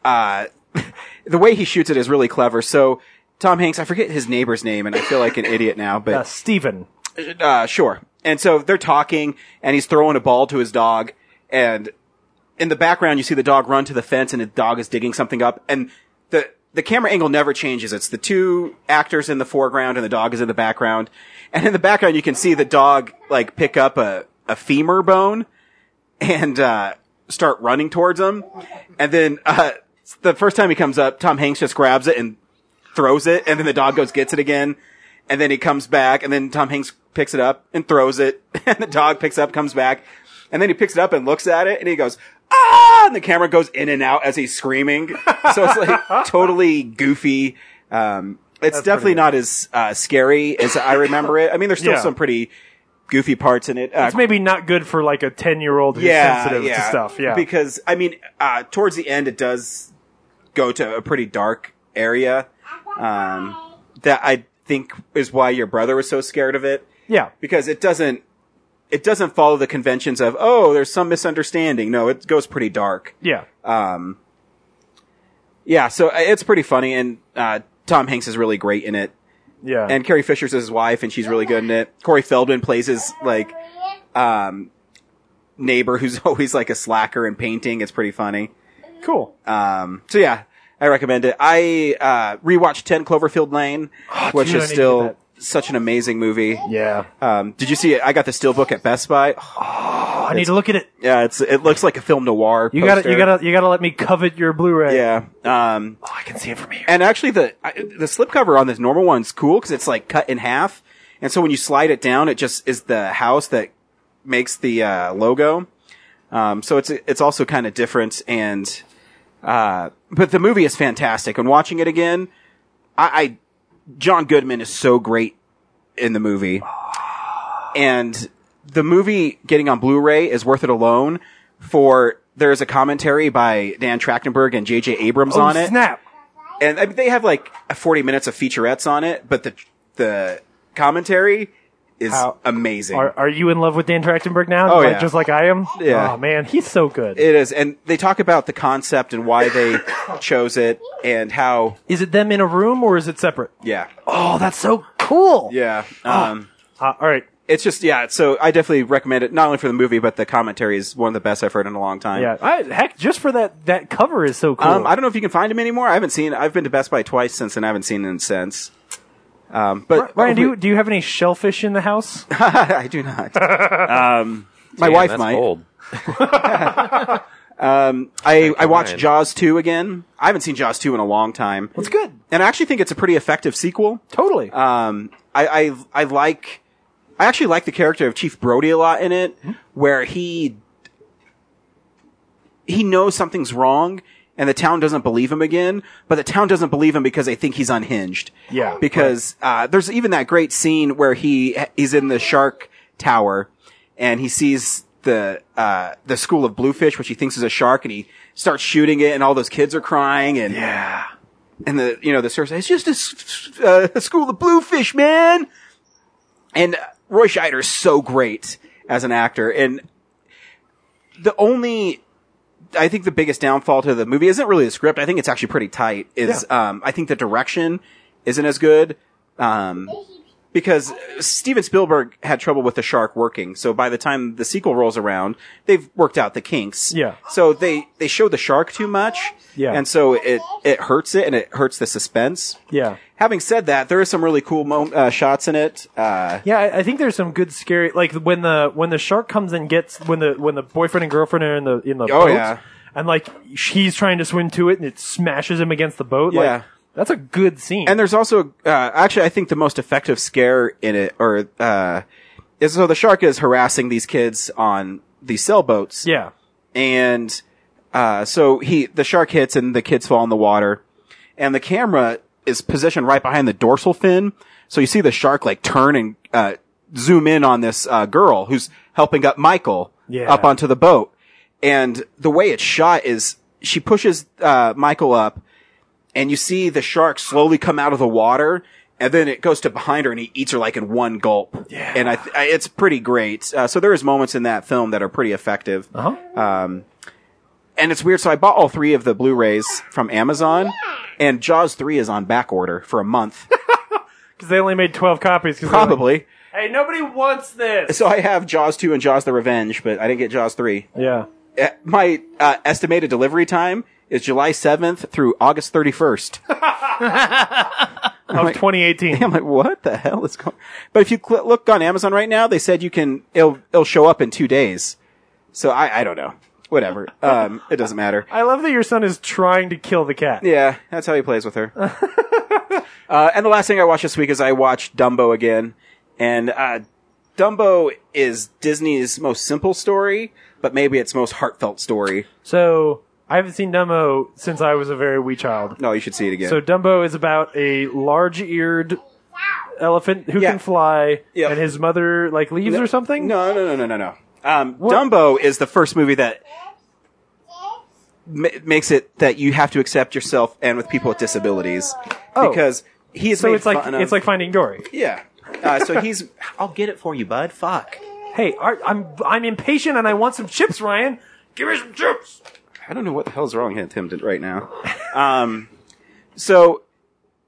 [SPEAKER 1] uh, the way he shoots it is really clever. So Tom Hanks, I forget his neighbor's name, and I feel like an idiot now, but
[SPEAKER 4] Uh, Steven.
[SPEAKER 1] uh, sure. And so they're talking, and he's throwing a ball to his dog, and in the background you see the dog run to the fence, and the dog is digging something up, and the the camera angle never changes. It's the two actors in the foreground, and the dog is in the background, and in the background you can see the dog like pick up a a femur bone, and uh, start running towards him, and then uh, the first time he comes up, Tom Hanks just grabs it and throws it, and then the dog goes gets it again, and then he comes back, and then Tom Hanks picks it up and throws it, and the dog picks up, comes back, and then he picks it up and looks at it, and he goes, ah! And the camera goes in and out as he's screaming. So it's like totally goofy. Um, it's definitely not as uh, scary as I remember it. I mean, there's still
[SPEAKER 4] Yeah.
[SPEAKER 1] some pretty goofy parts in it. Uh,
[SPEAKER 4] It's maybe not good for like a ten year old who's sensitive to stuff. Yeah,
[SPEAKER 1] because I mean, uh, towards the end, it does go to a pretty dark area.
[SPEAKER 6] Uh,
[SPEAKER 1] Um, that I think is why your brother was so scared of it
[SPEAKER 4] yeah.
[SPEAKER 1] because it doesn't it doesn't follow the conventions of oh, there's some misunderstanding. No, it goes pretty dark.
[SPEAKER 4] Yeah.
[SPEAKER 1] Yeah, so uh, it's pretty funny, and uh, Tom Hanks is really great in it,
[SPEAKER 4] yeah.
[SPEAKER 1] and Carrie Fisher's his wife, and she's really good in it. Corey Feldman plays his like um, neighbor who's always like a slacker and painting. It's pretty funny.
[SPEAKER 4] cool.
[SPEAKER 1] Um, so yeah, I recommend it. I uh, rewatched Ten Cloverfield Lane, which
[SPEAKER 4] Ah, dude, I
[SPEAKER 1] is
[SPEAKER 4] need to
[SPEAKER 1] still
[SPEAKER 4] do
[SPEAKER 1] such an amazing movie.
[SPEAKER 4] yeah.
[SPEAKER 1] Um, did you see it? I got the steelbook at Best Buy.
[SPEAKER 4] Oh, I need to look at it.
[SPEAKER 1] Yeah, it's it looks like a film noir.
[SPEAKER 4] You got to
[SPEAKER 1] poster.
[SPEAKER 4] You got to. You got to let me covet your Blu-ray.
[SPEAKER 1] Yeah. Um,
[SPEAKER 4] Oh, I can see it from here.
[SPEAKER 1] and actually the I, the slipcover on this normal one's cool because it's like cut in half, and so when you slide it down, it just is the house that makes the uh, logo. Um, so it's it's also kind of different, and uh, but the movie is fantastic. And watching it again, I, I John Goodman is so great in the movie, and the movie getting on Blu-ray is worth it alone. For there is a commentary by Dan Trachtenberg and J.J. Abrams
[SPEAKER 4] Oh,
[SPEAKER 1] on it
[SPEAKER 4] Snap.
[SPEAKER 1] and I mean, they have like 40 minutes of featurettes on it, but the the commentary is
[SPEAKER 4] How-
[SPEAKER 1] amazing.
[SPEAKER 4] Are, are you in love with Dan Trachtenberg now?
[SPEAKER 1] Oh,
[SPEAKER 4] Like,
[SPEAKER 1] yeah.
[SPEAKER 4] Just like I am?
[SPEAKER 1] Yeah.
[SPEAKER 4] Oh, man, he's so good. Is
[SPEAKER 1] it is, and they talk about the concept and why they chose it, and how
[SPEAKER 4] it them in a room or is it separate?
[SPEAKER 1] yeah,
[SPEAKER 4] Oh, that's so cool.
[SPEAKER 1] yeah. Um,
[SPEAKER 4] Uh, all right.
[SPEAKER 1] it's just yeah. So I definitely recommend it, not only for the movie, but the commentary is one of the best I've heard in a long time.
[SPEAKER 4] Yeah. I, heck, just for that, that cover is so cool.
[SPEAKER 1] Um, I don't know if you can find him anymore. I haven't seen. I've been to Best Buy twice since, and I haven't seen him since. Um, but
[SPEAKER 4] Ryan, do you, do you have any shellfish in the house?
[SPEAKER 1] I do not. Um, my
[SPEAKER 8] Damn,
[SPEAKER 1] wife
[SPEAKER 8] that's
[SPEAKER 1] might.
[SPEAKER 8] bold.
[SPEAKER 1] I, I watched
[SPEAKER 8] Ryan.
[SPEAKER 1] Jaws 2 again. I haven't seen Jaws 2 in a long time.
[SPEAKER 4] It's good.
[SPEAKER 1] And I actually think it's a pretty effective sequel.
[SPEAKER 4] Totally.
[SPEAKER 1] Um, I, I, I like, I actually like the character of Chief Brody a lot in it,
[SPEAKER 4] Hmm?
[SPEAKER 1] where he, he knows something's wrong and the town doesn't believe him again, but the town doesn't believe him because they think he's unhinged.
[SPEAKER 4] Yeah,
[SPEAKER 1] Because, uh, there's even that great scene where he, he's in the shark tower and he sees the, uh, the school of bluefish, which he thinks is a shark and he starts shooting it and all those kids are crying and,
[SPEAKER 4] yeah.
[SPEAKER 1] and the you know the surf says, it's just a s- uh, a school of bluefish, man. And uh, Roy Scheider is so great as an actor, and the only I think the biggest downfall to the movie isn't really the script. I think it's actually pretty tight. Is um, I think the direction isn't as good. Um, because Steven Spielberg had trouble with the shark working, so by the time the sequel rolls around, they've worked out the kinks.
[SPEAKER 4] Yeah.
[SPEAKER 1] So they they show the shark too much.
[SPEAKER 4] Yeah.
[SPEAKER 1] And so it it hurts it and it hurts the suspense.
[SPEAKER 4] Yeah.
[SPEAKER 1] Having said that, there is some really cool mo- uh, shots in it. Uh,
[SPEAKER 4] Yeah, I, I think there's some good scary like when the when the shark comes and gets when the when the boyfriend and girlfriend are in the in the
[SPEAKER 1] Oh,
[SPEAKER 4] boat
[SPEAKER 1] yeah.
[SPEAKER 4] and like he's trying to swim to it and it smashes him against the boat.
[SPEAKER 1] Yeah.
[SPEAKER 4] Like that's a good scene.
[SPEAKER 1] and there's also uh, actually I think the most effective scare in it or uh, is so the shark is harassing these kids on these sailboats.
[SPEAKER 4] yeah.
[SPEAKER 1] and uh, so he the shark hits and the kids fall in the water, and the camera is positioned right behind the dorsal fin, so you see the shark like turn and uh, zoom in on this uh, girl who's helping up Michael
[SPEAKER 4] Yeah.
[SPEAKER 1] up onto the boat, and the way it's shot is she pushes uh, Michael up, and you see the shark slowly come out of the water. And then it goes to behind her, and he eats her like in one gulp. Yeah. And I, th- I it's pretty great. Uh, so there is moments in that film that are pretty effective and it's weird. So I bought all three of the Blu-rays from Amazon, and Jaws three is on back order for a month,
[SPEAKER 4] Because they only made twelve copies. 'cause they're like,
[SPEAKER 1] probably.
[SPEAKER 4] hey, nobody wants this.
[SPEAKER 1] So I have Jaws two and Jaws the Revenge, but I didn't get Jaws three.
[SPEAKER 4] Yeah.
[SPEAKER 1] Uh, My uh, estimated delivery time is July seventh through August thirty first.
[SPEAKER 4] Of 2018.
[SPEAKER 1] I'm like, what the hell is going? But if you cl- look on Amazon right now, they said you can it'll it'll show up in two days. So I I don't know. Whatever. Um, it doesn't matter.
[SPEAKER 4] I love that your son is trying to kill the cat.
[SPEAKER 1] Yeah, that's how he plays with her. uh, and the last thing I watched this week is I watched Dumbo again, and uh, Dumbo is Disney's most simple story, but maybe its most heartfelt story.
[SPEAKER 4] So I haven't seen Dumbo since I was a very wee child.
[SPEAKER 1] No, you should see it again.
[SPEAKER 4] So Dumbo is about a large-eared elephant who
[SPEAKER 1] Yeah.
[SPEAKER 4] can fly,
[SPEAKER 1] Yeah.
[SPEAKER 4] and his mother like leaves or something.
[SPEAKER 1] no, no, no, no, no, no. Um, Dumbo is the first movie that ma- makes it that you have to accept yourself and with people with disabilities
[SPEAKER 4] Oh.
[SPEAKER 1] because he is
[SPEAKER 4] So
[SPEAKER 1] made
[SPEAKER 4] it's like
[SPEAKER 1] fun of-
[SPEAKER 4] it's like Finding Dory.
[SPEAKER 1] yeah. Uh, so he's. I'll get it for you, bud. Fuck.
[SPEAKER 4] Hey, Art, I'm I'm impatient and I want some chips, Ryan. Give me some chips.
[SPEAKER 1] I don't know what the hell's wrong with him t- right now. Um, so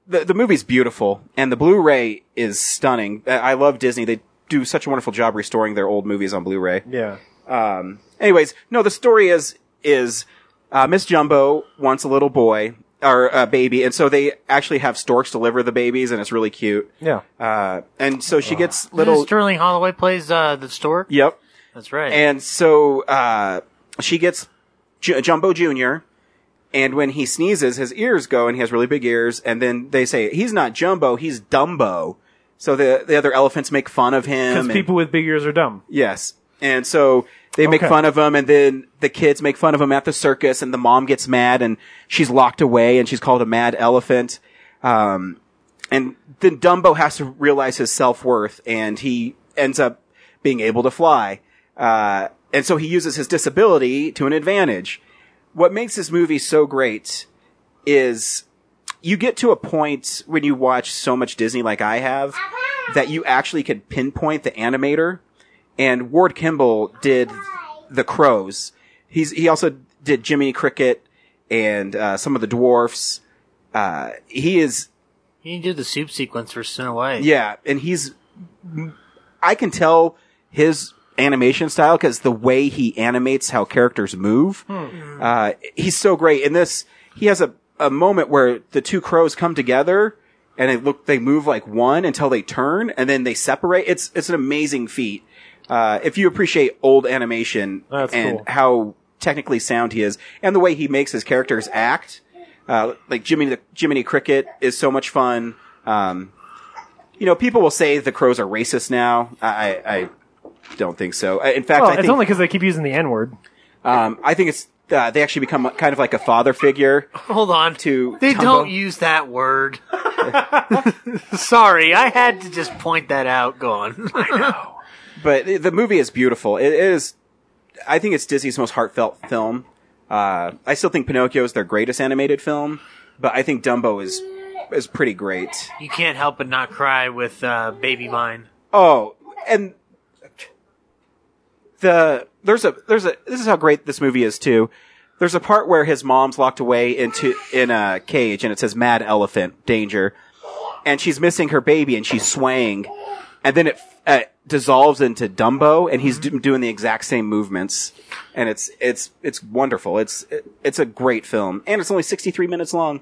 [SPEAKER 1] the the movie's beautiful, and the Blu-ray is stunning. I- I love Disney; they do such a wonderful job restoring their old movies on Blu-ray.
[SPEAKER 4] Yeah,
[SPEAKER 1] Anyways, no, the story is is uh, Miss Jumbo wants a little boy or a baby, and so they actually have storks deliver the babies, and it's really cute.
[SPEAKER 4] yeah.
[SPEAKER 1] Uh, and so she gets little.
[SPEAKER 5] Sterling Holloway plays uh, the store.
[SPEAKER 1] Yep.
[SPEAKER 5] That's right.
[SPEAKER 1] And so uh, she gets J- Jumbo Jr. And when he sneezes, his ears go, and he has really big ears. And then they say he's not Jumbo, he's Dumbo. So the the other elephants make fun of him.
[SPEAKER 4] Because
[SPEAKER 1] and-
[SPEAKER 4] people with big ears are dumb.
[SPEAKER 1] yes, and so they make
[SPEAKER 4] Okay.
[SPEAKER 1] fun of him, and then the kids make fun of him at the circus, and the mom gets mad, and she's locked away, and she's called a mad elephant. Um, and then Dumbo has to realize his self worth, and he ends up being able to fly. Uh, and so he uses his disability to an advantage. What makes this movie so great is you get to a point when you watch so much Disney, like I have, that you actually could pinpoint the animator. And Ward Kimball did the Crows. He's he also did Jiminy Cricket and uh, some of the dwarfs. Uh, he is
[SPEAKER 5] you can do the soup sequence for Snow White.
[SPEAKER 1] yeah, and he's I can tell his animation style because the way he animates how characters move,
[SPEAKER 4] Hmm.
[SPEAKER 1] uh, he's so great. In this, he has a, a moment where the two crows come together and they look they move like one until they turn and then they separate. It's it's an amazing feat. Uh, if you appreciate old animation
[SPEAKER 4] That's
[SPEAKER 1] and
[SPEAKER 4] cool.
[SPEAKER 1] how technically sound he is, and the way he makes his characters act, uh, like Jimmy the Jiminy Cricket is so much fun. Um, you know, people will say the crows are racist now. I, I, I don't think so. I- In fact,
[SPEAKER 4] Well,
[SPEAKER 1] I
[SPEAKER 4] Oh, it's
[SPEAKER 1] think
[SPEAKER 4] only because they keep using the N word.
[SPEAKER 1] um, I think it's uh, they actually become kind of like a father figure.
[SPEAKER 5] Hold on.
[SPEAKER 1] To
[SPEAKER 5] they
[SPEAKER 1] Tumbo.
[SPEAKER 5] don't use that word. Sorry, I had to just point that out. Go on.
[SPEAKER 1] But the- the movie is beautiful. It is. I think it's Disney's most heartfelt film. Uh, I still think Pinocchio is their greatest animated film, but I think Dumbo is is pretty great.
[SPEAKER 5] you can't help but not cry with uh, "Baby Mine."
[SPEAKER 1] Oh, and the there's a there's a this is how great this movie is too. There's a part where his mom's locked away into in a cage and it says "Mad Elephant Danger," and she's missing her baby and she's swaying, and then it uh, dissolves into Dumbo and he's do- doing the exact same movements, and it's it's it's wonderful. It's it's a great film and it's only 63 minutes long.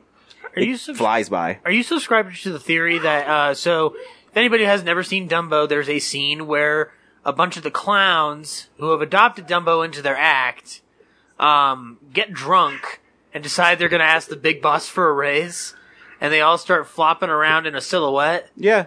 [SPEAKER 5] Are you subs-
[SPEAKER 1] Flies by.
[SPEAKER 5] Are you subscribed to the theory that uh, so if anybody has never seen Dumbo, there's a scene where a bunch of the clowns who have adopted Dumbo into their act um, get drunk and decide they're going to ask the big boss for a raise, and they all start flopping around in a silhouette.
[SPEAKER 1] Yeah.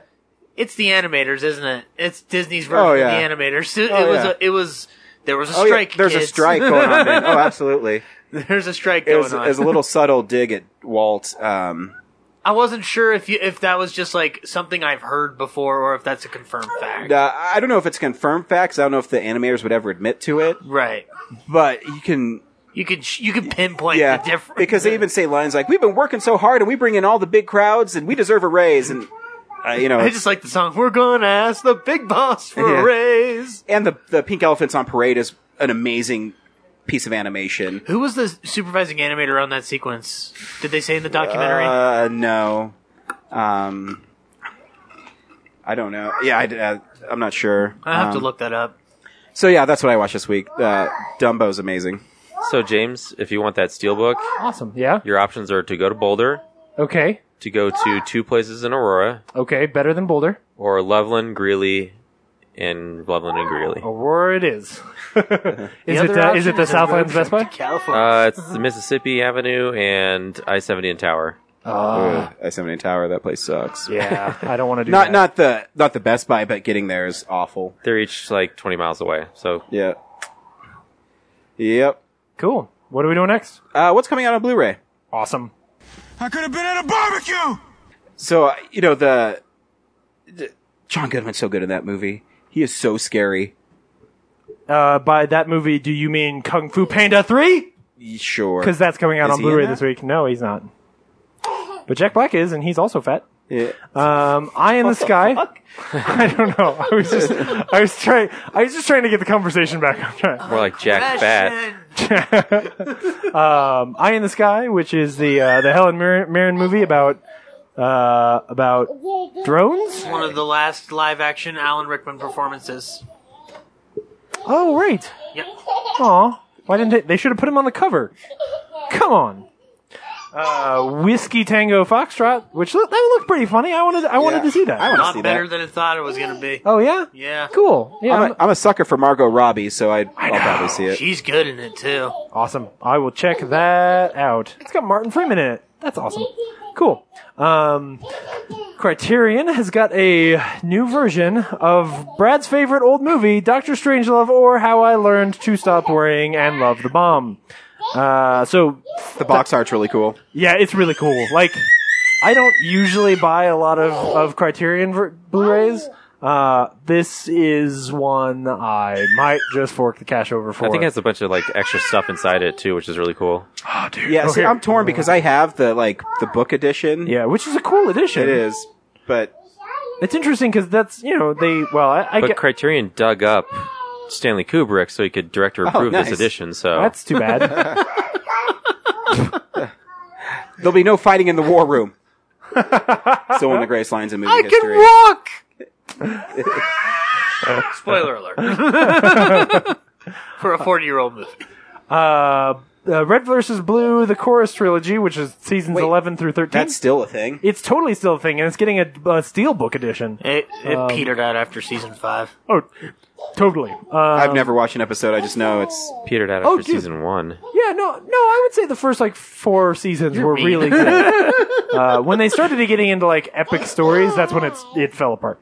[SPEAKER 5] It's the animators, isn't it? It's Disney's version
[SPEAKER 1] Oh, yeah.
[SPEAKER 5] of the animators. It,
[SPEAKER 1] Oh,
[SPEAKER 5] it was
[SPEAKER 1] yeah.
[SPEAKER 5] a, it was there was a
[SPEAKER 1] Oh, yeah,
[SPEAKER 5] strike.
[SPEAKER 1] There's a
[SPEAKER 5] kids.
[SPEAKER 1] strike going on. There. Oh, absolutely.
[SPEAKER 5] there's a strike
[SPEAKER 1] It
[SPEAKER 5] going
[SPEAKER 1] was,
[SPEAKER 5] on.
[SPEAKER 1] it was a little subtle dig at Walt. Um,
[SPEAKER 5] I wasn't sure if you, if that was just like something I've heard before or if that's a confirmed fact.
[SPEAKER 1] uh, I don't know if it's confirmed facts. I don't know if the animators would ever admit to it,
[SPEAKER 5] Right.
[SPEAKER 1] but you can,
[SPEAKER 5] You could sh- you could pinpoint
[SPEAKER 1] yeah,
[SPEAKER 5] the difference
[SPEAKER 1] because they even say lines like, "We've been working so hard, and we bring in all the big crowds, and we deserve a raise." And uh, you know,
[SPEAKER 5] I just like the song. We're gonna ask the big boss for
[SPEAKER 1] Yeah.
[SPEAKER 5] a raise.
[SPEAKER 1] and the the pink elephants on parade is an amazing piece of animation.
[SPEAKER 5] Who was the supervising animator on that sequence? Did they say in the documentary?
[SPEAKER 1] Uh, no, um, I don't know. Yeah, I, am not sure.
[SPEAKER 5] I have to
[SPEAKER 1] Um,
[SPEAKER 5] look that up.
[SPEAKER 1] So yeah, that's what I watched this week. Uh, Dumbo's amazing.
[SPEAKER 8] So James, if you want that steelbook,
[SPEAKER 4] Awesome. Yeah.
[SPEAKER 8] your options are to go to Boulder,
[SPEAKER 4] Okay.
[SPEAKER 8] to go to two places in Aurora,
[SPEAKER 4] Okay. Better than Boulder.
[SPEAKER 8] or Loveland, Greeley, and Loveland and Greeley.
[SPEAKER 4] Aurora it is. is, it
[SPEAKER 5] other
[SPEAKER 4] the, is
[SPEAKER 5] option
[SPEAKER 4] it the
[SPEAKER 5] is a
[SPEAKER 4] Southlands
[SPEAKER 5] road
[SPEAKER 4] Best Buy?
[SPEAKER 5] trip to California.
[SPEAKER 8] Uh, it's the Mississippi Avenue and I seventy and Tower.
[SPEAKER 1] Ugh, I-70 Tower. That place sucks.
[SPEAKER 4] Uh-huh. Yeah. I don't want to do
[SPEAKER 1] Not
[SPEAKER 4] that.
[SPEAKER 1] not the not the Best Buy, but getting there is awful.
[SPEAKER 8] They're each like twenty miles away. So
[SPEAKER 1] Yeah. Yep.
[SPEAKER 4] Cool. What are we doing next?
[SPEAKER 1] Uh, what's coming out on Blu-ray?
[SPEAKER 4] Awesome.
[SPEAKER 9] I could have been at a barbecue!
[SPEAKER 1] So uh, you know the, the- John Goodman's so good in that movie. He is so scary.
[SPEAKER 4] Uh, by that movie, do you mean Kung Fu Panda 3?
[SPEAKER 1] Sure.
[SPEAKER 4] Because that's coming out
[SPEAKER 1] Is
[SPEAKER 4] on
[SPEAKER 1] he in
[SPEAKER 4] Blu ray
[SPEAKER 1] that?
[SPEAKER 4] this week. No, he's not. But Jack Black is, and he's also fat.
[SPEAKER 1] Yeah.
[SPEAKER 4] Um, Eye in the Sky. I don't know. I was just, I was trying, I was just trying to get the conversation back on track.
[SPEAKER 8] more like Jack Bat.
[SPEAKER 5] Fashion.
[SPEAKER 4] Um, Eye in the Sky, which is the uh, the Helen Mir- Mirren movie about uh, about drones.
[SPEAKER 5] One of the last live action Alan Rickman performances.
[SPEAKER 4] Oh right.
[SPEAKER 5] Yep.
[SPEAKER 4] Aw. Why didn't they? They should have put him on the cover. Come on. Uh, Whiskey Tango Foxtrot, which look, that looked pretty funny. I wanted I wanted
[SPEAKER 1] Yeah.
[SPEAKER 4] to see that.
[SPEAKER 1] I wanna see
[SPEAKER 5] Not better
[SPEAKER 1] that.
[SPEAKER 5] than I thought it was gonna be.
[SPEAKER 4] oh yeah.
[SPEAKER 5] Yeah.
[SPEAKER 4] Cool. Yeah.
[SPEAKER 1] I'm
[SPEAKER 4] I'm-
[SPEAKER 1] a, I'm a sucker for Margot Robbie, so I, I'll probably see it.
[SPEAKER 5] She's good in it too.
[SPEAKER 4] Awesome. I will check that out. It's got Martin Freeman in it. That's awesome. Cool. Um, Criterion has got a new version of Brad's favorite old movie, Doctor Strangelove, or How I Learned to Stop Worrying and Love the Bomb. Uh, so
[SPEAKER 1] The box art's really cool.
[SPEAKER 4] yeah, it's really cool. Like, I don't usually buy a lot of, of Criterion ver- Blu-rays.
[SPEAKER 1] Oh.
[SPEAKER 4] Uh, this is one I might just fork the cash over for.
[SPEAKER 8] I think it has a bunch of like extra stuff inside it too, which is really cool.
[SPEAKER 1] Yeah. See, I'm torn because I have the like the book edition.
[SPEAKER 4] Oh, yeah, which is a cool edition.
[SPEAKER 1] It is, but
[SPEAKER 4] It's interesting because that's you know they well I, I
[SPEAKER 8] But
[SPEAKER 4] get,
[SPEAKER 8] Criterion dug up Stanley Kubrick so he could director approve
[SPEAKER 1] nice.
[SPEAKER 8] this edition. So
[SPEAKER 4] Oh, that's too bad.
[SPEAKER 1] there'll be no fighting in the war room. so one of the greatest lines in movie
[SPEAKER 5] I
[SPEAKER 1] history.
[SPEAKER 5] can walk. Spoiler alert. For a 40 year old movie.
[SPEAKER 4] uh, uh, Red versus Blue, the Chorus trilogy, which is seasons
[SPEAKER 1] Wait,
[SPEAKER 4] eleven through thirteen.
[SPEAKER 1] That's still a thing.
[SPEAKER 4] it's totally still a thing, and it's getting a, a steelbook edition.
[SPEAKER 5] It, it
[SPEAKER 1] Um,
[SPEAKER 5] petered out after season five.
[SPEAKER 4] Oh, totally. Uh,
[SPEAKER 1] I've never watched an episode. I just know it's.
[SPEAKER 8] Petered out after
[SPEAKER 4] Oh, dude.
[SPEAKER 8] season one.
[SPEAKER 4] yeah, no, no. I would say the first like four seasons were
[SPEAKER 5] mean.
[SPEAKER 4] really good. uh, when they started to getting into like epic stories, that's when it's it fell apart.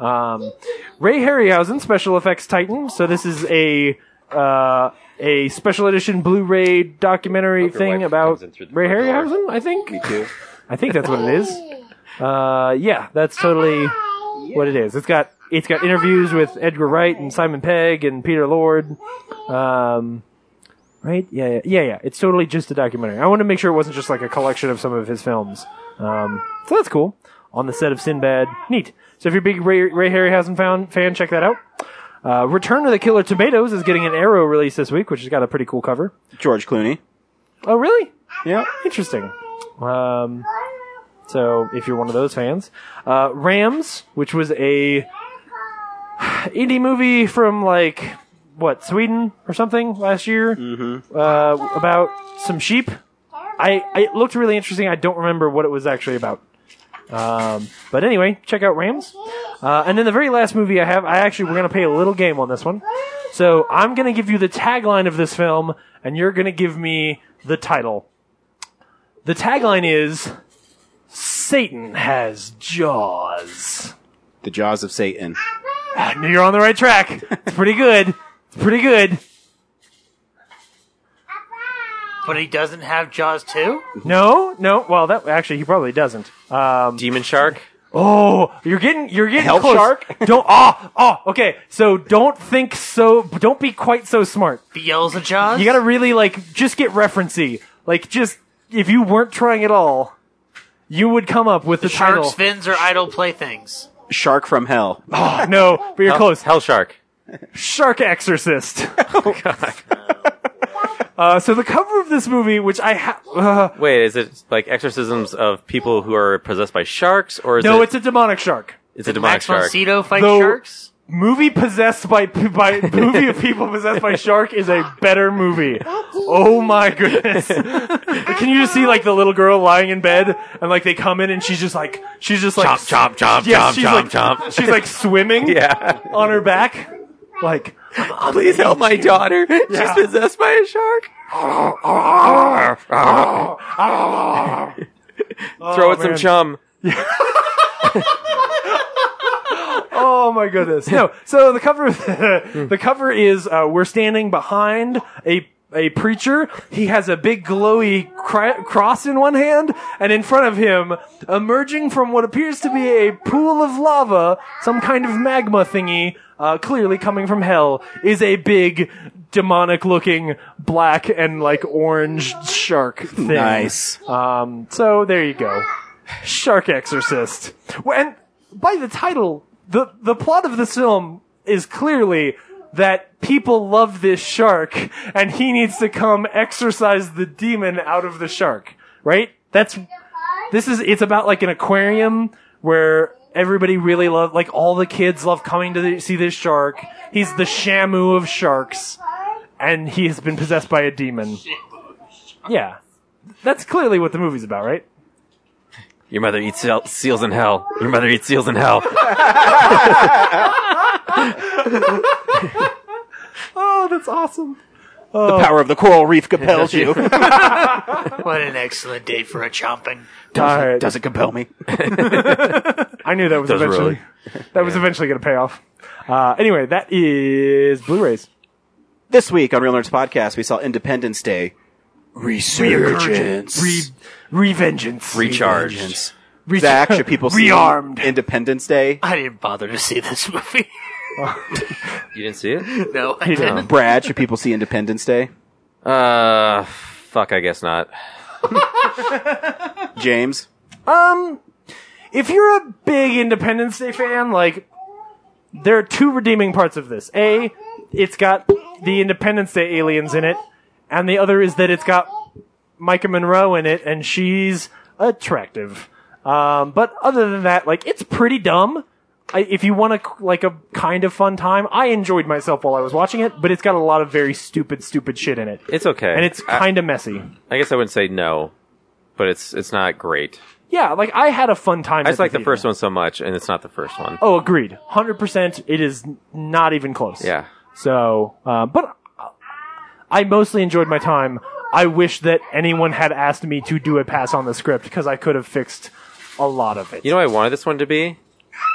[SPEAKER 4] Um, Ray Harryhausen, special effects titan. So this is a uh, a special edition Blu-ray documentary
[SPEAKER 8] Hope your
[SPEAKER 4] thing
[SPEAKER 8] wife
[SPEAKER 4] about
[SPEAKER 8] comes in through the
[SPEAKER 4] Ray
[SPEAKER 8] front door.
[SPEAKER 4] Harryhausen. I think. Me too. I think that's what it is. Uh, yeah, that's totally what it is. It's got it's got interviews with Edgar Wright and Simon Pegg and Peter Lord. Um, right? Yeah, yeah, yeah, yeah. It's totally just a documentary. I want to make sure it wasn't just like a collection of some of his films. Um, so that's cool. On the set of Sinbad, neat. So if you're a big Ray, Ray Harryhausen fan, fan, check that out. Uh, Return of the Killer Tomatoes is getting an Arrow release this week, which has got a pretty cool cover.
[SPEAKER 1] George Clooney.
[SPEAKER 4] Oh, really?
[SPEAKER 1] Yeah.
[SPEAKER 4] Interesting. Um, so if you're one of those fans, uh, Rams, which was a indie movie from like what Sweden or something last year, mm-hmm. uh, about some sheep. I it looked really interesting. I don't remember what it was actually about. Um, but anyway, check out Rams. Uh, and then the very last movie I have, I actually we're gonna play a little game on this one. So I'm gonna give you the tagline of this film, and you're gonna give me the title. The tagline is Satan has jaws.
[SPEAKER 1] The Jaws of Satan.
[SPEAKER 4] I knew you're on the right track. It's pretty good. It's pretty good.
[SPEAKER 5] But he doesn't have Jaws 2?
[SPEAKER 4] No, no. Well, that actually he probably doesn't. Um,
[SPEAKER 8] Demon Shark.
[SPEAKER 4] oh, you're getting you're getting
[SPEAKER 1] Help
[SPEAKER 4] close.
[SPEAKER 1] shark?
[SPEAKER 4] Don't ah ah. Okay, so don't think so. Don't be quite so smart.
[SPEAKER 5] Beelzebub?
[SPEAKER 4] You gotta really like just get referencey. Like just if you weren't trying at all, you would come up with the, title.
[SPEAKER 5] Sharks, fins, or idle playthings.
[SPEAKER 1] Shark from Hell.
[SPEAKER 4] Ah, no, but
[SPEAKER 1] Oh.
[SPEAKER 4] you're
[SPEAKER 8] Hell-
[SPEAKER 4] close.
[SPEAKER 8] Hell Shark.
[SPEAKER 4] Shark Exorcist. Uh, so the cover of this movie, which I ha- uh,
[SPEAKER 8] Wait, is it like exorcisms of people who are possessed by sharks, or is
[SPEAKER 4] no,
[SPEAKER 8] it
[SPEAKER 4] it's a demonic shark.
[SPEAKER 8] it's a demonic
[SPEAKER 5] Max von
[SPEAKER 8] shark?
[SPEAKER 5] Sydow fight
[SPEAKER 4] Though-
[SPEAKER 5] sharks?
[SPEAKER 4] Movie possessed by p- by movie of people possessed by shark is a better movie. Oh my goodness! Can you just see like the little girl lying in bed and like they come in and she's just like she's just like
[SPEAKER 8] Chomp, chomp, chomp,
[SPEAKER 4] yeah,
[SPEAKER 8] chomp,
[SPEAKER 4] she's
[SPEAKER 8] chomp,
[SPEAKER 4] like
[SPEAKER 8] chomp.
[SPEAKER 4] she's like swimming
[SPEAKER 8] Yeah.
[SPEAKER 4] on her back like
[SPEAKER 8] Please help my daughter. She's possessed by a shark. Throw it some
[SPEAKER 4] man.
[SPEAKER 8] chum.
[SPEAKER 4] Oh my goodness! No, so the cover, the cover is uh, we're standing behind a a preacher. He has a big glowy cri- cross in one hand, and in front of him, emerging from what appears to be a pool of lava, some kind of magma thingy, uh, clearly coming from hell, is a big demonic-looking black and like orange shark thing.
[SPEAKER 1] Nice.
[SPEAKER 4] Um, so there you go. Shark Exorcist. Well, and by the title, the, the plot of this film is clearly that people love this shark and he needs to come exorcise the demon out of the shark, right? That's, this is, it's about like an aquarium where everybody really love, like all the kids love coming to the, see this shark. He's the Shamu of sharks and he has been possessed by a demon. Yeah. That's clearly what the movie's about, right?
[SPEAKER 8] Your mother eats seal- seals in hell. Your mother eats seals in hell.
[SPEAKER 4] Oh, that's awesome.
[SPEAKER 1] The power of the coral reef compels you.
[SPEAKER 5] What an excellent day for a chomping.
[SPEAKER 4] All right.
[SPEAKER 1] Does it compel me?
[SPEAKER 4] I knew that was
[SPEAKER 8] Does it
[SPEAKER 4] eventually that was eventually going to pay off. Uh, anyway, that is Blu-rays.
[SPEAKER 1] This week on Real Nerds Podcast, we saw Independence Day. Resurgence.
[SPEAKER 4] Revengeance.
[SPEAKER 8] Recharged.
[SPEAKER 1] Resurgence. Zach, should people see
[SPEAKER 4] Rearmed.
[SPEAKER 1] Independence Day?
[SPEAKER 5] I didn't bother to see this movie.
[SPEAKER 8] You didn't see it?
[SPEAKER 5] no, I didn't.
[SPEAKER 1] Brad, should people see Independence Day?
[SPEAKER 8] Uh, fuck. I guess not.
[SPEAKER 1] James?
[SPEAKER 4] if you're a big Independence Day fan, like there are two redeeming parts of this. A, it's got the Independence Day aliens in it, and the other is that it's got Micah Monroe in it, and she's attractive. Um, but other than that, like it's pretty dumb. I, if you want a like a kind of fun time, I enjoyed myself while I was watching it, but it's got a lot of very stupid, stupid shit in it,
[SPEAKER 8] It's okay.
[SPEAKER 4] and it's
[SPEAKER 8] I,
[SPEAKER 4] kind of messy.
[SPEAKER 8] I guess I wouldn't say no, but it's it's not great.
[SPEAKER 4] Yeah, like I had a fun time.
[SPEAKER 8] I just like the first
[SPEAKER 4] one.
[SPEAKER 8] one so much, and it's not the first one.
[SPEAKER 4] Oh, agreed, hundred percent. It is n- not even close.
[SPEAKER 8] Yeah.
[SPEAKER 4] So, uh, but I mostly enjoyed my time. I wish that anyone had asked me to do a pass on the script because I could have fixed a lot of it.
[SPEAKER 8] You know what I wanted this one to be?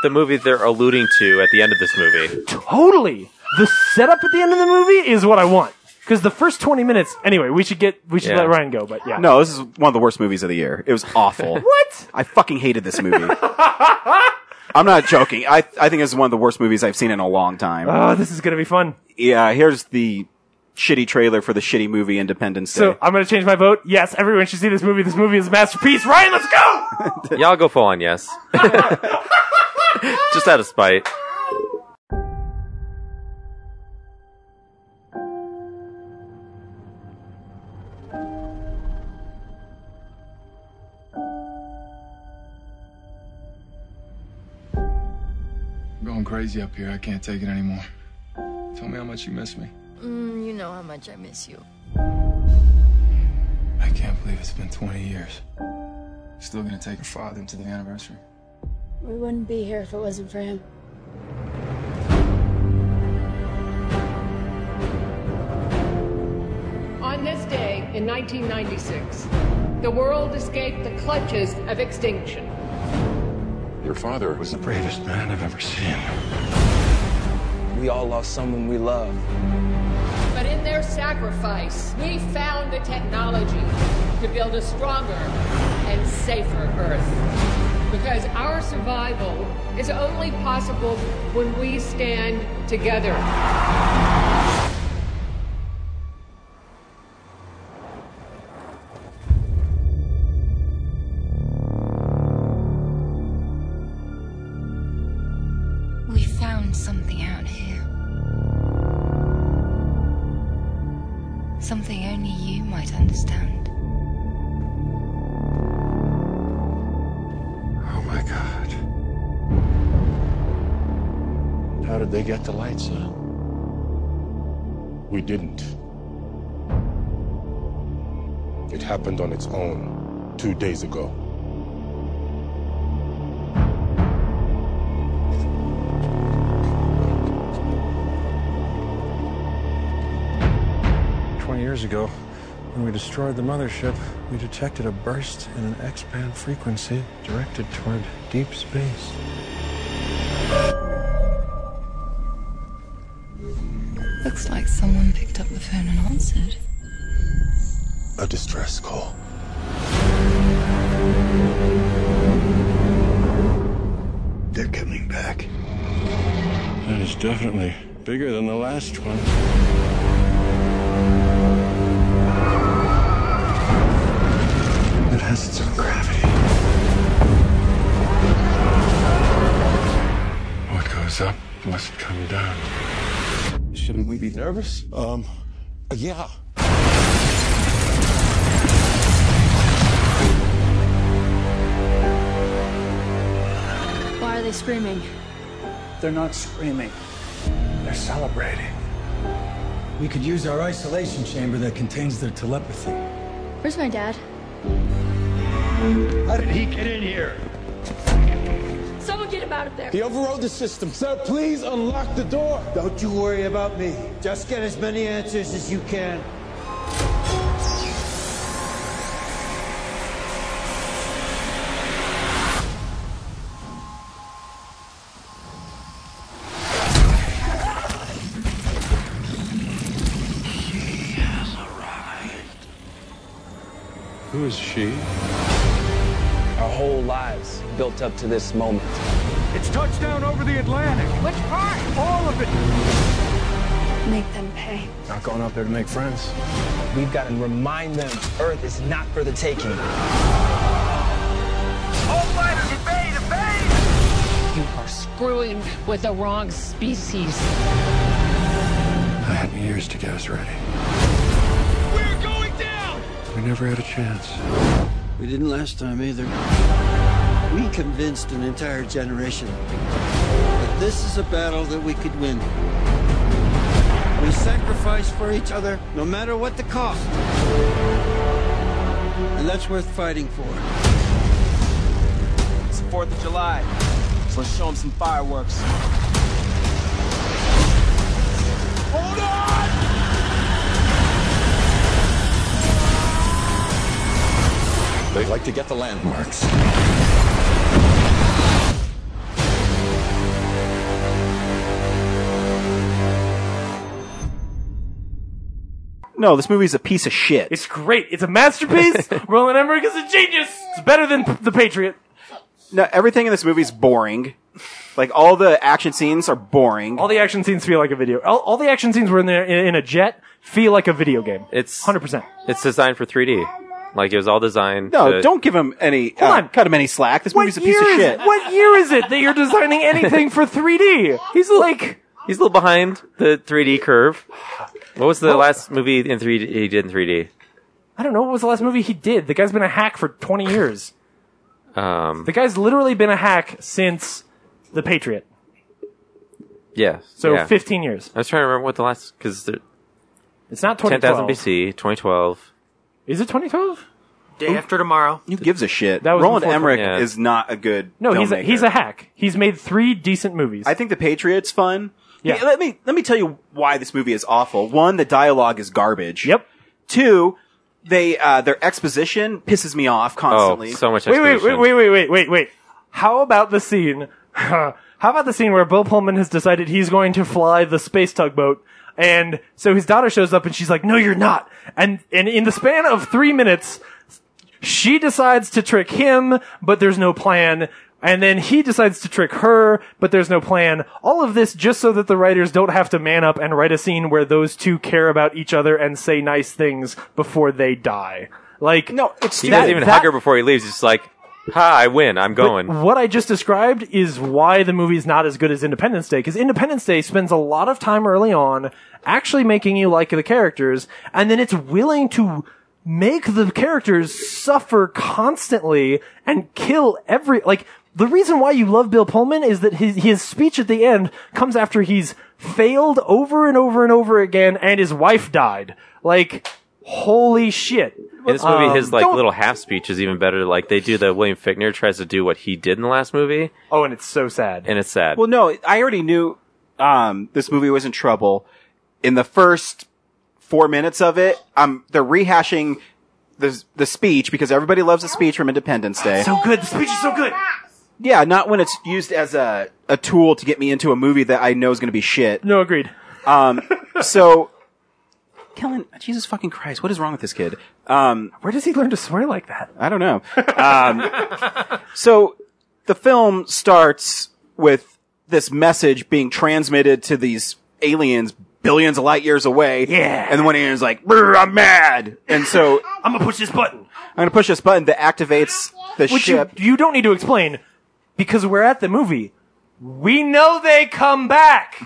[SPEAKER 8] The movie they're alluding to at the end of this movie.
[SPEAKER 4] totally. The setup at the end of the movie is what I want because the first twenty minutes. Anyway, we should get we should
[SPEAKER 8] Yeah.
[SPEAKER 4] let Ryan go. But yeah,
[SPEAKER 3] No, this is one of the worst movies of the year. It was awful.
[SPEAKER 4] What?
[SPEAKER 3] I fucking hated this movie. I'm not joking. I I think this is one of the worst movies I've seen in a long time.
[SPEAKER 1] Uh.
[SPEAKER 4] Oh, this is gonna be fun.
[SPEAKER 3] yeah, here's the shitty trailer for the shitty movie Independence Day.
[SPEAKER 4] So I'm gonna change my vote. Yes, everyone should see this movie. This movie is a masterpiece. Ryan, let's go.
[SPEAKER 8] Y'all go full on yes. just out of spite.
[SPEAKER 2] I'm going crazy up here. I can't take it anymore. Tell me how much you miss me.
[SPEAKER 10] Mm, You know how much I miss you.
[SPEAKER 2] I can't believe it's been 20 years. Still gonna take a father to the anniversary.
[SPEAKER 10] We wouldn't be here if it wasn't for him.
[SPEAKER 2] On this day in 1996, the world escaped the clutches of extinction. Your father was the bravest man I've ever seen. We all lost someone we love. But in their sacrifice, we found the technology to build a stronger and safer Earth. Because our survival is only possible when we stand together.
[SPEAKER 10] We found something out here. Something only you might understand.
[SPEAKER 2] Oh my god. How did they get the lights on? We didn't. It happened on its own two days ago. Twenty years ago, when we destroyed the mothership, we detected a burst in an X band frequency directed toward deep space.
[SPEAKER 10] Looks like someone picked up the phone and answered.
[SPEAKER 2] A distress call. They're coming back. That is definitely bigger than the last one. It has its own gravity. What goes up must come down. Shouldn't we be nervous? Um, yeah.
[SPEAKER 10] Why are they screaming?
[SPEAKER 2] They're not screaming. They're celebrating. We could use our isolation chamber that contains their telepathy.
[SPEAKER 10] Where's my dad?
[SPEAKER 2] How did he get in here?
[SPEAKER 10] Someone get him out of there.
[SPEAKER 2] He overrode the system. Sir, please unlock the door. Don't you worry about me. Just get as many answers as you can. Who is she? Our whole lives built up to this moment. It's touchdown over the Atlantic. Which part? All of it.
[SPEAKER 10] Make them pay.
[SPEAKER 2] Not going up there to make friends.
[SPEAKER 11] We've got to remind them Earth is not for the taking.
[SPEAKER 2] You are screwing with the wrong species. I had years to get us ready.
[SPEAKER 11] We're going down!
[SPEAKER 2] We never had a chance.
[SPEAKER 11] We didn't last time either.
[SPEAKER 12] We convinced an entire generation that this is a battle that we could win. We sacrifice for each other, no matter what the cost. And that's worth fighting for.
[SPEAKER 13] It's the 4th of July, so let's show them some fireworks.
[SPEAKER 9] Hold on!
[SPEAKER 14] They like to get the landmarks.
[SPEAKER 3] No, this movie's a piece of shit.
[SPEAKER 4] It's great. It's a masterpiece. Roland Emmerich is a genius. It's better than The Patriot.
[SPEAKER 3] No, everything in this movie's boring. Like all the action scenes are boring.
[SPEAKER 4] All the action scenes feel like a video. All, all the action scenes were in there in, in a jet feel like a video game.
[SPEAKER 8] It's
[SPEAKER 4] hundred percent.
[SPEAKER 8] It's designed for 3D. Like it was all designed.
[SPEAKER 3] No,
[SPEAKER 8] to-
[SPEAKER 3] don't give him any.
[SPEAKER 8] Hold
[SPEAKER 3] uh,
[SPEAKER 8] on.
[SPEAKER 3] cut him any slack. This movie's a piece of
[SPEAKER 4] year is
[SPEAKER 3] shit.
[SPEAKER 4] it? What year is it that you're designing anything for 3D? He's like,
[SPEAKER 8] He's a little behind the 3D curve. What was the last movie in 3D he did in 3D?
[SPEAKER 4] I don't know what was the last movie he did. The guy's been a hack for 20 years.
[SPEAKER 8] Um,
[SPEAKER 4] The guy's literally been a hack since The Patriot.
[SPEAKER 8] yeah.
[SPEAKER 4] So
[SPEAKER 8] yeah.
[SPEAKER 4] 15 years.
[SPEAKER 8] I was trying to remember what the last because
[SPEAKER 4] It's not
[SPEAKER 8] 10,000
[SPEAKER 4] 2012.
[SPEAKER 8] BC, 2012.
[SPEAKER 4] Is it 2012?
[SPEAKER 5] Day after tomorrow.
[SPEAKER 3] Who gives a shit?
[SPEAKER 4] That was
[SPEAKER 3] Roland
[SPEAKER 4] before-
[SPEAKER 3] Emmerich
[SPEAKER 4] Yeah.
[SPEAKER 3] is not a good.
[SPEAKER 4] No, he's a,
[SPEAKER 3] filmmaker.
[SPEAKER 4] he's a hack. He's made three decent movies.
[SPEAKER 3] I think The Patriot's fun.
[SPEAKER 4] Yeah.
[SPEAKER 3] Hey, let me let me tell you why this movie is awful. One, the dialogue is garbage.
[SPEAKER 4] Yep.
[SPEAKER 3] Two, they uh, their exposition pisses me off constantly.
[SPEAKER 8] Oh,
[SPEAKER 4] Oh,
[SPEAKER 8] so much
[SPEAKER 4] wait, wait, wait, wait, wait, wait, wait, wait. How about the scene? How about the scene where Bill Pullman has decided he's going to fly the space tugboat? And so his daughter shows up and she's like, no, you're not. And, and in the span of three minutes, she decides to trick him, but there's no plan. And then he decides to trick her, but there's no plan. All of this just so that the writers don't have to man up and write a scene where those two care about each other and say nice things before they die. Like,
[SPEAKER 3] no, it's
[SPEAKER 8] He doesn't even hug her before he leaves. He's just like, "Ha, I win. I'm going."
[SPEAKER 4] But what I just described is why the movie's not as good as Independence Day, because Independence Day spends a lot of time early on actually making you like the characters, and then it's willing to make the characters suffer constantly and kill every, like, the reason why you love Bill Pullman is that his, his speech at the end comes after he's failed over and over and over again and his wife died. Like, holy shit.
[SPEAKER 8] In this movie, his
[SPEAKER 4] Um,
[SPEAKER 8] like
[SPEAKER 4] don't-
[SPEAKER 8] little half speech is even better. Like they do the William Fickner tries to do what he did in the last movie,
[SPEAKER 4] Oh, and it's so sad.
[SPEAKER 8] and it's sad.
[SPEAKER 3] Well, no, I already knew um, this movie was in trouble. In the first four minutes of it, um, they're rehashing the the speech because everybody loves a speech from Independence Day.
[SPEAKER 4] So good. The speech is so good.
[SPEAKER 3] yeah, not when it's used as a a tool to get me into a movie that I know is going to be shit.
[SPEAKER 4] No, agreed.
[SPEAKER 3] Um, so, Kellen, Jesus fucking Christ, what is wrong with this kid? Um,
[SPEAKER 4] Where does he learn to swear like that?
[SPEAKER 3] I don't know. Um, so the film starts with this message being transmitted to these aliens billions of light years away.
[SPEAKER 9] Yeah.
[SPEAKER 3] And the one alien's like, "Brr, I'm mad. And so
[SPEAKER 4] I'm gonna push this button.
[SPEAKER 3] I'm going to push this button that activates the
[SPEAKER 4] Which you,
[SPEAKER 3] ship.
[SPEAKER 4] you don't need to explain because we're at the movie. We know they come back.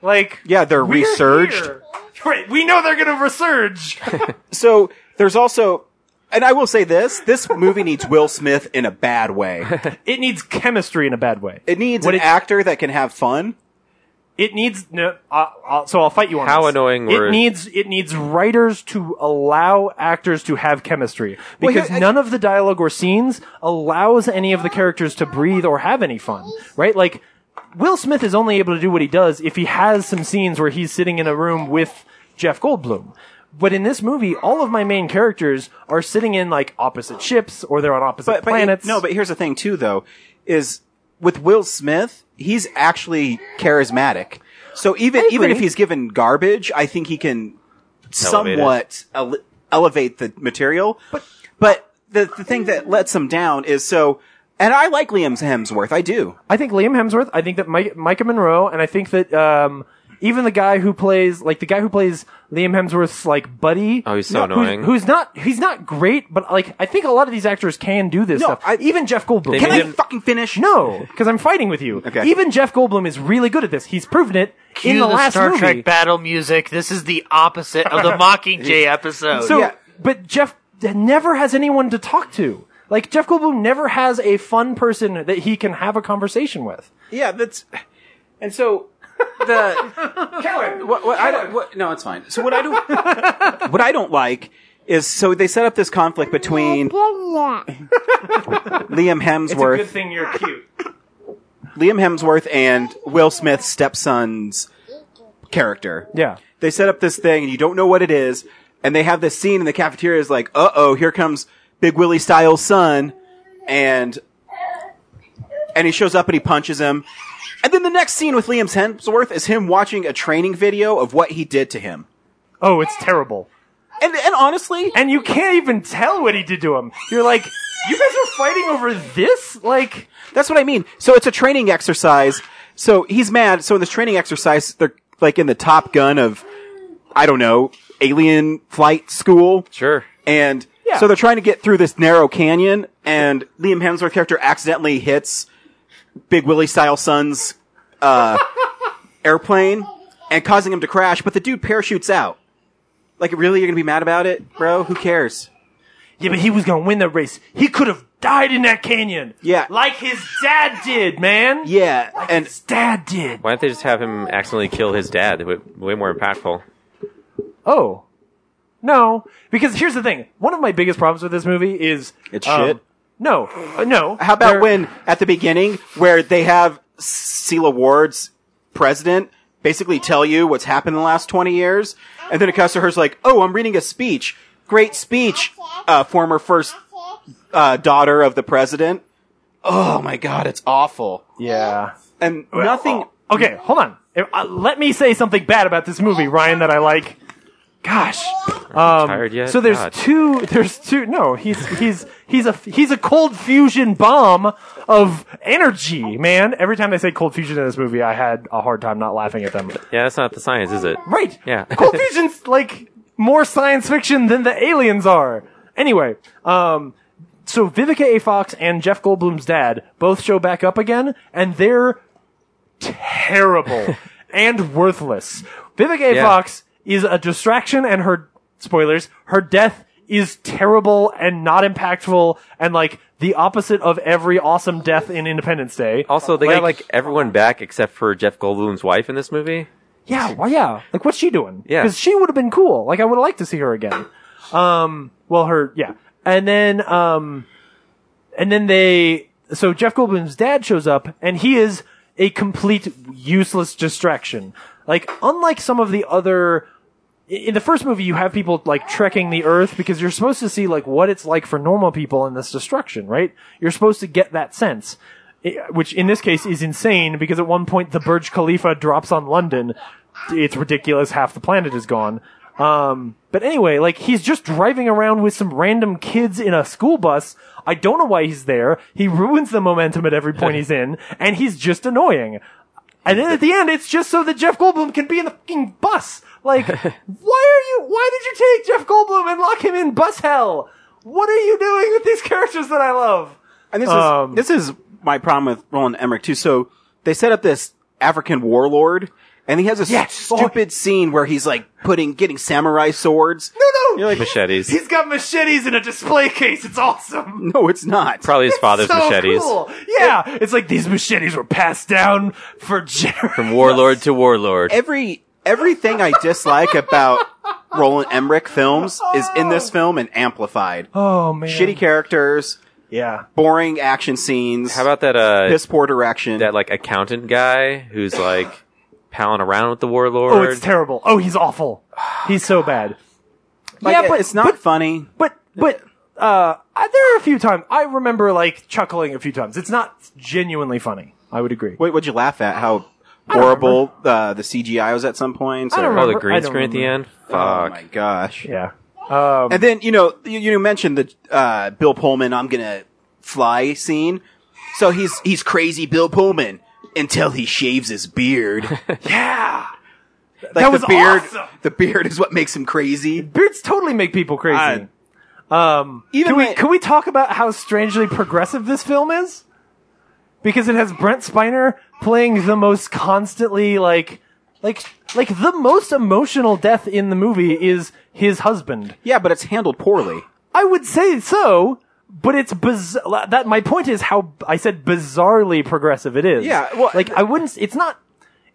[SPEAKER 4] Like
[SPEAKER 3] yeah, they're
[SPEAKER 4] we're
[SPEAKER 3] resurged.
[SPEAKER 4] here. Right, we know they're gonna resurge.
[SPEAKER 3] So there's also, and I will say this, this movie needs Will Smith in a bad way.
[SPEAKER 4] it needs chemistry in a bad way.
[SPEAKER 3] It needs
[SPEAKER 4] What
[SPEAKER 3] an
[SPEAKER 4] it-
[SPEAKER 3] actor that can have fun.
[SPEAKER 4] It needs no. Uh, uh, so I'll fight you on
[SPEAKER 8] How
[SPEAKER 4] this.
[SPEAKER 8] annoying
[SPEAKER 4] It
[SPEAKER 8] were-
[SPEAKER 4] needs it needs writers to allow actors to have chemistry because
[SPEAKER 3] here- I-
[SPEAKER 4] none of the dialogue or scenes allows any of the characters to breathe or have any fun. Right? Like Will Smith is only able to do what he does if he has some scenes where he's sitting in a room with Jeff Goldblum. But in this movie, all of my main characters are sitting in like opposite ships or they're on opposite
[SPEAKER 3] but, but
[SPEAKER 4] planets.
[SPEAKER 3] no, but here's the thing too, though, is with Will Smith, he's actually charismatic. So even even if he's given garbage, I think he can
[SPEAKER 8] Elevate it.
[SPEAKER 3] somewhat ele- elevate the material. But but the the thing that lets him down is so. And I like Liam Hemsworth. I do.
[SPEAKER 4] I think Liam Hemsworth. I think that Mike, Micah Monroe, and I think that um, even the guy who plays like the guy who plays Liam Hemsworth's like buddy.
[SPEAKER 8] Oh, he's so
[SPEAKER 4] who's-
[SPEAKER 8] annoying.
[SPEAKER 4] Who's, not? He's not great, but like I think a lot of these actors can do this
[SPEAKER 3] No,
[SPEAKER 4] stuff. even Jeff Goldblum.
[SPEAKER 8] They
[SPEAKER 4] Can
[SPEAKER 8] made
[SPEAKER 4] I
[SPEAKER 8] him-
[SPEAKER 3] Fucking finish.
[SPEAKER 4] no, because I'm fighting with you.
[SPEAKER 3] Okay.
[SPEAKER 4] Even Jeff Goldblum is really good at this. He's proven it
[SPEAKER 5] Cue
[SPEAKER 4] in the, last
[SPEAKER 5] Star
[SPEAKER 4] movie.
[SPEAKER 5] Trek battle music. This is the opposite of the Mockingjay episode.
[SPEAKER 4] So, but Jeff never has anyone to talk to. Like Jeff Goldblum never has a fun person that he can have a conversation with.
[SPEAKER 1] Yeah, that's. And so the Keller. What, what, I don't- what- no, it's fine. So what I don't what I don't like is so they set up this conflict between Liam Hemsworth,
[SPEAKER 4] thing you're cute.
[SPEAKER 1] Liam Hemsworth, and Will Smith's stepson's character.
[SPEAKER 4] Yeah.
[SPEAKER 1] They set up this thing, and you don't know what it is. And they have this scene in the cafeteria. Is like, uh oh, here comes Big Willie Styles' son, and and he shows up and he punches him. And then the next scene with Liam Hemsworth is him watching a training video of what he did to him.
[SPEAKER 4] Oh, it's terrible.
[SPEAKER 1] And and honestly,
[SPEAKER 4] and you can't even tell what he did to him. You're like, you guys are fighting over this? Like,
[SPEAKER 1] That's what I mean. So it's a training exercise. So he's mad. So in this training exercise, they're like in the Top Gun of, I don't know, alien flight school.
[SPEAKER 8] Sure.
[SPEAKER 1] And
[SPEAKER 8] Yeah.
[SPEAKER 1] so they're trying to get through this narrow canyon, and Liam Hemsworth character accidentally hits Big Willie style son's uh, airplane and causing him to crash. But the dude parachutes out. Like, really, you're gonna be mad about it,
[SPEAKER 3] Oh,
[SPEAKER 1] bro? Who cares?
[SPEAKER 4] Yeah, but he was gonna win that race. He could have died in that canyon.
[SPEAKER 1] Yeah.
[SPEAKER 4] Like his dad did, man.
[SPEAKER 1] Yeah. and his
[SPEAKER 4] dad did.
[SPEAKER 8] Why don't they just have him accidentally kill his dad? It would- Way more impactful.
[SPEAKER 4] Oh. No. Because here's the thing. One of my biggest problems with this movie is.
[SPEAKER 1] It's
[SPEAKER 4] um,
[SPEAKER 1] shit.
[SPEAKER 4] No. Uh, no.
[SPEAKER 1] How about
[SPEAKER 4] They're-
[SPEAKER 1] when at the beginning where they have Celia Ward's president basically tell you what's happened in the last 20 years and then it cuts to her's like, "Oh, I'm reading a speech. Great speech. Uh, former first uh, daughter of the president." Oh my god, it's awful.
[SPEAKER 4] Yeah.
[SPEAKER 1] And nothing
[SPEAKER 4] Okay, hold on. If- uh, let me say something bad about this movie, Ryan, that I like. Gosh. Um,
[SPEAKER 8] tired yet?
[SPEAKER 4] So there's
[SPEAKER 8] God.
[SPEAKER 4] two. There's two. No, he's he's he's a he's a cold fusion bomb of energy, man. Every time they say cold fusion in this movie, I had a hard time not laughing at them.
[SPEAKER 8] Yeah, that's not the science, is it?
[SPEAKER 4] Right.
[SPEAKER 8] Yeah.
[SPEAKER 4] Cold Fusion's like more science fiction than the aliens are. Anyway, um, so Vivica A. Fox and Jeff Goldblum's dad both show back up again, and they're terrible and worthless. Vivica A.
[SPEAKER 8] Yeah.
[SPEAKER 4] Fox is a distraction, and her spoilers, her death is terrible and not impactful, and like the opposite of every awesome death in Independence Day.
[SPEAKER 8] Also, they got like everyone back except for Jeff Goldblum's wife in this movie.
[SPEAKER 4] Yeah, well, yeah. Like, what's she doing?
[SPEAKER 8] Yeah.
[SPEAKER 4] because she would have been cool. Like, I would have liked to see her again. Um, well, her, yeah, and then, um, and then they, so Jeff Goldblum's dad shows up, and he is a complete useless distraction. Like, unlike some of the other. In the first movie, you have people like trekking the earth because you're supposed to see like what it's like for normal people in this destruction, right? You're supposed to get that sense it- which in this case is insane because at one point the Burj Khalifa drops on London. It's ridiculous. Half the planet is gone. Um, but anyway, like he's just driving around with some random kids in a school bus. I don't know why he's there. He ruins the momentum at every point he's in, and he's just annoying. And then at the end, it's just so that Jeff Goldblum can be in the fucking bus. Like, why are you? Why did you take Jeff Goldblum and lock him in bus hell? What are you doing with these characters that I love?
[SPEAKER 1] And this
[SPEAKER 4] Um,
[SPEAKER 1] is this is my problem with Roland Emmerich too. So they set up this African warlord, and he has this stupid scene where he's like putting getting samurai swords.
[SPEAKER 4] No, no,
[SPEAKER 1] You're like,
[SPEAKER 8] Machetes.
[SPEAKER 4] He's got machetes in a display case. It's awesome.
[SPEAKER 1] no, it's not.
[SPEAKER 8] Probably his father's
[SPEAKER 4] so
[SPEAKER 8] machetes.
[SPEAKER 4] cool. Yeah, it's like these machetes were passed down for Jared.
[SPEAKER 8] From warlord to warlord.
[SPEAKER 1] Every everything I dislike about Roland Emmerich films is in this film and amplified.
[SPEAKER 4] Oh man,
[SPEAKER 1] Shitty characters,
[SPEAKER 4] yeah,
[SPEAKER 1] boring action scenes.
[SPEAKER 8] How about that? Uh,
[SPEAKER 1] piss poor direction?
[SPEAKER 8] that like accountant guy who's like palling around with the warlord.
[SPEAKER 4] Oh, it's terrible. Oh, he's awful. He's so bad.
[SPEAKER 1] Oh, Like,
[SPEAKER 4] yeah, but
[SPEAKER 1] it's not funny.
[SPEAKER 4] But but uh, I- there are a few times I remember like chuckling a few times. It's not genuinely funny. I would agree.
[SPEAKER 1] What would you laugh at? How horrible uh, the CGI was at some points.
[SPEAKER 4] I don't
[SPEAKER 1] or-
[SPEAKER 8] Oh, the
[SPEAKER 4] remember- I
[SPEAKER 8] green
[SPEAKER 4] don't
[SPEAKER 8] screen at the end.
[SPEAKER 4] remember.
[SPEAKER 1] Oh
[SPEAKER 8] Fuck.
[SPEAKER 1] my gosh.
[SPEAKER 4] Yeah. Um,
[SPEAKER 1] And then you know you, you mentioned the uh, Bill Pullman I'm gonna fly scene. So he's he's crazy Bill Pullman until he shaves his beard.
[SPEAKER 4] yeah,
[SPEAKER 1] Like
[SPEAKER 4] that was
[SPEAKER 1] the beard,
[SPEAKER 4] awesome.
[SPEAKER 1] the beard is what makes him crazy.
[SPEAKER 4] Beards totally make people crazy. um,
[SPEAKER 1] even
[SPEAKER 4] can we
[SPEAKER 1] my-
[SPEAKER 4] can we talk about how strangely progressive this film is? Because it has Brent Spiner playing the most constantly like like like the most emotional death in the movie is his husband.
[SPEAKER 1] Yeah, but it's handled poorly.
[SPEAKER 4] I would say so, but it's bizarre. That my point is how I said bizarrely progressive it is.
[SPEAKER 3] Yeah, well,
[SPEAKER 4] like I wouldn't. It's not.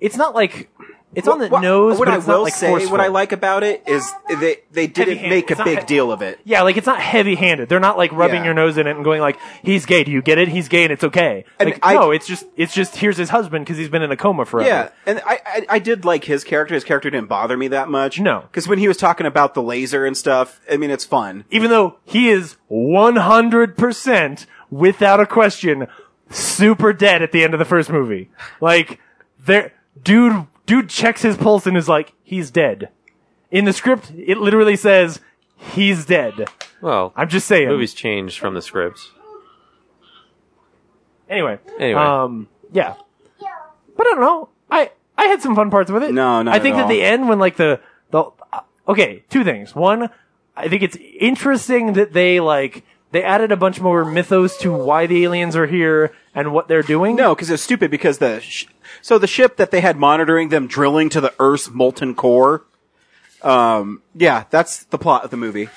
[SPEAKER 4] It's not like it's on the
[SPEAKER 3] What-
[SPEAKER 4] nose.
[SPEAKER 3] What
[SPEAKER 4] but
[SPEAKER 3] I
[SPEAKER 4] it's
[SPEAKER 3] will
[SPEAKER 4] not, like,
[SPEAKER 3] say,
[SPEAKER 4] forceful.
[SPEAKER 3] what I like about it is they they didn't
[SPEAKER 4] Heavy-handed.
[SPEAKER 3] make a
[SPEAKER 4] It's not
[SPEAKER 3] big
[SPEAKER 4] heavy-
[SPEAKER 3] deal of it.
[SPEAKER 4] Yeah, like it's not heavy-handed. They're not like rubbing
[SPEAKER 3] Yeah.
[SPEAKER 4] your nose in it and going like, "He's gay. Do you get it? He's gay, and it's okay."
[SPEAKER 3] And
[SPEAKER 4] like,
[SPEAKER 3] I-
[SPEAKER 4] no, it's just it's just here's his husband because he's been in a coma forever.
[SPEAKER 3] Yeah, and I, I I did like his character. His character didn't bother me that much. No, because when he was talking about the laser and stuff, I mean, it's fun.
[SPEAKER 4] Even though he is one hundred percent without a question super dead at the end of the first movie. Like there, dude, dude checks his pulse and is like, "He's dead." In the script, it literally says, "He's dead."
[SPEAKER 8] Well,
[SPEAKER 4] I'm just saying.
[SPEAKER 8] Movies changed from the scripts.
[SPEAKER 4] Anyway.
[SPEAKER 8] Anyway.
[SPEAKER 4] Um, yeah. But I don't know. I I had some fun parts with it.
[SPEAKER 3] No, not
[SPEAKER 4] I think
[SPEAKER 3] at
[SPEAKER 4] that
[SPEAKER 3] all.
[SPEAKER 4] the end when like the the uh, okay, two things. One, I think it's interesting that they like they added a bunch more mythos to why the aliens are here and what they're doing.
[SPEAKER 3] No, because it's stupid. Because the sh- so the ship that they had monitoring them drilling to the Earth's molten core. Um, yeah, that's the plot of the movie.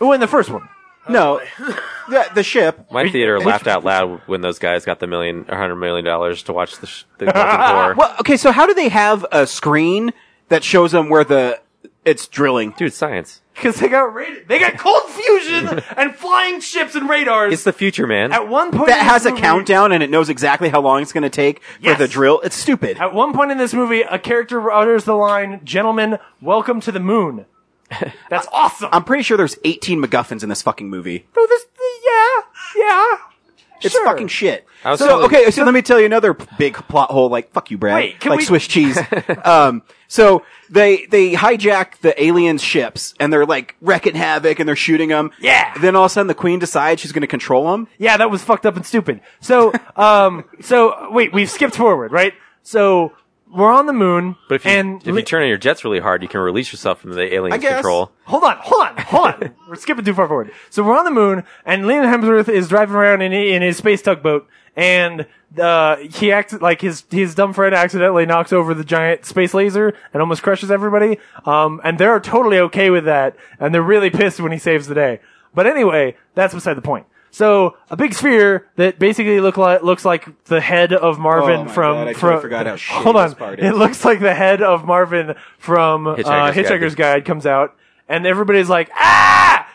[SPEAKER 4] oh, in the first one.
[SPEAKER 3] No,
[SPEAKER 4] Oh,
[SPEAKER 3] the, the ship.
[SPEAKER 8] My theater laughed out loud when those guys got the million, a hundred million dollars to watch the, sh- the Golden Door.
[SPEAKER 3] Well, okay, so how do they have a screen that shows them where the it's drilling?
[SPEAKER 8] Dude, science.
[SPEAKER 4] Because they got raided. They got cold fusion and flying ships and radars.
[SPEAKER 8] It's the future, man.
[SPEAKER 4] At one point
[SPEAKER 3] that
[SPEAKER 4] in this
[SPEAKER 3] has a
[SPEAKER 4] movie-
[SPEAKER 3] countdown and it knows exactly how long it's going to take
[SPEAKER 4] Yes.
[SPEAKER 3] for the drill. It's stupid.
[SPEAKER 4] At one point in this movie, a character utters the line, "Gentlemen, welcome to the moon." That's awesome.
[SPEAKER 3] I'm pretty sure there's 18 MacGuffins in this fucking movie.
[SPEAKER 4] No, Oh, this, yeah, yeah.
[SPEAKER 3] It's
[SPEAKER 4] Sure.
[SPEAKER 3] fucking shit.
[SPEAKER 4] I was
[SPEAKER 3] so
[SPEAKER 4] telling-
[SPEAKER 3] okay, so let me tell you another p- big plot hole. Like fuck you, Brad.
[SPEAKER 4] Wait, can
[SPEAKER 3] like
[SPEAKER 4] we-
[SPEAKER 3] Swiss cheese. um, so they they hijack the alien ships and they're like wrecking havoc and they're shooting them.
[SPEAKER 4] Yeah.
[SPEAKER 3] Then all of a sudden the queen decides she's going to control them.
[SPEAKER 4] Yeah, that was fucked up and stupid. So, um, so wait, we've skipped forward, right? So we're on the moon,
[SPEAKER 8] But if you,
[SPEAKER 4] and
[SPEAKER 8] if you turn on your jets really hard, you can release yourself from the aliens' control.
[SPEAKER 4] Hold on, hold on, hold on. We're skipping too far forward. So we're on the moon, and Liam Hemsworth is driving around in, in his space tugboat, and uh, he acts like his his dumb friend accidentally knocks over the giant space laser and almost crushes everybody. Um, and they're totally okay with that, and they're really pissed when he saves the day. But anyway, that's beside the point. So a big sphere that basically look like looks like the head of Marvin
[SPEAKER 3] Oh my
[SPEAKER 4] from
[SPEAKER 3] God, I totally
[SPEAKER 4] from
[SPEAKER 3] forgot how shitty
[SPEAKER 4] hold on
[SPEAKER 3] this part
[SPEAKER 4] it
[SPEAKER 3] is.
[SPEAKER 4] looks like the head of Marvin from uh,
[SPEAKER 8] Hitchhiker's Guide.
[SPEAKER 4] Hitchhiker's Guide comes out, and everybody's like, ah,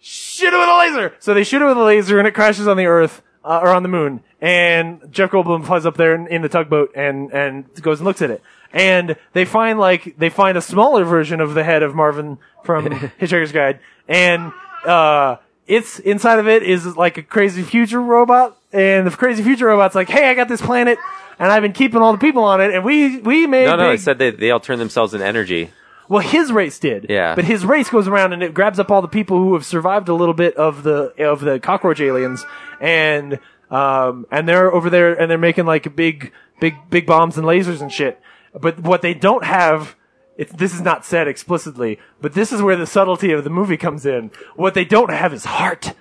[SPEAKER 4] shoot it with a laser. So they shoot it with a laser, and it crashes on the Earth uh, or on the Moon. And Jeff Goldblum flies up there in, in the tugboat and and goes and looks at it. And they find like they find a smaller version of the head of Marvin from Hitchhiker's Guide, and uh, it's inside of it is like a crazy future robot, and the crazy future robot's like, hey, I got this planet. And I've been keeping all the people on it, and we we made
[SPEAKER 8] No, no,
[SPEAKER 4] big
[SPEAKER 8] it said they, they all turn themselves in energy.
[SPEAKER 4] well, his race did.
[SPEAKER 8] Yeah.
[SPEAKER 4] But his race goes around and it grabs up all the people who have survived a little bit of the of the cockroach aliens, and um and they're over there and they're making like big big big bombs and lasers and shit. But what they don't have. It's, this is not said explicitly, but this is where the subtlety of the movie comes in. What they don't have is heart.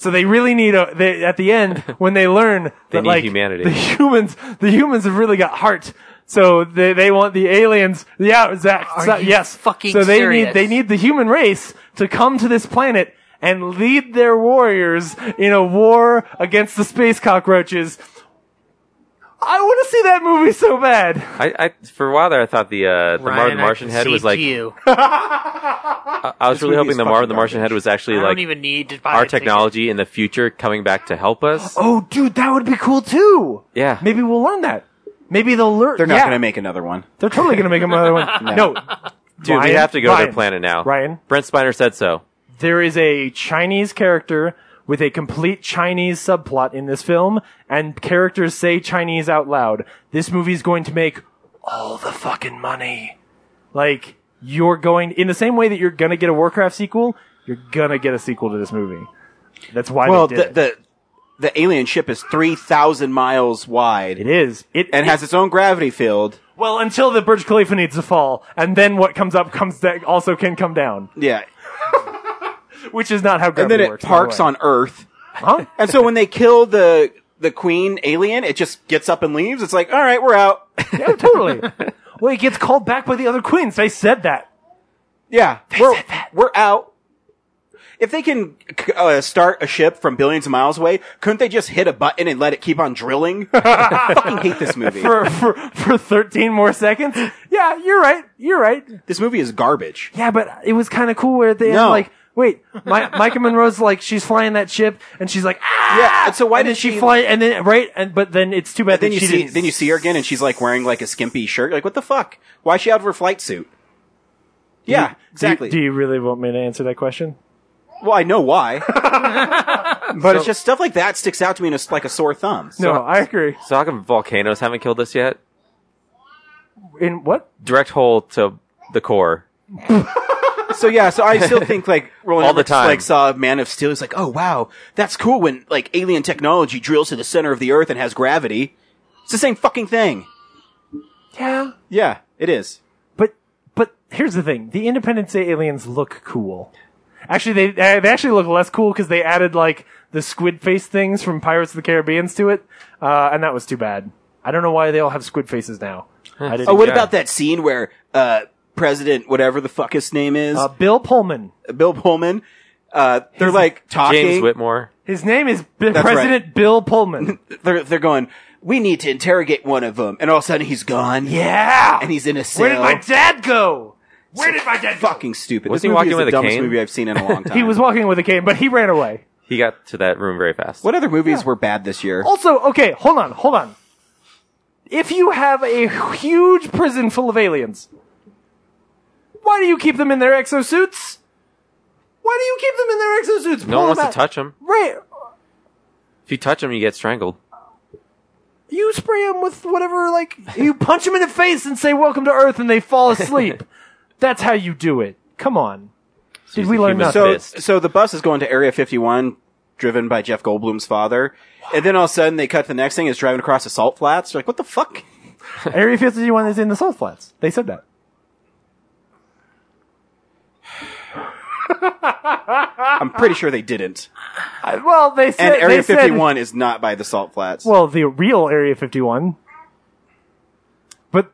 [SPEAKER 4] So they really need a, they, at the end, when they learn
[SPEAKER 8] They
[SPEAKER 4] that
[SPEAKER 8] need
[SPEAKER 4] like,
[SPEAKER 8] humanity.
[SPEAKER 4] the humans, the humans have really got heart. So they, they want the aliens. Yeah, Zach.
[SPEAKER 5] Are
[SPEAKER 4] so-
[SPEAKER 5] you
[SPEAKER 4] yes.
[SPEAKER 5] fucking
[SPEAKER 4] So they
[SPEAKER 5] serious?
[SPEAKER 4] need, they need the human race to come to this planet and lead their warriors in a war against the space cockroaches. I want to see that movie so bad.
[SPEAKER 8] I, I for a while there, I thought the uh, the Marvin the Martian head was like.
[SPEAKER 5] You.
[SPEAKER 8] I, I was
[SPEAKER 5] This
[SPEAKER 8] really
[SPEAKER 5] movie
[SPEAKER 8] hoping
[SPEAKER 5] is
[SPEAKER 8] the
[SPEAKER 5] fucking
[SPEAKER 8] Marvin the Martian head was actually
[SPEAKER 5] I
[SPEAKER 8] like
[SPEAKER 5] don't even need to buy
[SPEAKER 8] our
[SPEAKER 5] a ticket.
[SPEAKER 8] technology in the future coming back to help us.
[SPEAKER 4] Oh, dude, that would be cool too.
[SPEAKER 8] Yeah.
[SPEAKER 4] Maybe we'll learn that. Maybe they'll learn.
[SPEAKER 3] They're not
[SPEAKER 4] yeah.
[SPEAKER 3] going to make another one.
[SPEAKER 4] They're totally gonna make another one. no.
[SPEAKER 8] Dude,
[SPEAKER 4] Ryan,
[SPEAKER 8] we have to go to
[SPEAKER 4] Ryan,
[SPEAKER 8] their planet now.
[SPEAKER 4] Ryan.
[SPEAKER 8] Brent Spiner said so.
[SPEAKER 4] there is a Chinese character with a complete Chinese subplot in this film, and characters say Chinese out loud. This movie's going to make all the fucking money. Like, you're going, in the same way that you're gonna get a Warcraft sequel, you're gonna get a sequel to this movie. That's why
[SPEAKER 3] well,
[SPEAKER 4] they did
[SPEAKER 3] the,
[SPEAKER 4] it.
[SPEAKER 3] the the alien ship is 3,000 miles wide. It
[SPEAKER 4] is. It
[SPEAKER 3] and has its own gravity field.
[SPEAKER 4] Well, until the Burj Khalifa needs to fall, and then what comes up comes that also can come down,
[SPEAKER 3] Yeah.
[SPEAKER 4] which is not how
[SPEAKER 3] And
[SPEAKER 4] gravity
[SPEAKER 3] then it
[SPEAKER 4] works, by the
[SPEAKER 3] parks
[SPEAKER 4] way.
[SPEAKER 3] on Earth.
[SPEAKER 4] Huh?
[SPEAKER 3] And so when they kill the the queen alien, it just gets up and leaves. It's like, all right, we're out.
[SPEAKER 4] yeah, totally. Well, he gets called back by the other queens. They said that.
[SPEAKER 3] Yeah, we're we're out.
[SPEAKER 1] if they can c- uh, start a ship from billions of miles away, couldn't they just hit a button and let it keep on drilling? I fucking hate this movie.
[SPEAKER 4] for, for for 13 more seconds. Yeah, you're right. You're right.
[SPEAKER 1] This movie is garbage.
[SPEAKER 4] Yeah, but it was kind of cool where at the end,
[SPEAKER 1] No.
[SPEAKER 4] like, wait, My, Micah Monroe's like, she's flying that ship, and she's like, ah!
[SPEAKER 1] Yeah, and so why
[SPEAKER 4] and
[SPEAKER 1] did
[SPEAKER 4] then she
[SPEAKER 1] she-
[SPEAKER 4] fly? And then right, and but then it's too bad
[SPEAKER 1] then
[SPEAKER 4] that
[SPEAKER 1] you
[SPEAKER 4] she
[SPEAKER 1] see,
[SPEAKER 4] didn't.
[SPEAKER 1] then you see her again, and she's like wearing like a skimpy shirt. Like, what the fuck? Why is she out of her flight suit? Yeah, exactly.
[SPEAKER 4] Do you really want me to answer that question?
[SPEAKER 1] well, I know why, but it's just stuff like that sticks out to me in a, s- like a sore thumb.
[SPEAKER 4] no, I agree.
[SPEAKER 8] So how come volcanoes haven't killed us yet?
[SPEAKER 4] In what?
[SPEAKER 8] Direct hole to the core.
[SPEAKER 1] So yeah, so I still think like Roland
[SPEAKER 8] All the
[SPEAKER 1] Emmerich,
[SPEAKER 8] time.
[SPEAKER 1] like saw Man of Steel. He's like, oh wow, that's cool when like alien technology drills to the center of the earth and has gravity. It's the same fucking thing.
[SPEAKER 4] Yeah.
[SPEAKER 1] Yeah, it is.
[SPEAKER 4] But but here's the thing: the Independence Day aliens look cool. Actually, they uh, they actually look less cool because they added like the squid face things from Pirates of the Caribbean to it, uh, and that was too bad. I don't know why they all have squid faces now. I didn't
[SPEAKER 1] Oh, what about that scene where uh, President, whatever the fuck his name is,
[SPEAKER 4] Uh, Bill Pullman.
[SPEAKER 1] Bill Pullman, uh, they're like talking.
[SPEAKER 8] James Whitmore.
[SPEAKER 4] His name is B-
[SPEAKER 1] That's
[SPEAKER 4] President Bill Pullman.
[SPEAKER 1] they're they're going. We need to interrogate one of them, and all of a sudden he's gone.
[SPEAKER 4] Yeah.
[SPEAKER 1] and he's in a cell.
[SPEAKER 4] Where did my dad go? Where did my dad go?
[SPEAKER 1] Fucking stupid.
[SPEAKER 8] Was
[SPEAKER 1] this
[SPEAKER 8] he
[SPEAKER 1] movie
[SPEAKER 8] walking
[SPEAKER 1] is
[SPEAKER 8] with
[SPEAKER 1] the
[SPEAKER 8] a
[SPEAKER 1] dumbest
[SPEAKER 8] cane?
[SPEAKER 1] movie I've seen in a long time.
[SPEAKER 4] He was walking with a cane, but he ran away.
[SPEAKER 8] He got to that room very fast.
[SPEAKER 1] What other movies were bad this year?
[SPEAKER 4] Also, okay, hold on, hold on. If you have a huge prison full of aliens, why do you keep them in their exosuits? Why do you keep them in their exosuits?
[SPEAKER 8] No
[SPEAKER 4] Pull
[SPEAKER 8] one wants
[SPEAKER 4] them
[SPEAKER 8] to
[SPEAKER 4] out.
[SPEAKER 8] touch him.
[SPEAKER 4] Right,
[SPEAKER 8] If you touch him, you get strangled.
[SPEAKER 4] you spray them with whatever, like you punch them in the face and say "Welcome to Earth," and they fall asleep. That's how you do it. Come on. Did we learn nothing?
[SPEAKER 1] so, so the bus is going to Area 51, driven by Jeff Goldblum's father. And then all of a sudden they cut to the next thing. It's driving across the salt flats. They're like, what the fuck?
[SPEAKER 4] Area 51 is in the Salt Flats. They said that.
[SPEAKER 1] I'm pretty sure they didn't.
[SPEAKER 4] I- well, they said.
[SPEAKER 1] And Area
[SPEAKER 4] they said-
[SPEAKER 1] 51 is not by the salt flats.
[SPEAKER 4] well, the real Area 51. But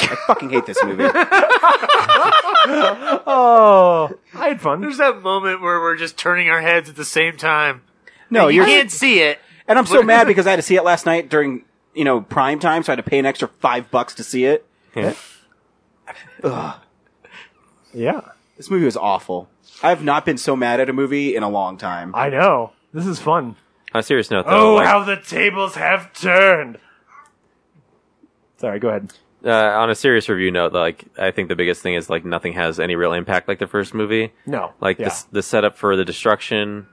[SPEAKER 1] I fucking hate this movie.
[SPEAKER 4] oh, I had fun.
[SPEAKER 5] There's that moment where we're just turning our heads at the same time.
[SPEAKER 1] No,
[SPEAKER 5] And you
[SPEAKER 1] you're-
[SPEAKER 5] can't see it.
[SPEAKER 1] And I'm so
[SPEAKER 5] Look-
[SPEAKER 1] mad because I had to see it last night during, you know, prime time. So I had to pay an extra five bucks to see it.
[SPEAKER 8] Yeah.
[SPEAKER 1] Ugh,
[SPEAKER 4] Yeah,
[SPEAKER 1] this movie was awful. I've not been so mad at a movie in a long time.
[SPEAKER 4] I know. This is fun.
[SPEAKER 8] On a serious note, though,
[SPEAKER 4] Oh,
[SPEAKER 8] like,
[SPEAKER 4] how the tables have turned. Sorry, go ahead.
[SPEAKER 8] uh, on a serious review note, like I think the biggest thing is like nothing has any real impact like the first movie.
[SPEAKER 4] No.
[SPEAKER 8] like
[SPEAKER 4] Yeah.
[SPEAKER 8] this the setup for the destruction,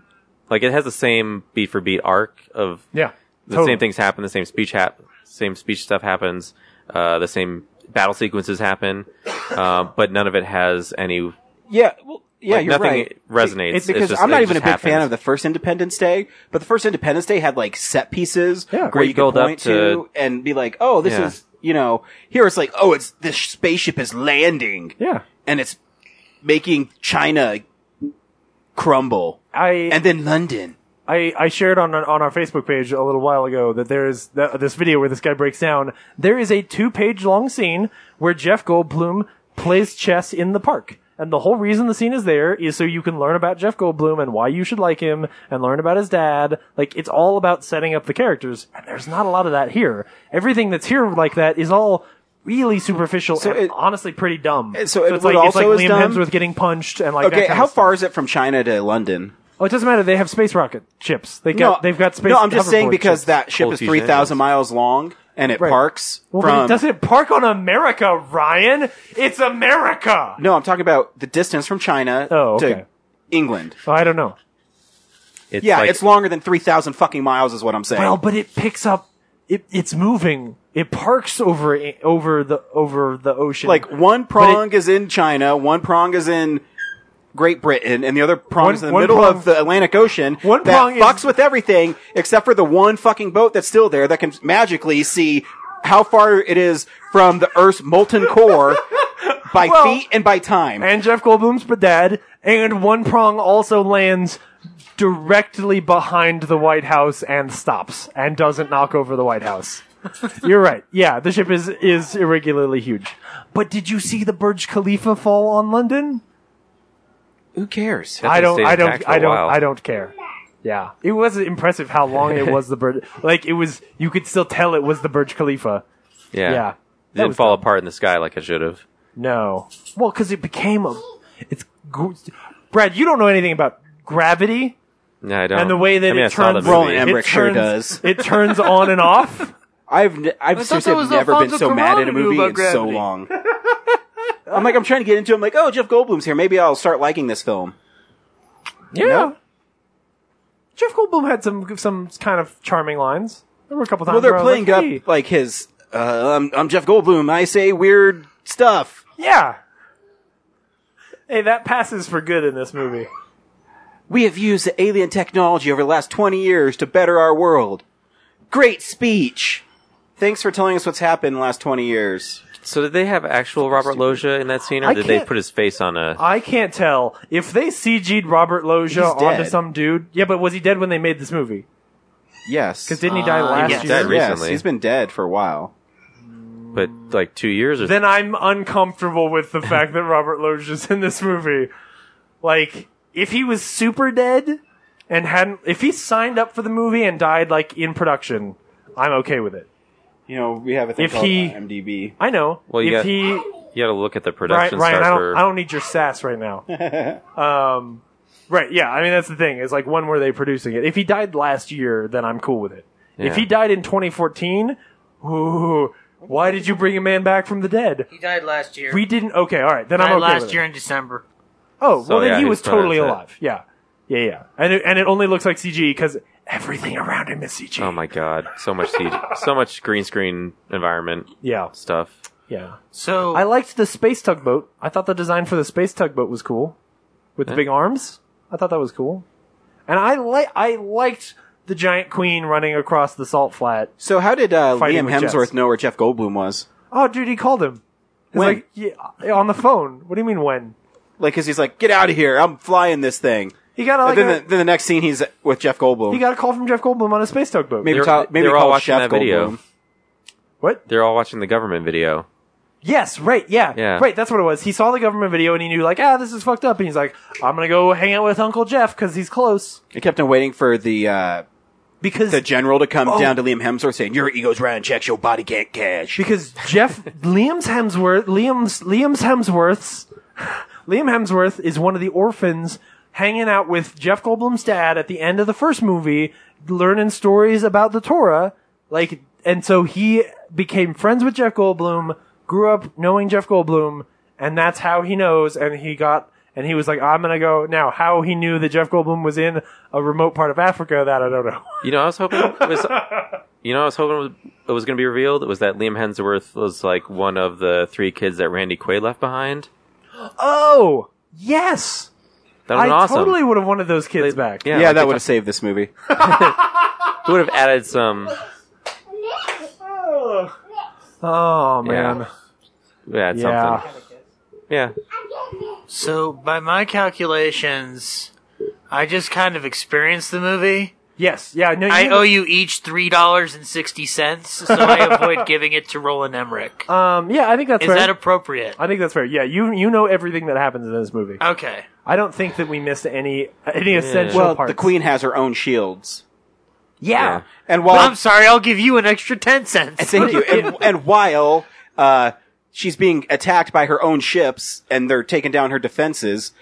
[SPEAKER 8] like it has the same beat for beat arc of
[SPEAKER 4] Yeah.
[SPEAKER 8] the
[SPEAKER 4] totally.
[SPEAKER 8] same things happen, the same speech hap- same speech stuff happens, uh, the same battle sequences happen, uh, but none of it has any.
[SPEAKER 1] Yeah, well, yeah,
[SPEAKER 8] Like,
[SPEAKER 1] you're
[SPEAKER 8] nothing
[SPEAKER 1] right.
[SPEAKER 8] resonates.
[SPEAKER 1] It's
[SPEAKER 8] It's
[SPEAKER 1] because
[SPEAKER 8] just-
[SPEAKER 1] I'm not
[SPEAKER 8] it
[SPEAKER 1] even a
[SPEAKER 8] just
[SPEAKER 1] big fan
[SPEAKER 8] happens.
[SPEAKER 1] of the first Independence Day, but the first Independence Day had like set pieces
[SPEAKER 4] Yeah.
[SPEAKER 1] where
[SPEAKER 8] Great
[SPEAKER 1] you could
[SPEAKER 8] build up
[SPEAKER 1] point to, and be like, "Oh, this
[SPEAKER 8] Yeah.
[SPEAKER 1] is you know." Here it's like, "Oh, it's this spaceship is landing
[SPEAKER 4] Yeah.
[SPEAKER 1] and it's making China crumble,
[SPEAKER 4] I
[SPEAKER 1] and then London."
[SPEAKER 4] I, I shared on on our Facebook page a little while ago that there is th- this video where this guy breaks down. There is a two page long scene where Jeff Goldblum plays chess in the park, and the whole reason the scene is there is so you can learn about Jeff Goldblum and why you should like him, and learn about his dad. Like it's all about setting up the characters, and there's not a lot of that here. Everything that's here like that is all really superficial and
[SPEAKER 1] it-
[SPEAKER 4] honestly pretty dumb.
[SPEAKER 1] so it-
[SPEAKER 4] it's
[SPEAKER 1] what
[SPEAKER 4] like it's like
[SPEAKER 1] also is
[SPEAKER 4] Liam
[SPEAKER 1] dumb-
[SPEAKER 4] Hemsworth getting punched and like
[SPEAKER 1] Okay,
[SPEAKER 4] that kind
[SPEAKER 1] how
[SPEAKER 4] of stuff.
[SPEAKER 1] far is it from China to London?
[SPEAKER 4] Oh, it doesn't matter. They have space rocket ships. They got they've got space.
[SPEAKER 1] No, I'm just saying
[SPEAKER 4] hoverboard
[SPEAKER 1] because
[SPEAKER 4] ships.
[SPEAKER 1] that ship
[SPEAKER 8] Cold
[SPEAKER 1] is
[SPEAKER 8] Fusion
[SPEAKER 1] three thousand miles long and it
[SPEAKER 4] Right.
[SPEAKER 1] parks
[SPEAKER 4] Well,
[SPEAKER 1] from.
[SPEAKER 4] but it doesn't park on America, Ryan. It's America.
[SPEAKER 1] no, I'm talking about the distance from China
[SPEAKER 4] Oh, okay.
[SPEAKER 1] to England.
[SPEAKER 4] Oh, I don't know.
[SPEAKER 8] It's
[SPEAKER 1] Yeah,
[SPEAKER 8] like,
[SPEAKER 1] it's longer than 3,000 fucking miles is what I'm saying.
[SPEAKER 4] Well, but it picks up. It it's moving. It parks over over the over the ocean.
[SPEAKER 1] like one prong is in China, one prong is in Great Britain, and the other prong
[SPEAKER 4] One-
[SPEAKER 1] is in the
[SPEAKER 4] one
[SPEAKER 1] middle
[SPEAKER 4] prong-
[SPEAKER 1] of the Atlantic Ocean
[SPEAKER 4] One
[SPEAKER 1] that
[SPEAKER 4] prong is-
[SPEAKER 1] fucks with everything except for the one fucking boat that's still there that can magically see how far it is from the Earth's molten core by
[SPEAKER 4] Well-
[SPEAKER 1] feet and by time.
[SPEAKER 4] and Jeff Goldblum's dad, and one prong also lands directly behind the White House and stops and doesn't knock over the White House. You're right. Yeah, the ship is is irregularly huge. But did you see the Burj Khalifa fall on London?
[SPEAKER 8] Who cares? That
[SPEAKER 4] I
[SPEAKER 8] thing
[SPEAKER 4] don't.
[SPEAKER 8] stayed
[SPEAKER 4] I don't.
[SPEAKER 8] intact for a
[SPEAKER 4] I don't.
[SPEAKER 8] while.
[SPEAKER 4] I don't care. Yeah, it was impressive how long it was the Burj. Like it was, you could still tell it was the Burj Khalifa.
[SPEAKER 8] Yeah.
[SPEAKER 4] Yeah.
[SPEAKER 8] It
[SPEAKER 4] That
[SPEAKER 8] didn't
[SPEAKER 4] was
[SPEAKER 8] fall apart in the sky like I should have.
[SPEAKER 4] No, well, because it became a. It's go- Brad. You don't know anything about gravity
[SPEAKER 8] No, I don't.
[SPEAKER 4] and the way that
[SPEAKER 8] I mean, I
[SPEAKER 4] it
[SPEAKER 8] saw the
[SPEAKER 4] turns.
[SPEAKER 8] movie.
[SPEAKER 1] Roland Emmerich
[SPEAKER 4] it
[SPEAKER 1] sure
[SPEAKER 4] turns-
[SPEAKER 1] does.
[SPEAKER 4] It turns on and off.
[SPEAKER 1] I've n-
[SPEAKER 5] I
[SPEAKER 1] I've
[SPEAKER 5] thought
[SPEAKER 1] seriously
[SPEAKER 5] that was
[SPEAKER 1] never been
[SPEAKER 5] Alfonso
[SPEAKER 1] so mad
[SPEAKER 5] Cuarón
[SPEAKER 1] at a
[SPEAKER 5] who knew
[SPEAKER 1] movie
[SPEAKER 5] about
[SPEAKER 1] in so
[SPEAKER 5] gravity.
[SPEAKER 1] long. I'm like I'm trying to get into. it. I'm like, oh, Jeff Goldblum's here. Maybe I'll start liking this film.
[SPEAKER 4] Yeah. Jeff Goldblum had some some kind of charming lines. There were a couple times.
[SPEAKER 1] Well, they're
[SPEAKER 4] where I was
[SPEAKER 1] playing
[SPEAKER 4] like,
[SPEAKER 1] up
[SPEAKER 4] "Hey."
[SPEAKER 1] like his. Uh, I'm, I'm Jeff Goldblum. I say weird stuff.
[SPEAKER 4] Yeah. Hey, that passes for good in this movie.
[SPEAKER 1] We have used the alien technology over the last 20 years to better our world. Great speech. Thanks for telling us what's happened in the last 20 years.
[SPEAKER 8] So did they have actual Robert Loggia in that scene, or
[SPEAKER 4] I
[SPEAKER 8] did they
[SPEAKER 4] can't-
[SPEAKER 8] put his face on a?
[SPEAKER 4] I can't tell if they CG'd Robert Loggia
[SPEAKER 8] He's dead.
[SPEAKER 4] onto some dude. Yeah, but was he dead when they made this movie?
[SPEAKER 1] Yes.
[SPEAKER 4] 'Cause didn't he die last
[SPEAKER 8] He was year? dead
[SPEAKER 1] Uh, Yes,
[SPEAKER 8] recently.
[SPEAKER 1] he's been dead for a while.
[SPEAKER 8] But like two years or
[SPEAKER 4] Then I'm uncomfortable with the fact that Robert Loggia's in this movie. Like, if he was super dead and hadn't, if he signed up for the movie and died like in production, I'm okay with it.
[SPEAKER 1] You know, we have a thing
[SPEAKER 4] If
[SPEAKER 1] called
[SPEAKER 4] he-
[SPEAKER 1] IMDb.
[SPEAKER 4] I know.
[SPEAKER 8] well, you
[SPEAKER 4] if
[SPEAKER 8] got
[SPEAKER 4] he,
[SPEAKER 8] you got to look at the
[SPEAKER 4] Ryan,
[SPEAKER 8] production
[SPEAKER 4] Ryan I,
[SPEAKER 8] start
[SPEAKER 4] don't,
[SPEAKER 8] for.
[SPEAKER 4] I don't need your sass right now. Um, right, yeah. I mean, that's the thing. Is like when were they producing it? If he died last year, then I'm cool with it.
[SPEAKER 8] Yeah.
[SPEAKER 4] If he died in 2014, ooh, why did you bring a man back from the dead?
[SPEAKER 5] He died last year.
[SPEAKER 4] We didn't. Okay, all right. Then I'm
[SPEAKER 5] died
[SPEAKER 4] okay
[SPEAKER 5] last
[SPEAKER 4] with it.
[SPEAKER 5] year in December.
[SPEAKER 4] Oh,
[SPEAKER 8] So,
[SPEAKER 4] well, then
[SPEAKER 8] yeah,
[SPEAKER 4] he
[SPEAKER 8] he's
[SPEAKER 4] was
[SPEAKER 8] fine with
[SPEAKER 4] totally
[SPEAKER 8] that.
[SPEAKER 4] alive. Yeah, yeah, yeah. And it, and it only looks like CG because everything around him is CG.
[SPEAKER 8] Oh my god, so much CG, so much green screen environment
[SPEAKER 4] Yeah,
[SPEAKER 8] stuff.
[SPEAKER 4] yeah.
[SPEAKER 5] So
[SPEAKER 4] I liked the space tugboat. I thought the design for the space tugboat was cool, with the
[SPEAKER 8] Yeah.
[SPEAKER 4] big arms. I thought that was cool, and I li- I liked the giant queen running across the salt flat.
[SPEAKER 1] So how did uh, Liam
[SPEAKER 4] Fighting with
[SPEAKER 1] Hemsworth
[SPEAKER 4] jets.
[SPEAKER 1] know where Jeff Goldblum was?
[SPEAKER 4] Oh, dude, he called him. He's
[SPEAKER 1] When?
[SPEAKER 4] like yeah, on the phone. What do you mean when?
[SPEAKER 1] Like, cause he's like, get out of here. I'm flying this thing.
[SPEAKER 4] He got like
[SPEAKER 1] and then,
[SPEAKER 4] a,
[SPEAKER 1] the, then the next scene, he's with Jeff Goldblum.
[SPEAKER 4] he got a call from Jeff Goldblum on a space tugboat.
[SPEAKER 1] maybe
[SPEAKER 8] They're-
[SPEAKER 1] call, maybe
[SPEAKER 8] they're all
[SPEAKER 1] call
[SPEAKER 8] watching
[SPEAKER 1] Chef
[SPEAKER 8] that video.
[SPEAKER 1] Goldblum.
[SPEAKER 8] They're all watching the government video.
[SPEAKER 4] Yes, right, yeah,
[SPEAKER 8] Yeah.
[SPEAKER 4] right. That's what it was. He saw the government video and he knew like, ah, this is fucked up. And he's like, I'm gonna go hang out with Uncle Jeff because he's close.
[SPEAKER 1] I kept on waiting for the uh,
[SPEAKER 4] Because
[SPEAKER 1] the general to come
[SPEAKER 4] Oh.
[SPEAKER 1] down to Liam Hemsworth saying, "Your ego's round checks, your body can't cash."
[SPEAKER 4] because Jeff Liam's Hemsworth Liam's Liam's Hemsworth's Liam Hemsworth is one of the orphans hanging out with Jeff Goldblum's dad at the end of the first movie, learning stories about the Torah. Like, and so he became friends with Jeff Goldblum, grew up knowing Jeff Goldblum, and that's how he knows. And he got and he was like, "I'm gonna go now." How he knew that Jeff Goldblum was in a remote part of Africa that I don't know.
[SPEAKER 8] You know, I was hoping it was. You know, I was hoping it was going to be revealed. was that Liam Hemsworth was like one of the three kids that Randy Quaid left behind.
[SPEAKER 4] Oh, yes.
[SPEAKER 8] That was
[SPEAKER 4] I
[SPEAKER 8] awesome.
[SPEAKER 4] totally would have wanted those kids back.
[SPEAKER 8] yeah,
[SPEAKER 1] yeah,
[SPEAKER 8] like,
[SPEAKER 1] that would have saved this movie.
[SPEAKER 8] would have added some.
[SPEAKER 4] Oh
[SPEAKER 8] Yeah.
[SPEAKER 4] man.
[SPEAKER 8] would add
[SPEAKER 4] Yeah.
[SPEAKER 8] something. Yeah,
[SPEAKER 5] So, by my calculations, I just kind of experienced the movie.
[SPEAKER 4] Yes. Yeah. No. You,
[SPEAKER 5] I owe you each three dollars and sixty cents, so I avoid giving it to Roland Emmerich.
[SPEAKER 4] Um. Yeah. I think that's
[SPEAKER 5] Is
[SPEAKER 4] fair.
[SPEAKER 5] that appropriate?
[SPEAKER 4] I think that's fair. Yeah. You you know everything that happens in this movie.
[SPEAKER 5] Okay.
[SPEAKER 4] I don't think that we missed any any essential
[SPEAKER 1] Well,
[SPEAKER 4] parts.
[SPEAKER 1] the Queen has her own shields,
[SPEAKER 4] Yeah.
[SPEAKER 1] and
[SPEAKER 5] Well,
[SPEAKER 1] while
[SPEAKER 5] I'm sorry. I'll give you an extra ten cents.
[SPEAKER 1] thank you, and, and while uh, she's being attacked by her own ships and they're taking down her defenses,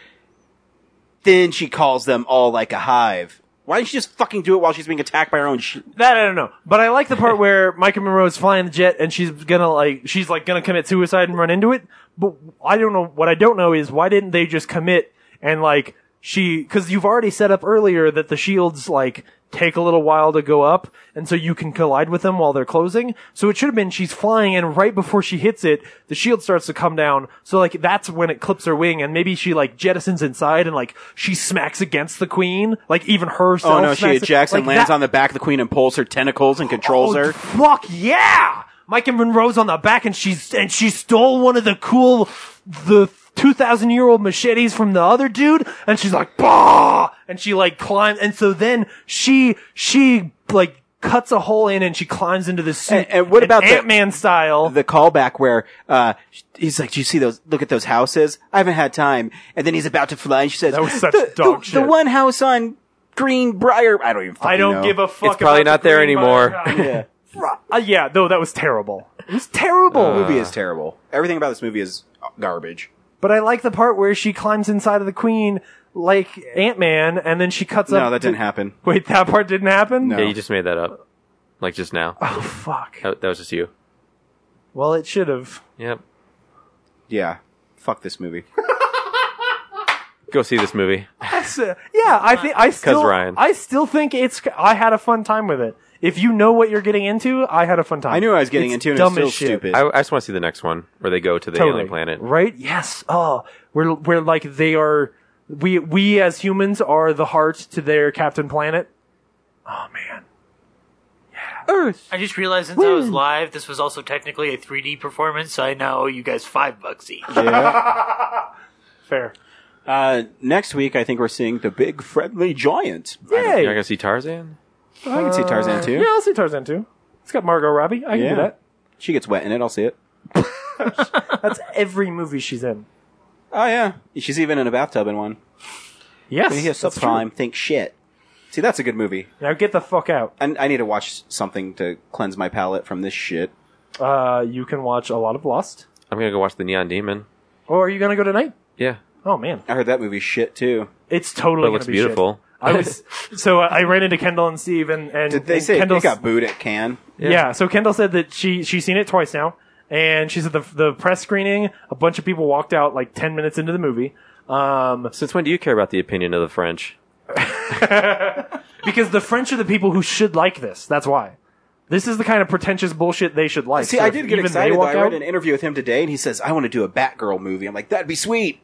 [SPEAKER 1] then she calls them all like a hive. Why didn't she just fucking do it while she's being attacked by her own? Sh-
[SPEAKER 4] That I don't know. But I like the part where Micah Monroe is flying the jet and she's gonna like she's like gonna commit suicide and run into it. But I don't know. What I don't know is why didn't they just commit and like she because you've already set up earlier that the shields like take a little while to go up and so you can collide with them while they're closing so it should have been she's flying and right before she hits it the shield starts to come down so like that's when it clips her wing and maybe she like jettisons inside and like she smacks against the queen like even herself
[SPEAKER 1] oh no, she
[SPEAKER 4] smacks-
[SPEAKER 1] ejects and
[SPEAKER 4] like,
[SPEAKER 1] lands
[SPEAKER 4] that-
[SPEAKER 1] on the back of the Queen and pulls her tentacles and controls
[SPEAKER 4] Oh,
[SPEAKER 1] her.
[SPEAKER 4] Fuck yeah! Micah Monroe's on the back, and she's and she stole one of the cool the two thousand year old machetes from the other dude, and she's like bah, and she like climbs, and so then she she like cuts a hole in and she climbs into the suit.
[SPEAKER 3] And, and what about the-
[SPEAKER 4] Ant Man style?
[SPEAKER 3] the callback where uh, he's like, "Do you see those? Look at those houses. I haven't had time." And then he's about to fly, and she says,
[SPEAKER 4] That was such
[SPEAKER 3] the,
[SPEAKER 4] dog
[SPEAKER 3] the,
[SPEAKER 4] shit."
[SPEAKER 3] the one house on Greenbrier. I don't even. Fucking
[SPEAKER 4] I don't
[SPEAKER 3] know.
[SPEAKER 4] give a fuck.
[SPEAKER 8] It's probably
[SPEAKER 4] about
[SPEAKER 8] not
[SPEAKER 4] the
[SPEAKER 8] there
[SPEAKER 4] green
[SPEAKER 8] anymore.
[SPEAKER 4] button. Uh, yeah, though that was terrible. It was terrible.
[SPEAKER 3] The movie is terrible. Everything about this movie is garbage.
[SPEAKER 4] But I like the part where she climbs inside of the queen like Ant Man, and then she cuts up.
[SPEAKER 3] No, that didn't happen.
[SPEAKER 4] Wait, that part didn't happen.
[SPEAKER 8] Yeah, you just made that up. Like just now.
[SPEAKER 4] Oh fuck.
[SPEAKER 8] That, that was just you.
[SPEAKER 4] Well, it should have.
[SPEAKER 8] Yep.
[SPEAKER 3] Yeah. Fuck this movie.
[SPEAKER 8] Go see this movie.
[SPEAKER 4] That's, uh, yeah, I think I still.
[SPEAKER 8] Ryan.
[SPEAKER 4] I still think it's. I had a fun time with it. If you know what you're getting into, I had a fun time.
[SPEAKER 3] I knew I was getting
[SPEAKER 4] It's
[SPEAKER 3] into it. and
[SPEAKER 4] Dumb
[SPEAKER 3] it's still
[SPEAKER 4] as shit.
[SPEAKER 3] stupid.
[SPEAKER 8] I, I just want to see the next one where they go to the
[SPEAKER 4] Totally.
[SPEAKER 8] alien planet.
[SPEAKER 4] Right? Yes. Oh, we're we're like they are. We we as humans are the heart to their Captain Planet. Oh man. Earth.
[SPEAKER 5] I just realized since I was live, this was also technically a 3D performance, so I now owe you guys five bucks each.
[SPEAKER 4] Fair.
[SPEAKER 3] Uh, next week, I think we're seeing the big friendly giant.
[SPEAKER 4] Yay.
[SPEAKER 8] You're not gonna see Tarzan?
[SPEAKER 3] I can see Tarzan too.
[SPEAKER 4] Yeah, I'll see Tarzan too. It's got Margot Robbie. I can
[SPEAKER 3] Yeah.
[SPEAKER 4] do that.
[SPEAKER 3] She gets wet in it. I'll see it.
[SPEAKER 4] That's every movie she's in.
[SPEAKER 3] Oh yeah, she's even in a bathtub in one.
[SPEAKER 4] Yes.
[SPEAKER 3] Maybe he has
[SPEAKER 4] that's
[SPEAKER 3] subprime. Think shit. See, that's a good movie.
[SPEAKER 4] true. Now get the fuck out.
[SPEAKER 3] I, I need to watch something to cleanse my palate from this shit.
[SPEAKER 4] Uh, you can watch a lot of Lost.
[SPEAKER 8] I'm gonna go watch the Neon Demon.
[SPEAKER 4] Or are you gonna go tonight?
[SPEAKER 8] Yeah.
[SPEAKER 4] Oh man,
[SPEAKER 3] I heard that movie's shit too.
[SPEAKER 4] it's totally.
[SPEAKER 8] But it
[SPEAKER 4] gonna
[SPEAKER 8] looks
[SPEAKER 4] be shit.
[SPEAKER 8] beautiful.
[SPEAKER 4] I was so uh, I ran into Kendall and Steve and and
[SPEAKER 3] Did they
[SPEAKER 4] and
[SPEAKER 3] say
[SPEAKER 4] Kendall
[SPEAKER 3] it got booed at Cannes?
[SPEAKER 4] Yeah. So Kendall said that she she's seen it twice now, and she said the the press screening, a bunch of people walked out like ten minutes into the movie, um,
[SPEAKER 8] Since when do you care about the opinion of the French?
[SPEAKER 4] because the French are the people who should like this. That's why. This is the kind of pretentious bullshit they should like.
[SPEAKER 3] See,
[SPEAKER 4] So
[SPEAKER 3] I
[SPEAKER 4] if
[SPEAKER 3] did get
[SPEAKER 4] even they
[SPEAKER 3] excited. Though.
[SPEAKER 4] walk
[SPEAKER 3] I read
[SPEAKER 4] out-
[SPEAKER 3] an interview with him today, and he says, "I want to do a Batgirl movie." I'm like, "That'd be sweet."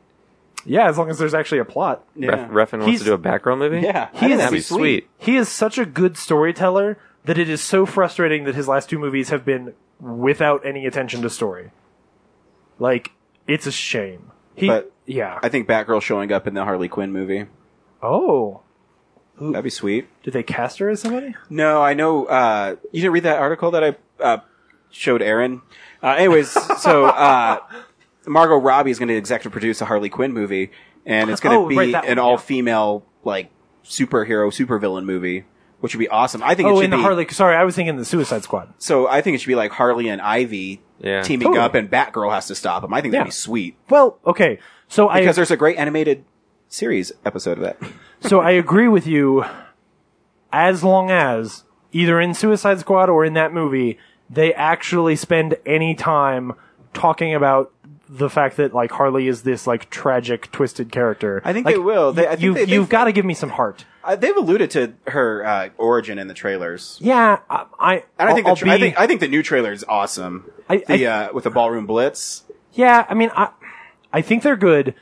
[SPEAKER 4] Yeah, as long as there's actually a plot.
[SPEAKER 8] Ref, Reffin wants
[SPEAKER 4] He's-
[SPEAKER 8] to do a background movie?
[SPEAKER 3] Yeah, I think
[SPEAKER 8] That'd
[SPEAKER 3] that'd
[SPEAKER 8] be
[SPEAKER 3] be
[SPEAKER 8] sweet.
[SPEAKER 4] He is such a good storyteller that it is so frustrating that his last two movies have been without any attention to story. Like, it's a shame. He,
[SPEAKER 3] But-
[SPEAKER 4] yeah.
[SPEAKER 3] I think Batgirl showing up in the Harley Quinn movie
[SPEAKER 4] oh,
[SPEAKER 3] that'd be sweet.
[SPEAKER 4] did they cast her as somebody?
[SPEAKER 3] No, I know. Uh, you didn't read that article that I uh, showed Aaron. Uh, anyways, so uh, Margot Robbie is going to executive produce a Harley Quinn movie, and it's going to
[SPEAKER 4] Oh,
[SPEAKER 3] be
[SPEAKER 4] right, that
[SPEAKER 3] an
[SPEAKER 4] one, yeah.
[SPEAKER 3] all-female like superhero supervillain movie, which would be awesome. I think it
[SPEAKER 4] Oh,
[SPEAKER 3] should
[SPEAKER 4] in the
[SPEAKER 3] be
[SPEAKER 4] Harley. Sorry, I was thinking the Suicide Squad.
[SPEAKER 3] so. I think it should be like Harley and Ivy
[SPEAKER 8] Yeah.
[SPEAKER 3] teaming
[SPEAKER 4] Totally.
[SPEAKER 3] up, and Batgirl has to stop him. I think that'd
[SPEAKER 4] Yeah.
[SPEAKER 3] be sweet
[SPEAKER 4] Well, okay. So I
[SPEAKER 3] because there's a great animated series episode of that.
[SPEAKER 4] so I agree with you. As long as either in Suicide Squad or in that movie, they actually spend any time talking about the fact that like Harley is this like tragic, twisted character.
[SPEAKER 3] I think
[SPEAKER 4] Like,
[SPEAKER 3] they will. They- I think
[SPEAKER 4] you,
[SPEAKER 3] they- they-
[SPEAKER 4] you've got to give me some heart.
[SPEAKER 3] Uh, they've alluded to her uh, origin in the trailers.
[SPEAKER 4] Yeah, I. I,
[SPEAKER 3] And I think,
[SPEAKER 4] I'll
[SPEAKER 3] the tra- I
[SPEAKER 4] be-
[SPEAKER 3] think I think the new trailer is awesome.
[SPEAKER 4] I-
[SPEAKER 3] the uh, with the ballroom blitz.
[SPEAKER 4] Yeah, I mean, I, I think they're good.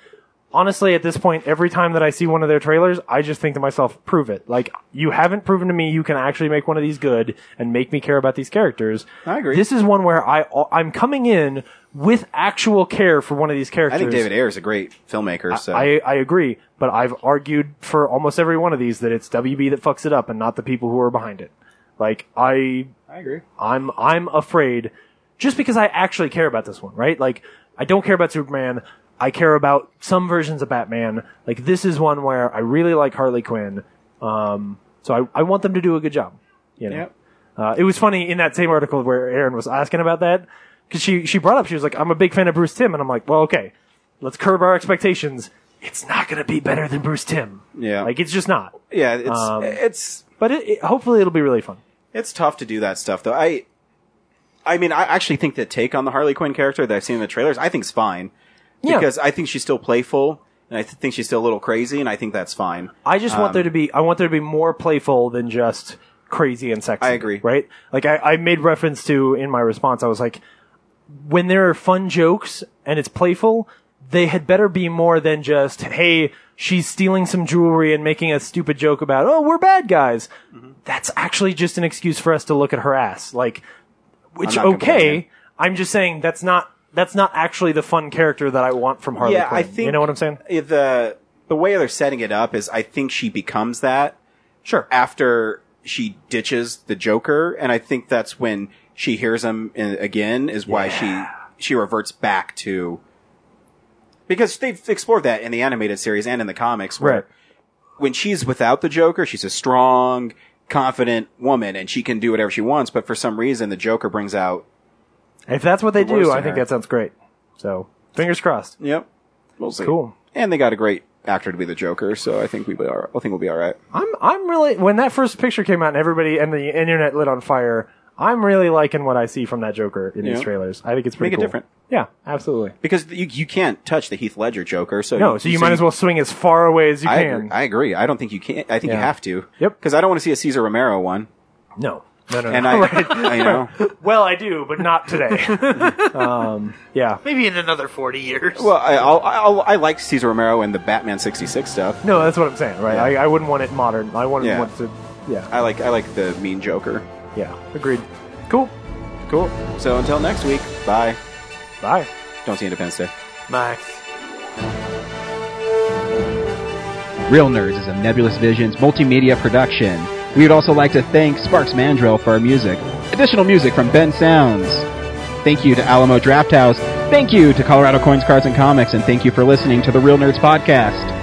[SPEAKER 4] Honestly, at this point, every time that I see one of their trailers, I just think to myself, prove it. Like, you haven't proven to me you can actually make one of these good and make me care about these characters.
[SPEAKER 3] I agree.
[SPEAKER 4] This is one where I, I'm coming in with actual care for one of these characters.
[SPEAKER 3] I think David Ayer is a great filmmaker. So
[SPEAKER 4] I, I agree, but I've argued for almost every one of these that it's WB that fucks it up and not the people who are behind it. Like, I
[SPEAKER 3] I agree.
[SPEAKER 4] I'm I'm afraid just because I actually care about this one, right? Like I don't care about Superman. I care about some versions of Batman. Like this is one where I really like Harley Quinn. Um, so I, I want them to do a good job. You know.
[SPEAKER 3] Yep.
[SPEAKER 4] Uh, it was funny in that same article where Aaron was asking about that because she she brought up she was like I'm a big fan of Bruce Tim and I'm like well okay let's curb our expectations. It's not going to be better than Bruce Tim.
[SPEAKER 3] Yeah.
[SPEAKER 4] Like it's just not.
[SPEAKER 3] Yeah, it's
[SPEAKER 4] Um,
[SPEAKER 3] it's
[SPEAKER 4] But it, it, hopefully it'll be really fun.
[SPEAKER 3] it's tough to do that stuff though. I I mean, I actually think the take on the Harley Quinn character that I've seen in the trailers, I think's fine
[SPEAKER 4] Yeah.
[SPEAKER 3] because I think she's still playful and I th- think she's still a little crazy, and I think that's fine.
[SPEAKER 4] I just want
[SPEAKER 3] Um,
[SPEAKER 4] there to be I want there to be more playful than just crazy and sexy.
[SPEAKER 3] I agree.
[SPEAKER 4] Right? Like I, I made reference to in my response, I was like, when there are fun jokes and it's playful, they had better be more than just, hey, she's stealing some jewelry and making a stupid joke about, oh, we're bad guys. That's actually just an excuse for us to look at her ass. Like which
[SPEAKER 3] I'm not complaining.
[SPEAKER 4] okay. I'm just saying that's not that's not actually the fun character that I want from Harley
[SPEAKER 3] yeah,
[SPEAKER 4] Quinn.
[SPEAKER 3] I think eh,
[SPEAKER 4] you know what I'm saying?
[SPEAKER 3] i- The the way they're setting it up is, I think she becomes that
[SPEAKER 4] Sure.
[SPEAKER 3] after she ditches the Joker, and I think that's when she hears him in, again. Is why she she reverts back to because they've explored that in the animated series and in the comics. Where
[SPEAKER 4] Right.
[SPEAKER 3] when she's without the Joker, she's a strong, confident woman, and she can do whatever she wants. But for some reason, the Joker brings out
[SPEAKER 4] If that's what they
[SPEAKER 3] The worst
[SPEAKER 4] do,
[SPEAKER 3] in
[SPEAKER 4] I think
[SPEAKER 3] her.
[SPEAKER 4] that sounds great. So fingers crossed.
[SPEAKER 3] Yep. We'll see.
[SPEAKER 4] Cool.
[SPEAKER 3] And they got a great actor to be the Joker, so I think we will be all right. I think we'll be all right.
[SPEAKER 4] I'm I'm really when that first picture came out and everybody and the internet lit on fire. I'm really liking what I see from that Joker in
[SPEAKER 3] Yeah.
[SPEAKER 4] these trailers. I think it's pretty
[SPEAKER 3] Make it
[SPEAKER 4] cool.
[SPEAKER 3] different.
[SPEAKER 4] Yeah, absolutely.
[SPEAKER 3] Because you, you can't touch the Heath Ledger Joker, so
[SPEAKER 4] no, so you might as well swing as far away as you
[SPEAKER 3] I
[SPEAKER 4] can.
[SPEAKER 3] agree. I agree. I don't think you can. I think you
[SPEAKER 4] Yeah.
[SPEAKER 3] have to.
[SPEAKER 4] Yep.
[SPEAKER 3] Because I don't want to see a Caesar Romero one.
[SPEAKER 4] No. No, no, no.
[SPEAKER 3] And I,
[SPEAKER 4] Right.
[SPEAKER 3] I know.
[SPEAKER 4] Well, I do, but not today. um, yeah.
[SPEAKER 5] Maybe in another 40 years.
[SPEAKER 3] Well, I, I'll, I'll, I like Caesar Romero and the Batman '66 stuff.
[SPEAKER 4] No, that's what I'm saying, right? I, I wouldn't want it modern. I wouldn't
[SPEAKER 3] Yeah.
[SPEAKER 4] want to. Yeah.
[SPEAKER 3] I like I like the Mean Joker.
[SPEAKER 4] Yeah. Agreed. Cool. Cool.
[SPEAKER 3] So until next week, bye.
[SPEAKER 4] Bye.
[SPEAKER 3] Don't see Independence Day.
[SPEAKER 5] Bye.
[SPEAKER 3] Real Nerds is a Nebulous Visions multimedia production. We would also like to thank Sparks Mandrell for our music. Additional music from Ben Sounds. Thank you to Alamo Draft House. Thank you to Colorado Coins, Cards, and Comics. And thank you for listening to the Real Nerds Podcast.